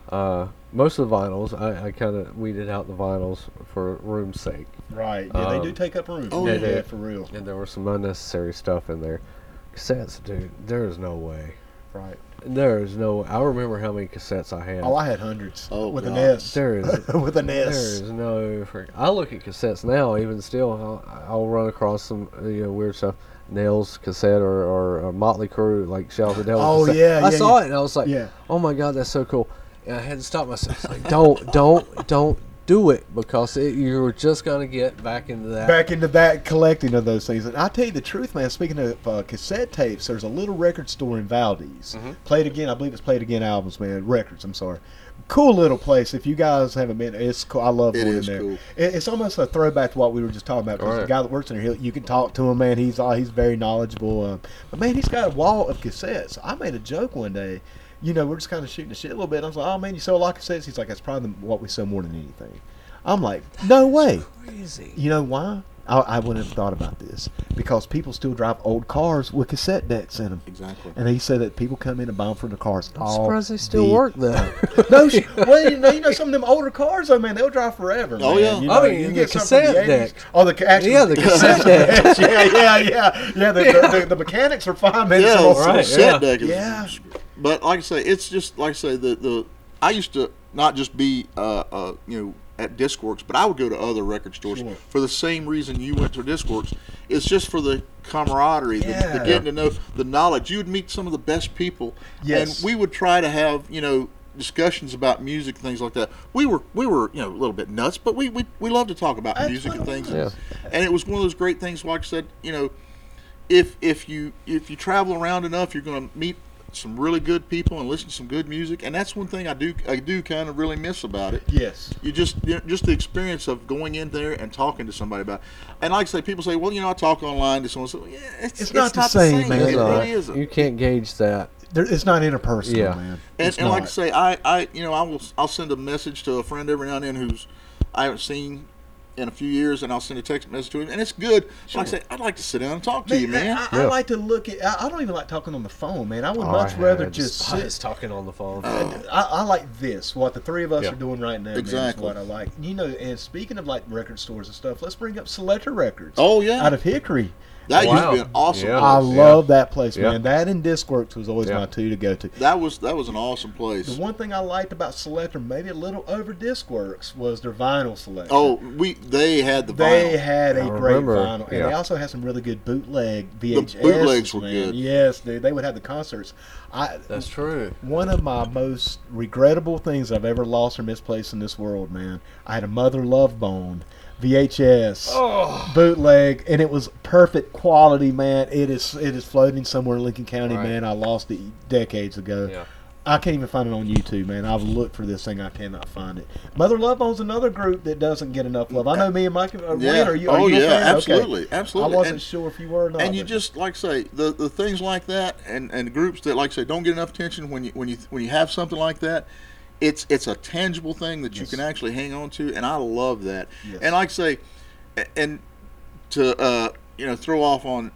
Speaker 4: Uh, most of the vinyls I, I kind of weeded out the vinyls for room's sake,
Speaker 1: Right. Yeah, they do
Speaker 4: Um,
Speaker 1: take up room.
Speaker 3: oh,
Speaker 1: yeah,
Speaker 3: They
Speaker 4: yeah. do.
Speaker 1: for real.
Speaker 4: and there was some unnecessary stuff in there. Cassettes, dude, there is no way.
Speaker 1: Right.
Speaker 4: There is no. I remember how many cassettes I had.
Speaker 1: Oh, I had hundreds.
Speaker 3: Oh,
Speaker 1: with an
Speaker 3: God.
Speaker 1: S.
Speaker 4: There is
Speaker 1: with an
Speaker 4: There
Speaker 1: S.
Speaker 4: is no freak. I look at cassettes now, even still, I'll, I'll run across some uh, you know weird stuff. Nails cassette or, or, uh Motley Crue like Shout the Devil.
Speaker 1: Oh,
Speaker 4: cassette.
Speaker 1: yeah,
Speaker 4: I
Speaker 1: yeah,
Speaker 4: saw
Speaker 1: yeah.
Speaker 4: it and I was like,
Speaker 1: Yeah.
Speaker 4: oh my god, that's so cool. And I had to stop myself. It's like, don't, don't, don't do it because it, you were just gonna get back into that.
Speaker 1: back into that collecting of those things. And I tell you the truth, man. Speaking of uh, cassette tapes, there's a little record store in Valdez.
Speaker 3: Mm-hmm.
Speaker 1: Played again, I believe it's Played Again albums, man. Records, I'm sorry. Cool little place. If you guys haven't been, it's cool. I love
Speaker 3: It
Speaker 1: going
Speaker 3: is
Speaker 1: there.
Speaker 3: cool.
Speaker 1: It, it's almost a throwback to what we were just talking about. Because the
Speaker 2: Alright.
Speaker 1: guy that works in there, he'll- you can talk to him, man. He's uh, he's very knowledgeable. Um, but man, he's got a wall of cassettes. I made a joke one day. You know, we're just kind of shooting the shit a little bit. And I was like, "Oh man, you sell a lot of cassettes." He's like, "That's probably what we sell more than anything." I'm like, "No way."
Speaker 4: Crazy.
Speaker 1: You know why? I, I wouldn't have thought about this because people still drive old cars with cassette decks in them.
Speaker 3: Exactly.
Speaker 1: And he said that people come in and buy them for the cars.
Speaker 4: I'm
Speaker 1: all
Speaker 4: surprised they still
Speaker 1: the-
Speaker 4: work though.
Speaker 1: No, sh- well, you know, you know, some of them older cars, though, man, they'll drive forever.
Speaker 3: Oh,
Speaker 1: man.
Speaker 3: yeah.
Speaker 1: You
Speaker 4: I
Speaker 1: know,
Speaker 4: mean,
Speaker 1: you
Speaker 4: the
Speaker 1: get something from
Speaker 4: cassette
Speaker 1: the 80s.
Speaker 4: deck.
Speaker 1: Oh, the ca- actually,
Speaker 4: Yeah, the cassette deck.
Speaker 1: yeah, yeah, yeah, yeah. The, the, the, the mechanics are fine, man.
Speaker 3: yeah,
Speaker 1: Some
Speaker 3: it's
Speaker 1: old-
Speaker 3: a
Speaker 4: right,
Speaker 3: set
Speaker 4: yeah.
Speaker 3: deck is-
Speaker 1: Yeah.
Speaker 3: But like I say, it's just like I say the the I used to not just be uh, uh you know at Discworks, but I would go to other record stores
Speaker 1: Sure.
Speaker 3: for the same reason you went to Discworks. It's just for the camaraderie, the,
Speaker 1: Yeah.
Speaker 3: the getting to know, the knowledge. You would meet some of the best people,
Speaker 1: Yes.
Speaker 3: and we would try to have you know discussions about music things like that. We were we were you know a little bit nuts, but we we, we love to talk about
Speaker 1: That's
Speaker 3: music
Speaker 1: what
Speaker 3: and
Speaker 1: it
Speaker 3: things.
Speaker 2: was.
Speaker 3: And it was one of those great things. Like I said, you know if if you if you travel around enough, you're going to meet some really good people and listen to some good music. And that's one thing I do I do kind of really miss about it.
Speaker 1: Yes.
Speaker 3: You just you know, just the experience of going in there and talking to somebody about. And like I say, people say, well, you know, I talk online to someone. So, yeah, it's,
Speaker 1: It's not the same, man.
Speaker 3: It
Speaker 1: It's not.
Speaker 3: really isn't.
Speaker 4: you can't gauge that.
Speaker 1: There, it's not interpersonal,
Speaker 2: Yeah.
Speaker 1: man.
Speaker 3: And,
Speaker 1: It's
Speaker 3: and like I
Speaker 1: not.
Speaker 3: say, I, I you know I will I'll send a message to a friend every now and then who's I haven't seen in a few years, and I'll send a text message to him, and it's good. Like I say, I'd like to sit down and talk to you, man.
Speaker 1: I, I
Speaker 2: Yeah.
Speaker 1: like to look at. I, I don't even like talking on the phone, man. I would
Speaker 2: Oh,
Speaker 1: much
Speaker 2: I
Speaker 1: rather
Speaker 2: had
Speaker 1: just
Speaker 4: I
Speaker 1: sit
Speaker 4: was talking on the phone.
Speaker 1: I, I like this. What the three of us
Speaker 2: Yeah.
Speaker 1: are doing right now man,
Speaker 3: Exactly.
Speaker 1: is what I like. You know, and speaking of like record stores and stuff, let's bring up Selector Records.
Speaker 3: Oh yeah,
Speaker 1: out of Hickory.
Speaker 3: that used to
Speaker 4: Wow.
Speaker 3: be an awesome.
Speaker 2: Yeah.
Speaker 1: I
Speaker 2: Oh, yeah.
Speaker 1: love that place,
Speaker 2: Yeah.
Speaker 1: man. That and Discworks was always
Speaker 2: Yeah.
Speaker 1: my two to go to.
Speaker 3: That was that was an awesome place.
Speaker 1: The one thing I liked about Selector, maybe a little over Discworks, was their vinyl selection.
Speaker 3: Oh, we they had the
Speaker 1: They
Speaker 3: vinyl.
Speaker 1: had a
Speaker 2: I
Speaker 1: great
Speaker 2: remember,
Speaker 1: vinyl, and they
Speaker 2: yeah.
Speaker 1: also had some really good bootleg VHS.
Speaker 3: bootlegs were
Speaker 1: man.
Speaker 3: good.
Speaker 1: Yes, dude, they would have the concerts. I
Speaker 4: That's true.
Speaker 1: One of my most regrettable things I've ever lost or misplaced in this world, man. I had a mother love bone, VHS,
Speaker 2: Oh,
Speaker 1: bootleg, and it was perfect quality, man. It is it is floating somewhere in Lincoln County,
Speaker 4: Right.
Speaker 1: man. I lost it decades ago.
Speaker 4: Yeah.
Speaker 1: I can't even find it on YouTube, man. I've looked for this thing, I cannot find it. Mother Love Bone's another group that doesn't get enough love. I know me and Mike. Are,
Speaker 3: Yeah.
Speaker 1: are you? Are
Speaker 3: oh
Speaker 1: you a
Speaker 3: yeah,
Speaker 1: fan? Okay.
Speaker 3: absolutely, absolutely.
Speaker 1: I wasn't
Speaker 3: and,
Speaker 1: sure if you were or not.
Speaker 3: and you
Speaker 1: but-
Speaker 3: just like say the, the things like that, and, and groups that like say don't get enough attention when you when you when you have something like that, it's it's a tangible thing that you
Speaker 1: Yes.
Speaker 3: can actually hang on to, and I love that.
Speaker 1: Yes.
Speaker 3: And like say, a- and to uh, you know throw off on.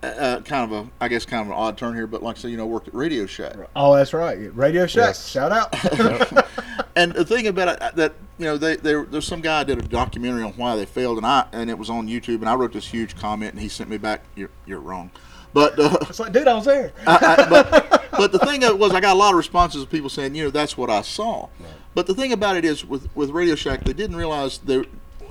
Speaker 3: uh, Uh, kind of a, I guess, kind of an odd turn here, but like I say, you know, I worked at Radio Shack,
Speaker 1: oh, that's right. Radio Shack,
Speaker 2: Yes.
Speaker 1: shout out.
Speaker 3: And the thing about it, uh, that you know, they, they there's some guy did a documentary on why they failed, and I and it was on YouTube, and I wrote this huge comment, and he sent me back, "You're you're wrong," but uh,
Speaker 1: it's like, dude, I was there.
Speaker 3: I, I, but but the thing of it was, I got a lot of responses of people saying, you know, that's what I saw. But the thing about it is, with with Radio Shack, they didn't realize they,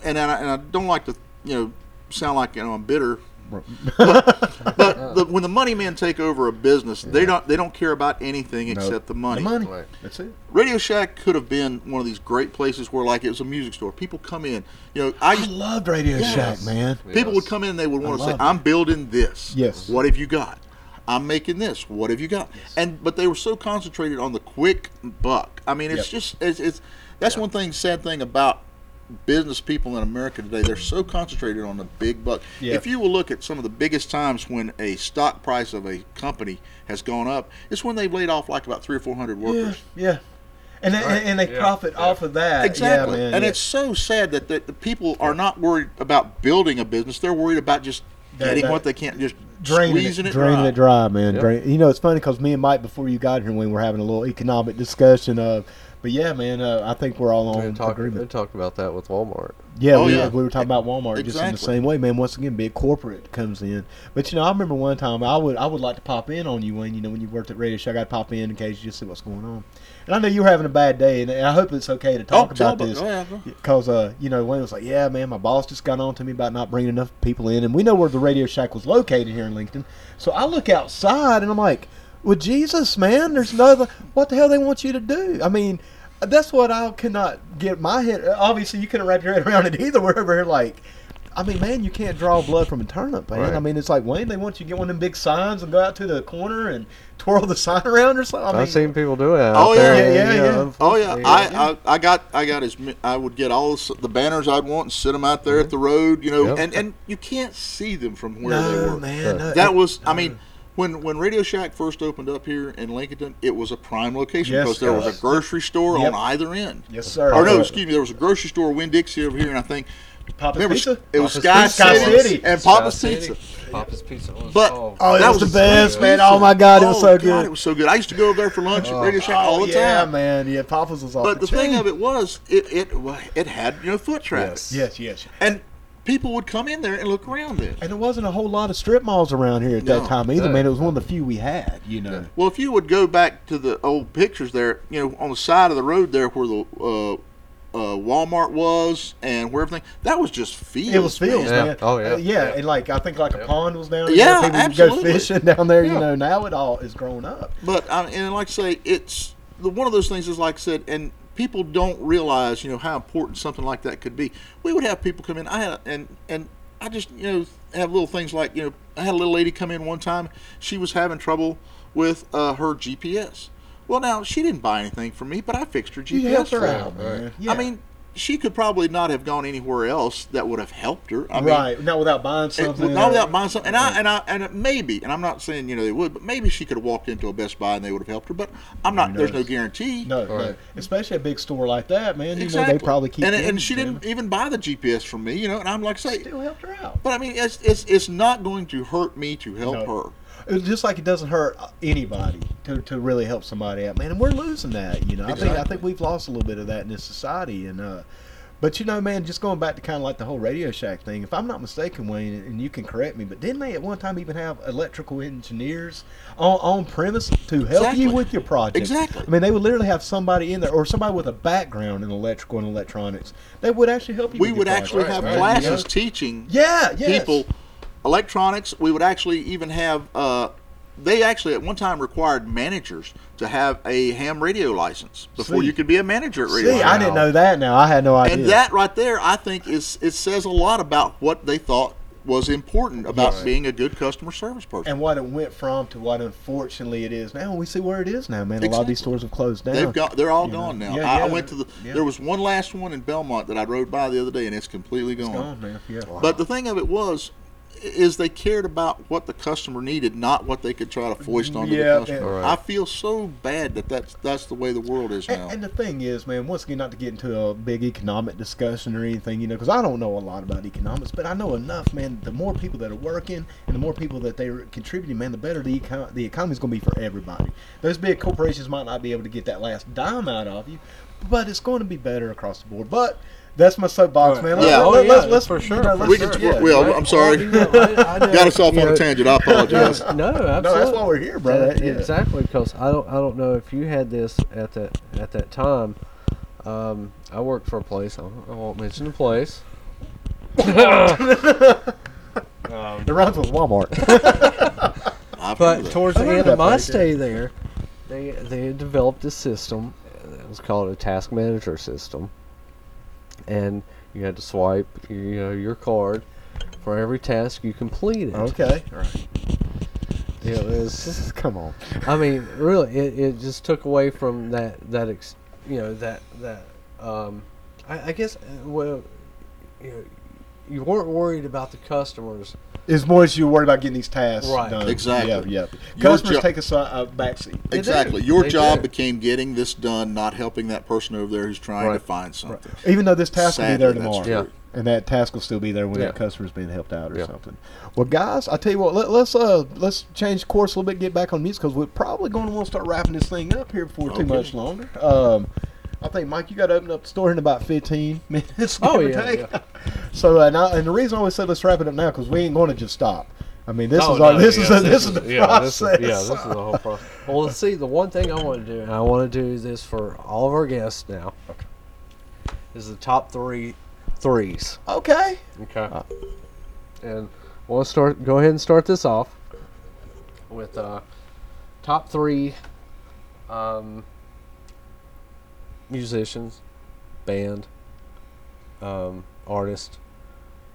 Speaker 3: and I, and I don't like to you know sound like you know I'm bitter but the, when the money men take over a business, they don't they don't care about anything except the money.
Speaker 1: The money.
Speaker 2: Right.
Speaker 1: That's it.
Speaker 3: Radio Shack could have been one of these great places where like it was a music store. People come in, you know, I
Speaker 1: I
Speaker 3: used,
Speaker 1: loved Radio
Speaker 3: Yes.
Speaker 1: Shack, man.
Speaker 3: people would
Speaker 2: Yes.
Speaker 3: come in and they would want to
Speaker 1: love
Speaker 3: say,
Speaker 1: it.
Speaker 3: "I'm building this.
Speaker 1: Yes.
Speaker 3: What have you got? I'm making this. What have you got?" And but they were so concentrated on the quick buck. I mean, it's
Speaker 1: Yep.
Speaker 3: just it's, it's that's one thing sad thing about business people in America today. They're so concentrated on the big buck.
Speaker 1: Yeah.
Speaker 3: If you will look at some of the biggest times when a stock price of a company has gone up, it's when they've laid off like about three or four hundred
Speaker 1: Yeah,
Speaker 3: workers.
Speaker 1: yeah. And, they-
Speaker 2: Right.
Speaker 1: and they
Speaker 2: Yeah.
Speaker 1: profit
Speaker 2: Yeah.
Speaker 1: off of that.
Speaker 3: Exactly.
Speaker 1: Yeah, man.
Speaker 3: and
Speaker 1: yeah.
Speaker 3: it's so sad that, that the people are not worried about building a business. They're worried about just
Speaker 1: That-
Speaker 3: getting
Speaker 1: that-
Speaker 3: what they can't, just
Speaker 1: draining
Speaker 3: squeezing it,
Speaker 1: draining
Speaker 3: dry.
Speaker 1: it dry, man.
Speaker 2: Yep.
Speaker 1: Drain, you know, it's funny because me and Mike, before you got here, we were having a little economic discussion of. But yeah, man, uh, I think we're all
Speaker 2: They
Speaker 1: on
Speaker 2: talked, they
Speaker 1: agreement.
Speaker 2: talked about that with Walmart.
Speaker 1: Yeah,
Speaker 3: Oh,
Speaker 1: we,
Speaker 3: yeah.
Speaker 1: we were talking about Walmart just in the
Speaker 3: Exactly.
Speaker 1: same way, man. Once again, big corporate comes in. But you know, I remember one time I would I would like to pop in on you when you know when you worked at Radio Shack, I'd pop in in case you just see what's going on. And I know you were having a bad day, and I hope it's okay to talk
Speaker 3: oh, tell
Speaker 1: about
Speaker 3: about
Speaker 1: this.
Speaker 3: Oh, yeah, go.
Speaker 1: Because, uh, you know, Wayne was like, yeah, man, my boss just got on to me about not bringing enough people in. And we know where the Radio Shack was located here in Lincoln. So I look outside and I'm like, well, Jesus, man, there's no other. What the hell they want you to do? I mean, that's what I cannot get my head. Obviously, you couldn't wrap your head around it either. Wherever like, I mean, man, you can't draw blood from a turnip, man.
Speaker 2: Right.
Speaker 1: I mean, it's like Wayne. They want you to get one of them big signs and go out to the corner and twirl the sign around or something. I mean,
Speaker 2: I've seen people do it. Out
Speaker 3: Oh, yeah,
Speaker 2: there,
Speaker 1: yeah,
Speaker 2: you
Speaker 1: yeah.
Speaker 2: know,
Speaker 3: Oh yeah,
Speaker 2: they-
Speaker 3: I, I I got I got as mi- I would get all s- the banners I'd want and sit them out there
Speaker 1: Mm-hmm.
Speaker 3: at the road, you know,
Speaker 2: Yep.
Speaker 3: and and you can't see them from where
Speaker 1: no,
Speaker 3: they were.
Speaker 1: man. No,
Speaker 3: That was I mean, when when Radio Shack first opened up here in Lincolnton, it was a prime location
Speaker 1: Yes,
Speaker 3: because there
Speaker 1: it
Speaker 3: was.
Speaker 1: was.
Speaker 3: a grocery store
Speaker 1: Yep.
Speaker 3: on either end.
Speaker 1: yes, sir.
Speaker 3: Or no, excuse me, there was a grocery store Winn Dixie over here, and I think
Speaker 1: Papa's
Speaker 3: remember
Speaker 1: Pizza?
Speaker 3: it was
Speaker 4: Papa's
Speaker 3: Sky,
Speaker 4: Pizza. Sky
Speaker 3: City,
Speaker 1: City.
Speaker 3: and
Speaker 4: Sky
Speaker 3: Papa's
Speaker 4: City,
Speaker 3: Pizza.
Speaker 4: Papa's Pizza. on
Speaker 3: But
Speaker 4: Salt.
Speaker 1: Oh, that
Speaker 3: that
Speaker 1: was
Speaker 3: was
Speaker 1: the best,
Speaker 3: great
Speaker 1: man.
Speaker 3: pizza.
Speaker 1: Oh my God, it was
Speaker 3: Oh,
Speaker 1: so
Speaker 3: God,
Speaker 1: good. Oh.
Speaker 3: It was so good. I used to go over there for lunch at Radio Shack all the
Speaker 1: yeah,
Speaker 3: time.
Speaker 1: man. Yeah, Papa's was all
Speaker 3: But the thing
Speaker 1: chain.
Speaker 3: of it was, it it it had you know foot traffic.
Speaker 4: Yes.
Speaker 1: Yes, yes.
Speaker 3: And people would come in there and look around it.
Speaker 1: And there wasn't a whole lot of strip malls around here at that
Speaker 3: No.
Speaker 1: time either,
Speaker 4: No.
Speaker 1: man. It was one of the few we had, you know.
Speaker 3: Well, if you would go back to the old pictures there, you know, on the side of the road there where the uh, uh, Walmart was and where everything, that was just fields.
Speaker 1: It was fields,
Speaker 2: Yeah.
Speaker 3: man.
Speaker 1: man.
Speaker 2: Oh, yeah.
Speaker 1: Uh, yeah, and like I think like a
Speaker 4: Yeah.
Speaker 1: pond was down there.
Speaker 3: Yeah,
Speaker 1: people would go
Speaker 3: absolutely.
Speaker 1: fishing down there. You
Speaker 3: Yeah.
Speaker 1: know, now it all is grown up.
Speaker 3: But, I, and like I say, it's the, one of those things is like I said, and people don't realize, you know, how important something like that could be. We would have people come in, I had, and, and I just, you know, have little things like, you know, I had a little lady come in one time, she was having trouble with uh, her GPS. Well, now, she didn't buy anything from me, but I fixed her
Speaker 1: You
Speaker 3: GPS.
Speaker 1: helped
Speaker 3: for
Speaker 1: her
Speaker 3: her.
Speaker 1: out, man.
Speaker 4: right.
Speaker 1: Yeah.
Speaker 3: I mean, she could probably not have gone anywhere else that would have helped her. I mean,
Speaker 1: right? Not without buying
Speaker 3: it-
Speaker 1: something. uh,
Speaker 3: not
Speaker 1: or-
Speaker 3: without buying something. And I and I and it- maybe, and I'm not saying you know they would, but maybe she could have walked into a Best Buy and they would have helped her. But I'm not. There's no
Speaker 1: knows?
Speaker 3: guarantee.
Speaker 1: No, no.
Speaker 4: Right.
Speaker 1: especially a big store like that, man. You
Speaker 3: exactly.
Speaker 1: know, they probably keep
Speaker 3: and
Speaker 1: things
Speaker 3: and she
Speaker 1: there.
Speaker 3: didn't even buy the GPS from me, you know. And I'm like, say,
Speaker 1: still helped her out.
Speaker 3: but I mean, it's it's it's not going to hurt me to help
Speaker 1: No.
Speaker 3: her.
Speaker 1: It's just like it doesn't hurt anybody to, to really help somebody out, man. And we're losing that, you know. I think I
Speaker 3: Exactly.
Speaker 1: think we've lost a little bit of that in this society, and uh, but you know, man, just going back to kind of like the whole Radio Shack thing. If I'm not mistaken, Wayne, and you can correct me, but didn't they at one time even have electrical engineers on on premise to help you
Speaker 3: Exactly.
Speaker 1: with your project?
Speaker 3: Exactly.
Speaker 1: I mean, they would literally have somebody in there or somebody with a background in electrical and electronics. They would actually help you.
Speaker 3: We
Speaker 1: with
Speaker 3: would
Speaker 1: your
Speaker 3: actually
Speaker 1: project,
Speaker 3: have
Speaker 1: right?
Speaker 3: classes
Speaker 1: You know?
Speaker 3: teaching
Speaker 1: Yeah, yes.
Speaker 3: people electronics we would actually even have uh, they actually at one time required managers to have a ham radio license before
Speaker 1: See.
Speaker 3: you could be a manager at radio
Speaker 1: See, I didn't
Speaker 4: Wow.
Speaker 1: know that. Now I had no idea.
Speaker 3: and that right there i think is it says a lot about what they thought was important about
Speaker 1: Yes.
Speaker 3: being a good customer service person
Speaker 1: and what it went from to what unfortunately it is now. We see where it is now, man. A lot of these
Speaker 3: Exactly.
Speaker 1: stores have closed down.
Speaker 3: They've got. They're all
Speaker 1: You know,
Speaker 3: gone now.
Speaker 1: yeah,
Speaker 3: I, I
Speaker 1: yeah,
Speaker 3: went to the.
Speaker 1: yeah.
Speaker 3: There was one last one in Belmont that I rode by the other day, and it's completely
Speaker 1: It's gone, man. Yeah.
Speaker 3: But the thing of it was, is they cared about what the customer needed, not what they could try to foist onto
Speaker 1: Yeah,
Speaker 3: the customer.
Speaker 2: and-
Speaker 3: I feel so bad that that's that's the way the world is now.
Speaker 1: And, and the thing is, man, once again, not to get into a big economic discussion or anything, you know, because I don't know a lot about economics, but I know enough, man. The more people that are working and the more people that they're contributing, man, the better the, econ- the economy is going to be for everybody. Those big corporations might not be able to get that last dime out of you, but it's going to be better across the board. But that's my soapbox,
Speaker 4: Right.
Speaker 1: man.
Speaker 3: Yeah.
Speaker 1: Let-
Speaker 3: Oh,
Speaker 1: let-
Speaker 4: yeah,
Speaker 1: let's- let's-
Speaker 4: for
Speaker 1: you
Speaker 4: sure,
Speaker 1: know,
Speaker 4: for
Speaker 1: let's-
Speaker 3: we can,
Speaker 1: yeah.
Speaker 3: well, I'm sorry, got us off on a tangent. I apologize.
Speaker 4: No, no, absolutely.
Speaker 1: No, that's why we're here, bro.
Speaker 4: That-
Speaker 1: That- yeah.
Speaker 4: Exactly, because I don't, I don't know if you had this at that at that time. Um, I worked for a place. I won't, I won't mention the place.
Speaker 1: It runs with Walmart.
Speaker 3: I've heard
Speaker 4: But
Speaker 3: of that.
Speaker 4: towards the
Speaker 1: I heard
Speaker 4: end of
Speaker 1: about
Speaker 4: my
Speaker 1: that, yeah.
Speaker 4: stay there, they they had developed a system. uh, It was called a task manager system, and you had to swipe you know your card for every task you completed.
Speaker 1: okay. All right.
Speaker 4: It was
Speaker 1: Come on.
Speaker 4: I mean, really, it, it just took away from that that ex, you know that that um, I, I guess uh, well, you know, you weren't worried about the customers.
Speaker 1: It's more as you're worried about getting these tasks
Speaker 4: Right.
Speaker 1: done.
Speaker 3: Exactly.
Speaker 1: Yeah, yeah.
Speaker 3: Your
Speaker 1: Customers
Speaker 3: jo-
Speaker 1: take a, si- a back seat.
Speaker 4: do.
Speaker 3: Exactly. Your
Speaker 4: They
Speaker 3: job
Speaker 4: do.
Speaker 3: became getting this done, not helping that person over there who's trying to
Speaker 4: Right.
Speaker 3: find something.
Speaker 1: Even though this task will be
Speaker 3: Sadly,
Speaker 1: there
Speaker 3: that's
Speaker 1: tomorrow.
Speaker 3: true.
Speaker 4: Yeah.
Speaker 1: And that task will still be there when
Speaker 2: Yeah.
Speaker 1: that customer's being helped out or
Speaker 2: Yeah.
Speaker 1: something. Well, guys, I tell you what, let, let's uh let's change course a little bit, get back on music because we're probably going to want to start wrapping this thing up here before
Speaker 3: Okay.
Speaker 1: too much longer. Um, I think Mike, you got to open up the store in about 15 minutes. give
Speaker 4: Oh,
Speaker 1: or
Speaker 4: yeah,
Speaker 1: take.
Speaker 4: yeah.
Speaker 1: So and, I, and the reason I always said let's wrap it up now because we ain't going to just stop. I mean, this
Speaker 2: Oh,
Speaker 1: is our,
Speaker 2: no,
Speaker 1: this is
Speaker 2: yeah,
Speaker 1: a, this is the
Speaker 2: yeah, this
Speaker 1: process.
Speaker 2: is- yeah, this is the whole process.
Speaker 4: Well, let's see, the one thing I want to do, and I want to do this for all of our guests now, is the top three threes.
Speaker 1: okay.
Speaker 2: Okay.
Speaker 1: Uh.
Speaker 4: And I want to start. Go ahead and start this off with uh, top three um,
Speaker 2: musicians, band, um, artist,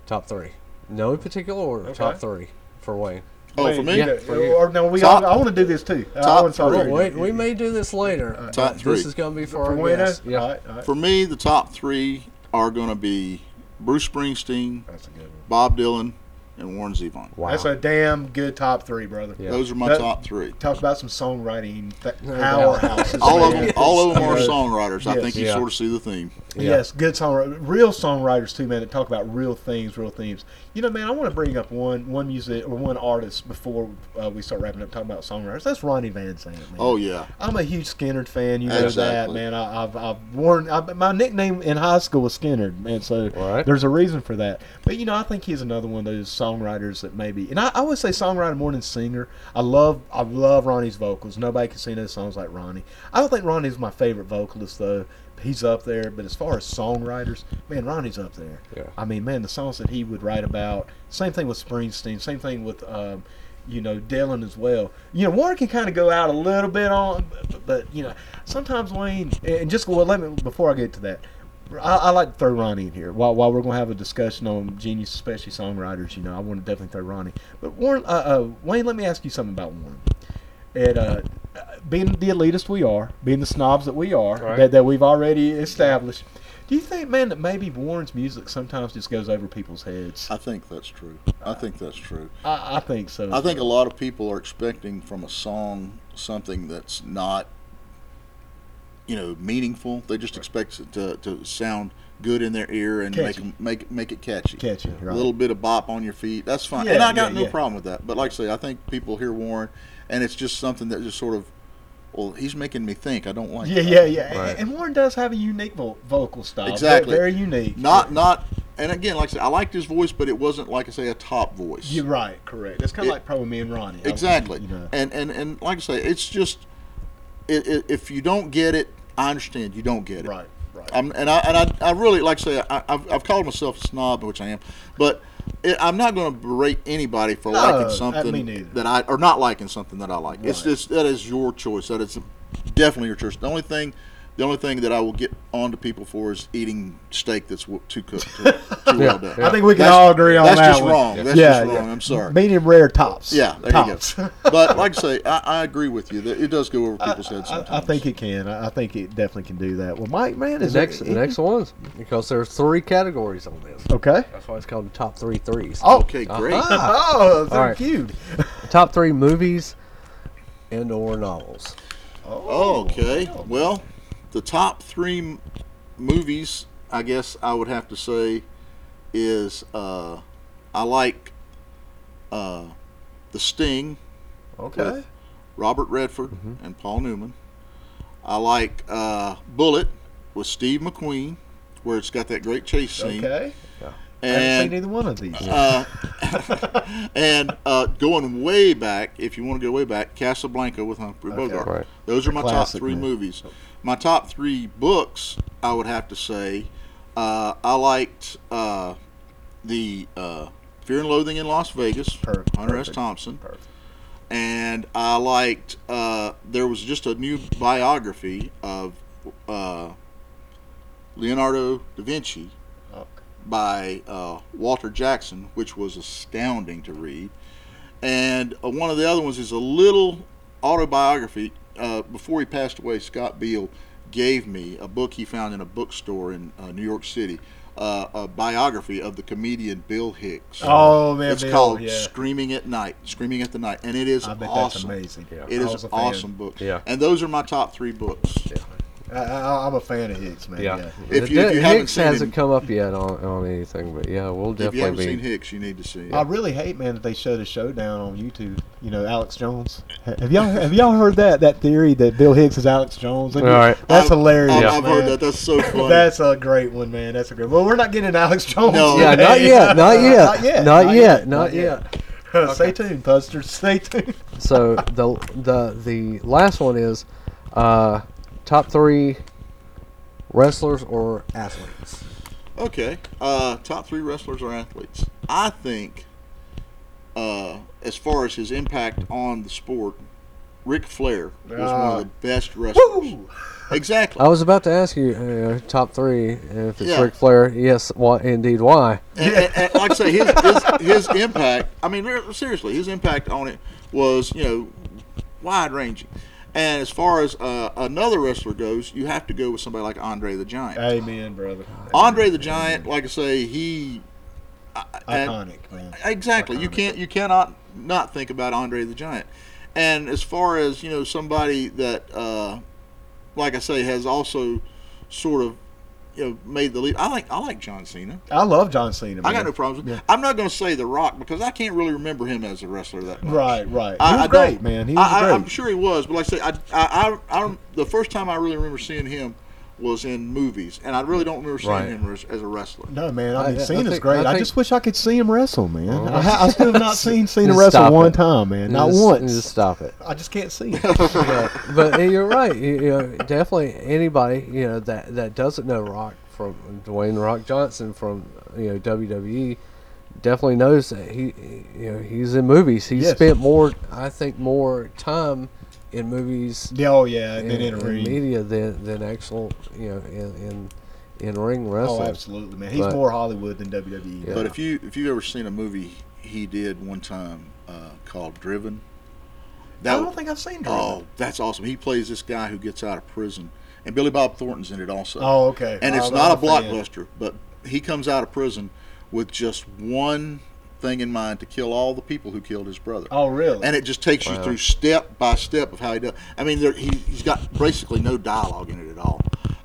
Speaker 2: top three. No in particular order. Top
Speaker 1: Okay.
Speaker 2: three for Wayne.
Speaker 3: Oh, for me,
Speaker 2: yeah. for you.
Speaker 1: or no, we.
Speaker 3: Top-
Speaker 1: I, want to do this too. I
Speaker 3: top
Speaker 1: wanna start
Speaker 3: three.
Speaker 1: there.
Speaker 2: Well, wait, we may do this later.
Speaker 3: Uh, Top
Speaker 2: but
Speaker 3: three.
Speaker 2: This is going to be for,
Speaker 1: for
Speaker 2: our
Speaker 1: Wayne.
Speaker 2: guests. Yeah.
Speaker 1: All right, all right.
Speaker 3: for me, the top three are going to be Bruce Springsteen,
Speaker 1: That's a good one.
Speaker 3: Bob Dylan, and Warren Zevon.
Speaker 2: Wow.
Speaker 1: That's a damn good top three, brother.
Speaker 2: Yeah.
Speaker 3: Those are my
Speaker 1: That-
Speaker 3: top three.
Speaker 1: Talk about some songwriting th-
Speaker 4: No doubt.
Speaker 1: powerhouses.
Speaker 3: All of
Speaker 1: man.
Speaker 3: them, all of them are
Speaker 1: Yes.
Speaker 3: songwriters. I
Speaker 1: Yes.
Speaker 3: think you
Speaker 2: Yeah.
Speaker 3: sort of see the theme.
Speaker 2: Yeah.
Speaker 1: Yes, good songwriters, real songwriters too, man. That talk about real things, real themes. You know, man, I want to bring up one one music or one artist before uh, we start wrapping up talking about songwriters. That's Ronnie Van Zant, man.
Speaker 3: Oh yeah,
Speaker 1: I'm a huge Skinner fan. You know that,
Speaker 3: Exactly.
Speaker 1: man. I, I've, I've worn I, my nickname in high school was Skinner, man. So
Speaker 2: Right.
Speaker 1: there's a reason for that. But you know, I think he's another one of those songwriters that maybe, and I, I would say songwriter more than singer. I love I love Ronnie's vocals. Nobody can sing those songs like Ronnie. I don't think Ronnie's my favorite vocalist though. He's up there, but as far as songwriters, man, Ronnie's up there.
Speaker 2: Yeah.
Speaker 1: I mean, man, the songs that he would write about. Same thing with Springsteen. Same thing with, um, you know, Dylan as well. You know, Warren can kind of go out a little bit on, but, but you know, sometimes Wayne and just well, let me before I get to that. I, I like to throw Ronnie in here while, while we're going to have a discussion on genius, especially songwriters. You know, I want to definitely throw Ronnie. But Warren, uh, uh, Wayne, let me ask you something about Warren. And uh, being the elitist we are, being the snobs that we are,
Speaker 2: Right.
Speaker 1: that, that we've already established, do you think, man, that maybe Warren's music sometimes just goes over people's heads?
Speaker 3: I think that's true. I think that's true.
Speaker 1: I, I think so.
Speaker 3: I think a lot of people are expecting from a song something that's not, you know, meaningful. They just expect it to, to sound good in their ear and make,
Speaker 1: Catchy.
Speaker 3: 'em- make make it catchy.
Speaker 1: Catchy, right.
Speaker 3: A little bit of bop on your feet. That's fine.
Speaker 1: Yeah,
Speaker 3: and I got
Speaker 1: yeah,
Speaker 3: no
Speaker 1: yeah.
Speaker 3: problem with that. But like I say, I think people hear Warren, and it's just something that just sort of, well, he's making me think. I don't like.
Speaker 1: Yeah,
Speaker 3: that.
Speaker 1: yeah, yeah.
Speaker 2: Right.
Speaker 1: And, and Warren does have a unique vo- vocal style. Very-
Speaker 3: Exactly.
Speaker 1: Very, unique.
Speaker 3: Not not. And again, like I said, I liked his voice, but it wasn't like I say a top voice.
Speaker 1: You're right, correct. That's kind
Speaker 3: It-
Speaker 1: of like probably me and Ronnie. I-
Speaker 3: Exactly.
Speaker 1: you know.
Speaker 3: And and and like I say, it's just it, it, if you don't get it, I understand you don't get it.
Speaker 1: Right, right.
Speaker 3: I'm, and I and I, I really like I say I, I've, I've called myself a snob, which I am, but it, I'm not going to berate anybody for
Speaker 1: No,
Speaker 3: liking
Speaker 1: uh, me
Speaker 3: something
Speaker 1: neither.
Speaker 3: that I or not liking something that I like. It's
Speaker 1: Right.
Speaker 3: just that is your choice. That is definitely your choice. The only thing. The only thing that I will get on to people for is eating steak that's w- too cooked, too, too well done.
Speaker 1: I think we can
Speaker 3: That's-
Speaker 1: all agree on
Speaker 3: that's
Speaker 1: that.
Speaker 3: just
Speaker 1: one.
Speaker 3: wrong. That's
Speaker 1: Yeah,
Speaker 3: just
Speaker 1: yeah.
Speaker 3: wrong. I'm sorry.
Speaker 1: Medium rare tops.
Speaker 3: Yeah, there
Speaker 1: tops.
Speaker 3: you go. But like I say, I, I agree with you that it does go over people's heads
Speaker 1: I,
Speaker 3: sometimes.
Speaker 1: I think it can. I I think it definitely can do that. Well, Mike, man,
Speaker 2: The
Speaker 1: is
Speaker 2: next,
Speaker 1: it,
Speaker 2: the next ones because there are three categories on this.
Speaker 1: Okay.
Speaker 2: That's why it's called the top three threes.
Speaker 1: Oh.
Speaker 3: Okay, great. Ah.
Speaker 1: Oh, they're
Speaker 2: All right.
Speaker 1: cute.
Speaker 2: Top three movies and or novels.
Speaker 1: Oh,
Speaker 3: Okay.
Speaker 1: yeah.
Speaker 3: Well, the top three m- movies, I guess I would have to say, is uh, I like uh, The Sting,
Speaker 1: Oh, Okay.
Speaker 3: with Robert Redford and Paul Newman. I like uh, Bullet with Steve McQueen, where it's got that great chase scene.
Speaker 1: Okay. I haven't seen
Speaker 3: And
Speaker 1: either one of these.
Speaker 3: uh, and uh, going way back, if you want to go way back, Casablanca with Humphrey
Speaker 1: Okay.
Speaker 3: Bogart.
Speaker 2: Right.
Speaker 3: Those are my
Speaker 1: Classic,
Speaker 3: top three
Speaker 1: man.
Speaker 3: movies. My top three books, I would have to say, uh, I liked uh, the uh, Fear and Loathing in Las Vegas,
Speaker 1: Per-
Speaker 3: Hunter S.
Speaker 1: perfect.
Speaker 3: Thompson,
Speaker 1: Perfect.
Speaker 3: and I liked. Uh, there was just a new biography of uh, Leonardo da Vinci
Speaker 1: Okay.
Speaker 3: by uh, Walter Jackson, which was astounding to read. And uh, one of the other ones is a little autobiography. Uh, before he passed away, Scott Beal gave me a book he found in a bookstore in uh, New York City, uh, a biography of the comedian Bill Hicks.
Speaker 1: Oh man,
Speaker 3: it's
Speaker 1: Bill,
Speaker 3: called
Speaker 1: yeah.
Speaker 3: Screaming at Night, Screaming at the Night, and it is
Speaker 1: I bet
Speaker 3: awesome.
Speaker 1: that's amazing.
Speaker 2: Yeah.
Speaker 3: It
Speaker 1: I
Speaker 3: is
Speaker 1: was a
Speaker 3: an
Speaker 1: fan.
Speaker 3: awesome book.
Speaker 2: Yeah.
Speaker 3: And those are my top three books.
Speaker 1: I, I, I'm a fan of Hicks, man. Yeah.
Speaker 3: If you- if
Speaker 2: Hi-
Speaker 3: you haven't
Speaker 2: Hicks
Speaker 3: seen
Speaker 2: hasn't
Speaker 3: him-
Speaker 2: come up yet on, on anything, but yeah, we'll
Speaker 3: If you haven't
Speaker 2: definitely
Speaker 3: seen
Speaker 2: be.
Speaker 3: Hicks, you need to see it.
Speaker 1: I really hate, man, that they showed a showdown on YouTube. You know, Alex Jones. Ha- Have y'all have y'all heard that that theory that Bill Hicks is Alex Jones?
Speaker 2: All right.
Speaker 1: That's
Speaker 3: I've-
Speaker 1: hilarious.
Speaker 3: I've, I've
Speaker 1: man.
Speaker 3: heard that. That's so funny.
Speaker 1: That's a great one, man. That's a great. Well, we're not getting Alex Jones.
Speaker 3: No.
Speaker 2: Yeah,
Speaker 1: today.
Speaker 2: not yet,
Speaker 3: Uh,
Speaker 2: not yet,
Speaker 1: not yet,
Speaker 2: not yet, not yet.
Speaker 1: Stay tuned, Buster. Stay tuned.
Speaker 2: So the the the last one is uh, top three wrestlers or athletes.
Speaker 3: Okay. Uh, top three wrestlers or athletes. I think, uh, as far as his impact on the sport, Ric Flair was one
Speaker 1: Ah.
Speaker 3: of the best wrestlers.
Speaker 1: Woo! Oh,
Speaker 3: Exactly.
Speaker 4: I was about to ask you uh, top three if it's
Speaker 3: Yeah.
Speaker 4: Ric Flair. Yes, why, indeed. Why?
Speaker 3: and, and- and like I say, his, his, his impact. I mean, re- seriously, his impact on it was you know wide ranging. And as far as uh, another wrestler goes, you have to go with somebody like Andre the Giant.
Speaker 1: Amen, brother.
Speaker 3: Andre the Giant, like I say, he I- I-
Speaker 1: Iconic, man.
Speaker 3: Exactly. You
Speaker 1: Iconic.
Speaker 3: can't. You cannot not think about Andre the Giant. And as far as you know, somebody that, uh, like I say, has also sort of you know made the lead. I like. I like John Cena.
Speaker 1: I love John Cena. Man.
Speaker 3: I got no problems with.
Speaker 1: Yeah.
Speaker 3: I'm not going to say The Rock because I can't really remember him as a wrestler that much.
Speaker 1: Right, right.
Speaker 3: I-
Speaker 1: he was
Speaker 3: I don't-
Speaker 1: great, man. He was
Speaker 3: I, I,
Speaker 1: great.
Speaker 3: I'm sure he was, but like I say, I, I, I, I, the first time I really remember seeing him was in movies, and I really don't remember seeing
Speaker 2: Right.
Speaker 3: him as, as a wrestler.
Speaker 1: No, man. I
Speaker 4: I-
Speaker 1: mean,
Speaker 4: I
Speaker 1: Cena's
Speaker 4: think-
Speaker 1: great.
Speaker 4: I
Speaker 1: I,
Speaker 4: think-
Speaker 1: just wish I could see him wrestle, man.
Speaker 4: Oh.
Speaker 1: I, ha- I still have not seen Cena
Speaker 4: Just
Speaker 1: wrestle
Speaker 4: stop
Speaker 1: one
Speaker 4: it.
Speaker 1: time, man. Not
Speaker 4: Just-
Speaker 1: once.
Speaker 4: Just stop it.
Speaker 1: I just can't see him.
Speaker 4: but, but you're right. You, you know, definitely anybody you know that that doesn't know Rock from Dwayne Rock Johnson from you know WWE definitely knows that he you know he's in movies. He
Speaker 1: Yes.
Speaker 4: spent more, I think, more time in movies
Speaker 1: Yeah, oh yeah, and then in a
Speaker 4: and
Speaker 1: ring.
Speaker 4: media than than actual you know in in, in ring wrestling.
Speaker 1: Oh, absolutely, man. He's
Speaker 4: But-
Speaker 1: more Hollywood than E. WWE.
Speaker 4: Yeah.
Speaker 3: But if you if you ever seen a movie he did one time uh, called Driven,
Speaker 1: I
Speaker 3: that
Speaker 1: don't
Speaker 3: was-
Speaker 1: think I've seen Drew.
Speaker 3: oh that's awesome. He plays this guy who gets out of prison, and Billy Bob Thornton's in it also.
Speaker 1: Oh, okay.
Speaker 3: and it's
Speaker 1: I'm
Speaker 3: not a
Speaker 1: fan.
Speaker 3: blockbuster, but he comes out of prison with just one thing in mind to kill all the people who killed his brother.
Speaker 1: Oh, really?
Speaker 3: And it just takes you
Speaker 2: Wow.
Speaker 3: through step by step of how he does. I mean, there, he, he's got basically no dialogue in it at all.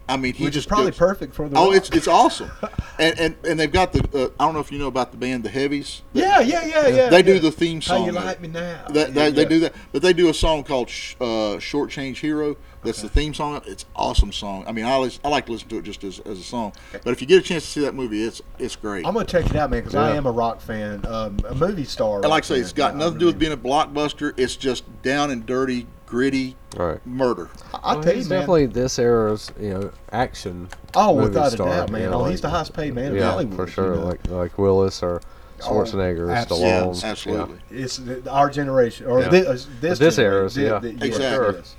Speaker 3: I mean, he
Speaker 1: Which is
Speaker 3: just
Speaker 1: probably
Speaker 3: goes-
Speaker 1: perfect for the.
Speaker 3: Oh,
Speaker 1: Rock.
Speaker 3: it's it's awesome, and and, and they've got the uh, I don't know if you know about the band the Heavies.
Speaker 1: yeah, yeah, yeah, yeah.
Speaker 3: they
Speaker 1: yeah.
Speaker 3: do the theme
Speaker 1: How
Speaker 3: song.
Speaker 1: you
Speaker 3: there.
Speaker 1: like me now?
Speaker 3: They, they,
Speaker 1: Yeah,
Speaker 3: they
Speaker 1: yeah.
Speaker 3: do that, but they do a song called Sh- uh, "Short Change Hero." That's the theme song. It's awesome song. I mean, I, lis- I like to listen to it just as, as a song. But if you get a chance to see that movie, it's it's great.
Speaker 1: I'm gonna check it out, man, because I
Speaker 2: Yeah.
Speaker 1: am a rock fan, um, a movie star.
Speaker 3: and like I
Speaker 1: rock
Speaker 3: say, it's
Speaker 1: fan.
Speaker 3: got
Speaker 1: Yeah, I
Speaker 3: nothing to do with
Speaker 1: really
Speaker 3: being a blockbuster. It's just down and dirty, gritty
Speaker 2: All right.
Speaker 3: murder.
Speaker 1: am. I I
Speaker 4: Well,
Speaker 1: tell
Speaker 4: he's
Speaker 1: you, man.
Speaker 4: definitely this era's you know action.
Speaker 1: Oh,
Speaker 4: movie
Speaker 1: without a
Speaker 4: star,
Speaker 1: doubt, man.
Speaker 4: yeah,
Speaker 1: oh,
Speaker 4: like-
Speaker 1: he's the highest paid man in
Speaker 2: yeah,
Speaker 1: Hollywood.
Speaker 2: for
Speaker 1: you
Speaker 2: sure.
Speaker 1: know.
Speaker 2: Like like Willis or
Speaker 1: Oh,
Speaker 2: Schwarzenegger, or
Speaker 1: abs-
Speaker 2: Stallone.
Speaker 3: yeah, absolutely.
Speaker 1: It's th- our generation, or
Speaker 2: Yeah.
Speaker 1: thi- uh, this
Speaker 2: This
Speaker 1: genera-
Speaker 2: era's,
Speaker 1: thi-
Speaker 2: yeah.
Speaker 1: thi- yes,
Speaker 3: Exactly.
Speaker 1: yes.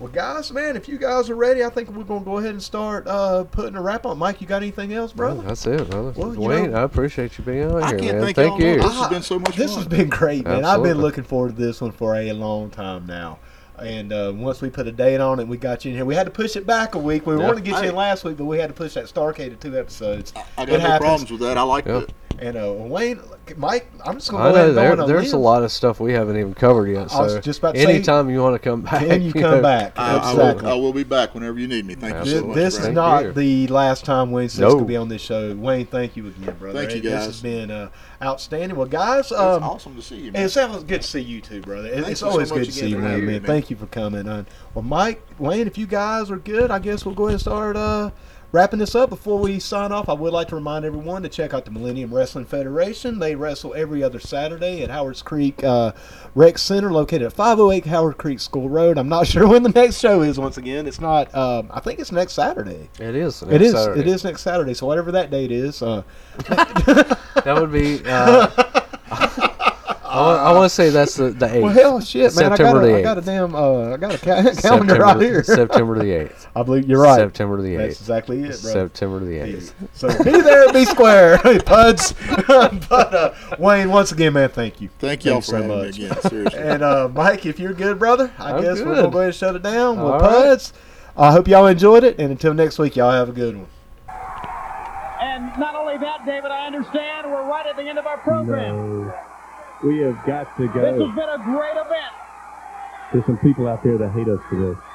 Speaker 1: Well, guys, man, if you guys are ready, I think we're gonna go ahead and start uh, putting a wrap on. Mike, you got anything else,
Speaker 4: Yeah,
Speaker 1: brother?
Speaker 4: that's it, brother.
Speaker 1: Well, you
Speaker 4: Dwayne,
Speaker 1: know-
Speaker 4: I appreciate you being on
Speaker 3: I
Speaker 4: here,
Speaker 3: can't
Speaker 4: man.
Speaker 3: thank
Speaker 4: Thank
Speaker 3: y'all
Speaker 4: you.
Speaker 3: enough. This has been so much
Speaker 1: This
Speaker 3: fun.
Speaker 1: has been great, man. I've been
Speaker 4: Absolutely.
Speaker 1: looking forward to this one for a long time now. And uh, once we put a date on it, we got you in here. We had to push it back a week. We
Speaker 2: Yeah.
Speaker 1: wanted to get you in
Speaker 3: I-
Speaker 1: last week, but we had to push that Starcade to two episodes.
Speaker 3: I got
Speaker 1: it
Speaker 3: no
Speaker 1: happens.
Speaker 3: problems with that. I like
Speaker 2: Yeah.
Speaker 3: it.
Speaker 1: And uh, Wayne, look, Mike, I'm just going
Speaker 4: I
Speaker 1: to go ahead
Speaker 4: know
Speaker 1: and go
Speaker 4: there,
Speaker 1: on a
Speaker 4: there's a
Speaker 1: limb.
Speaker 4: lot of stuff we haven't even covered yet.
Speaker 1: I was
Speaker 4: So
Speaker 1: just about to say,
Speaker 4: anytime you want to come back,
Speaker 1: Can you
Speaker 4: know,
Speaker 1: come back?
Speaker 3: I, I will,
Speaker 1: exactly.
Speaker 3: I will be back whenever you need me. Thank you so
Speaker 1: Th-
Speaker 3: much.
Speaker 1: this is
Speaker 3: Brad.
Speaker 2: Thank
Speaker 1: not
Speaker 2: you.
Speaker 1: the last time Wayne Six
Speaker 2: No.
Speaker 1: will be on this show. Wayne, thank you again, brother.
Speaker 3: Thank you,
Speaker 1: It- This
Speaker 3: guys.
Speaker 1: has been uh, outstanding. Well, guys,
Speaker 3: It's
Speaker 1: um,
Speaker 3: awesome to see you. Man.
Speaker 1: It's always good to see you too, brother. It-
Speaker 3: Thank
Speaker 1: It's
Speaker 3: you so
Speaker 1: always
Speaker 3: much
Speaker 1: good to see
Speaker 3: again
Speaker 1: you,
Speaker 3: for
Speaker 1: man,
Speaker 3: having
Speaker 1: man.
Speaker 3: me.
Speaker 1: Thank you for coming on. Well, Mike, Wayne, if you guys are good, I guess we'll go ahead and start uh, wrapping this up. Before we sign off, I would like to remind everyone to check out the Millennium Wrestling Federation. They wrestle every other Saturday at Howard's Creek uh, Rec Center, located at 508 Howard Creek School Road. I'm not sure when the next show is. Once again, it's not. Um, I think it's next Saturday.
Speaker 4: It is.
Speaker 1: it
Speaker 4: next
Speaker 1: is.
Speaker 4: Saturday.
Speaker 1: It is next Saturday. So whatever that date is. Uh,
Speaker 4: That would be. Uh, I, want to say that's the the eighth.
Speaker 1: well, hell, shit, man!
Speaker 4: September
Speaker 1: I got a,
Speaker 4: the
Speaker 1: I got a
Speaker 4: 8th.
Speaker 1: damn. Uh, I got a ca- calendar
Speaker 4: September,
Speaker 1: right here.
Speaker 4: September the eighth.
Speaker 1: I believe you're right.
Speaker 4: September the
Speaker 1: That's
Speaker 4: eighth.
Speaker 1: exactly it, bro.
Speaker 4: September the eighth.
Speaker 1: So be there, be square, Puds. but uh, Wayne, once again, man, thank you.
Speaker 3: Thank y'all
Speaker 1: you
Speaker 3: for
Speaker 1: so
Speaker 3: having
Speaker 1: much.
Speaker 3: me again. Seriously.
Speaker 1: And uh, Mike, if you're good, brother, I
Speaker 4: I'm
Speaker 1: guess we're
Speaker 4: good.
Speaker 1: gonna go ahead and shut it down. Well,
Speaker 4: All right.
Speaker 1: Puds, I hope y'all enjoyed it, and until next week, y'all have a good one.
Speaker 5: And not only that, David, I understand we're right at the end of our program.
Speaker 6: No. We have got to
Speaker 5: This has
Speaker 6: go.
Speaker 5: been a great event.
Speaker 6: There's some people out there that hate us for this.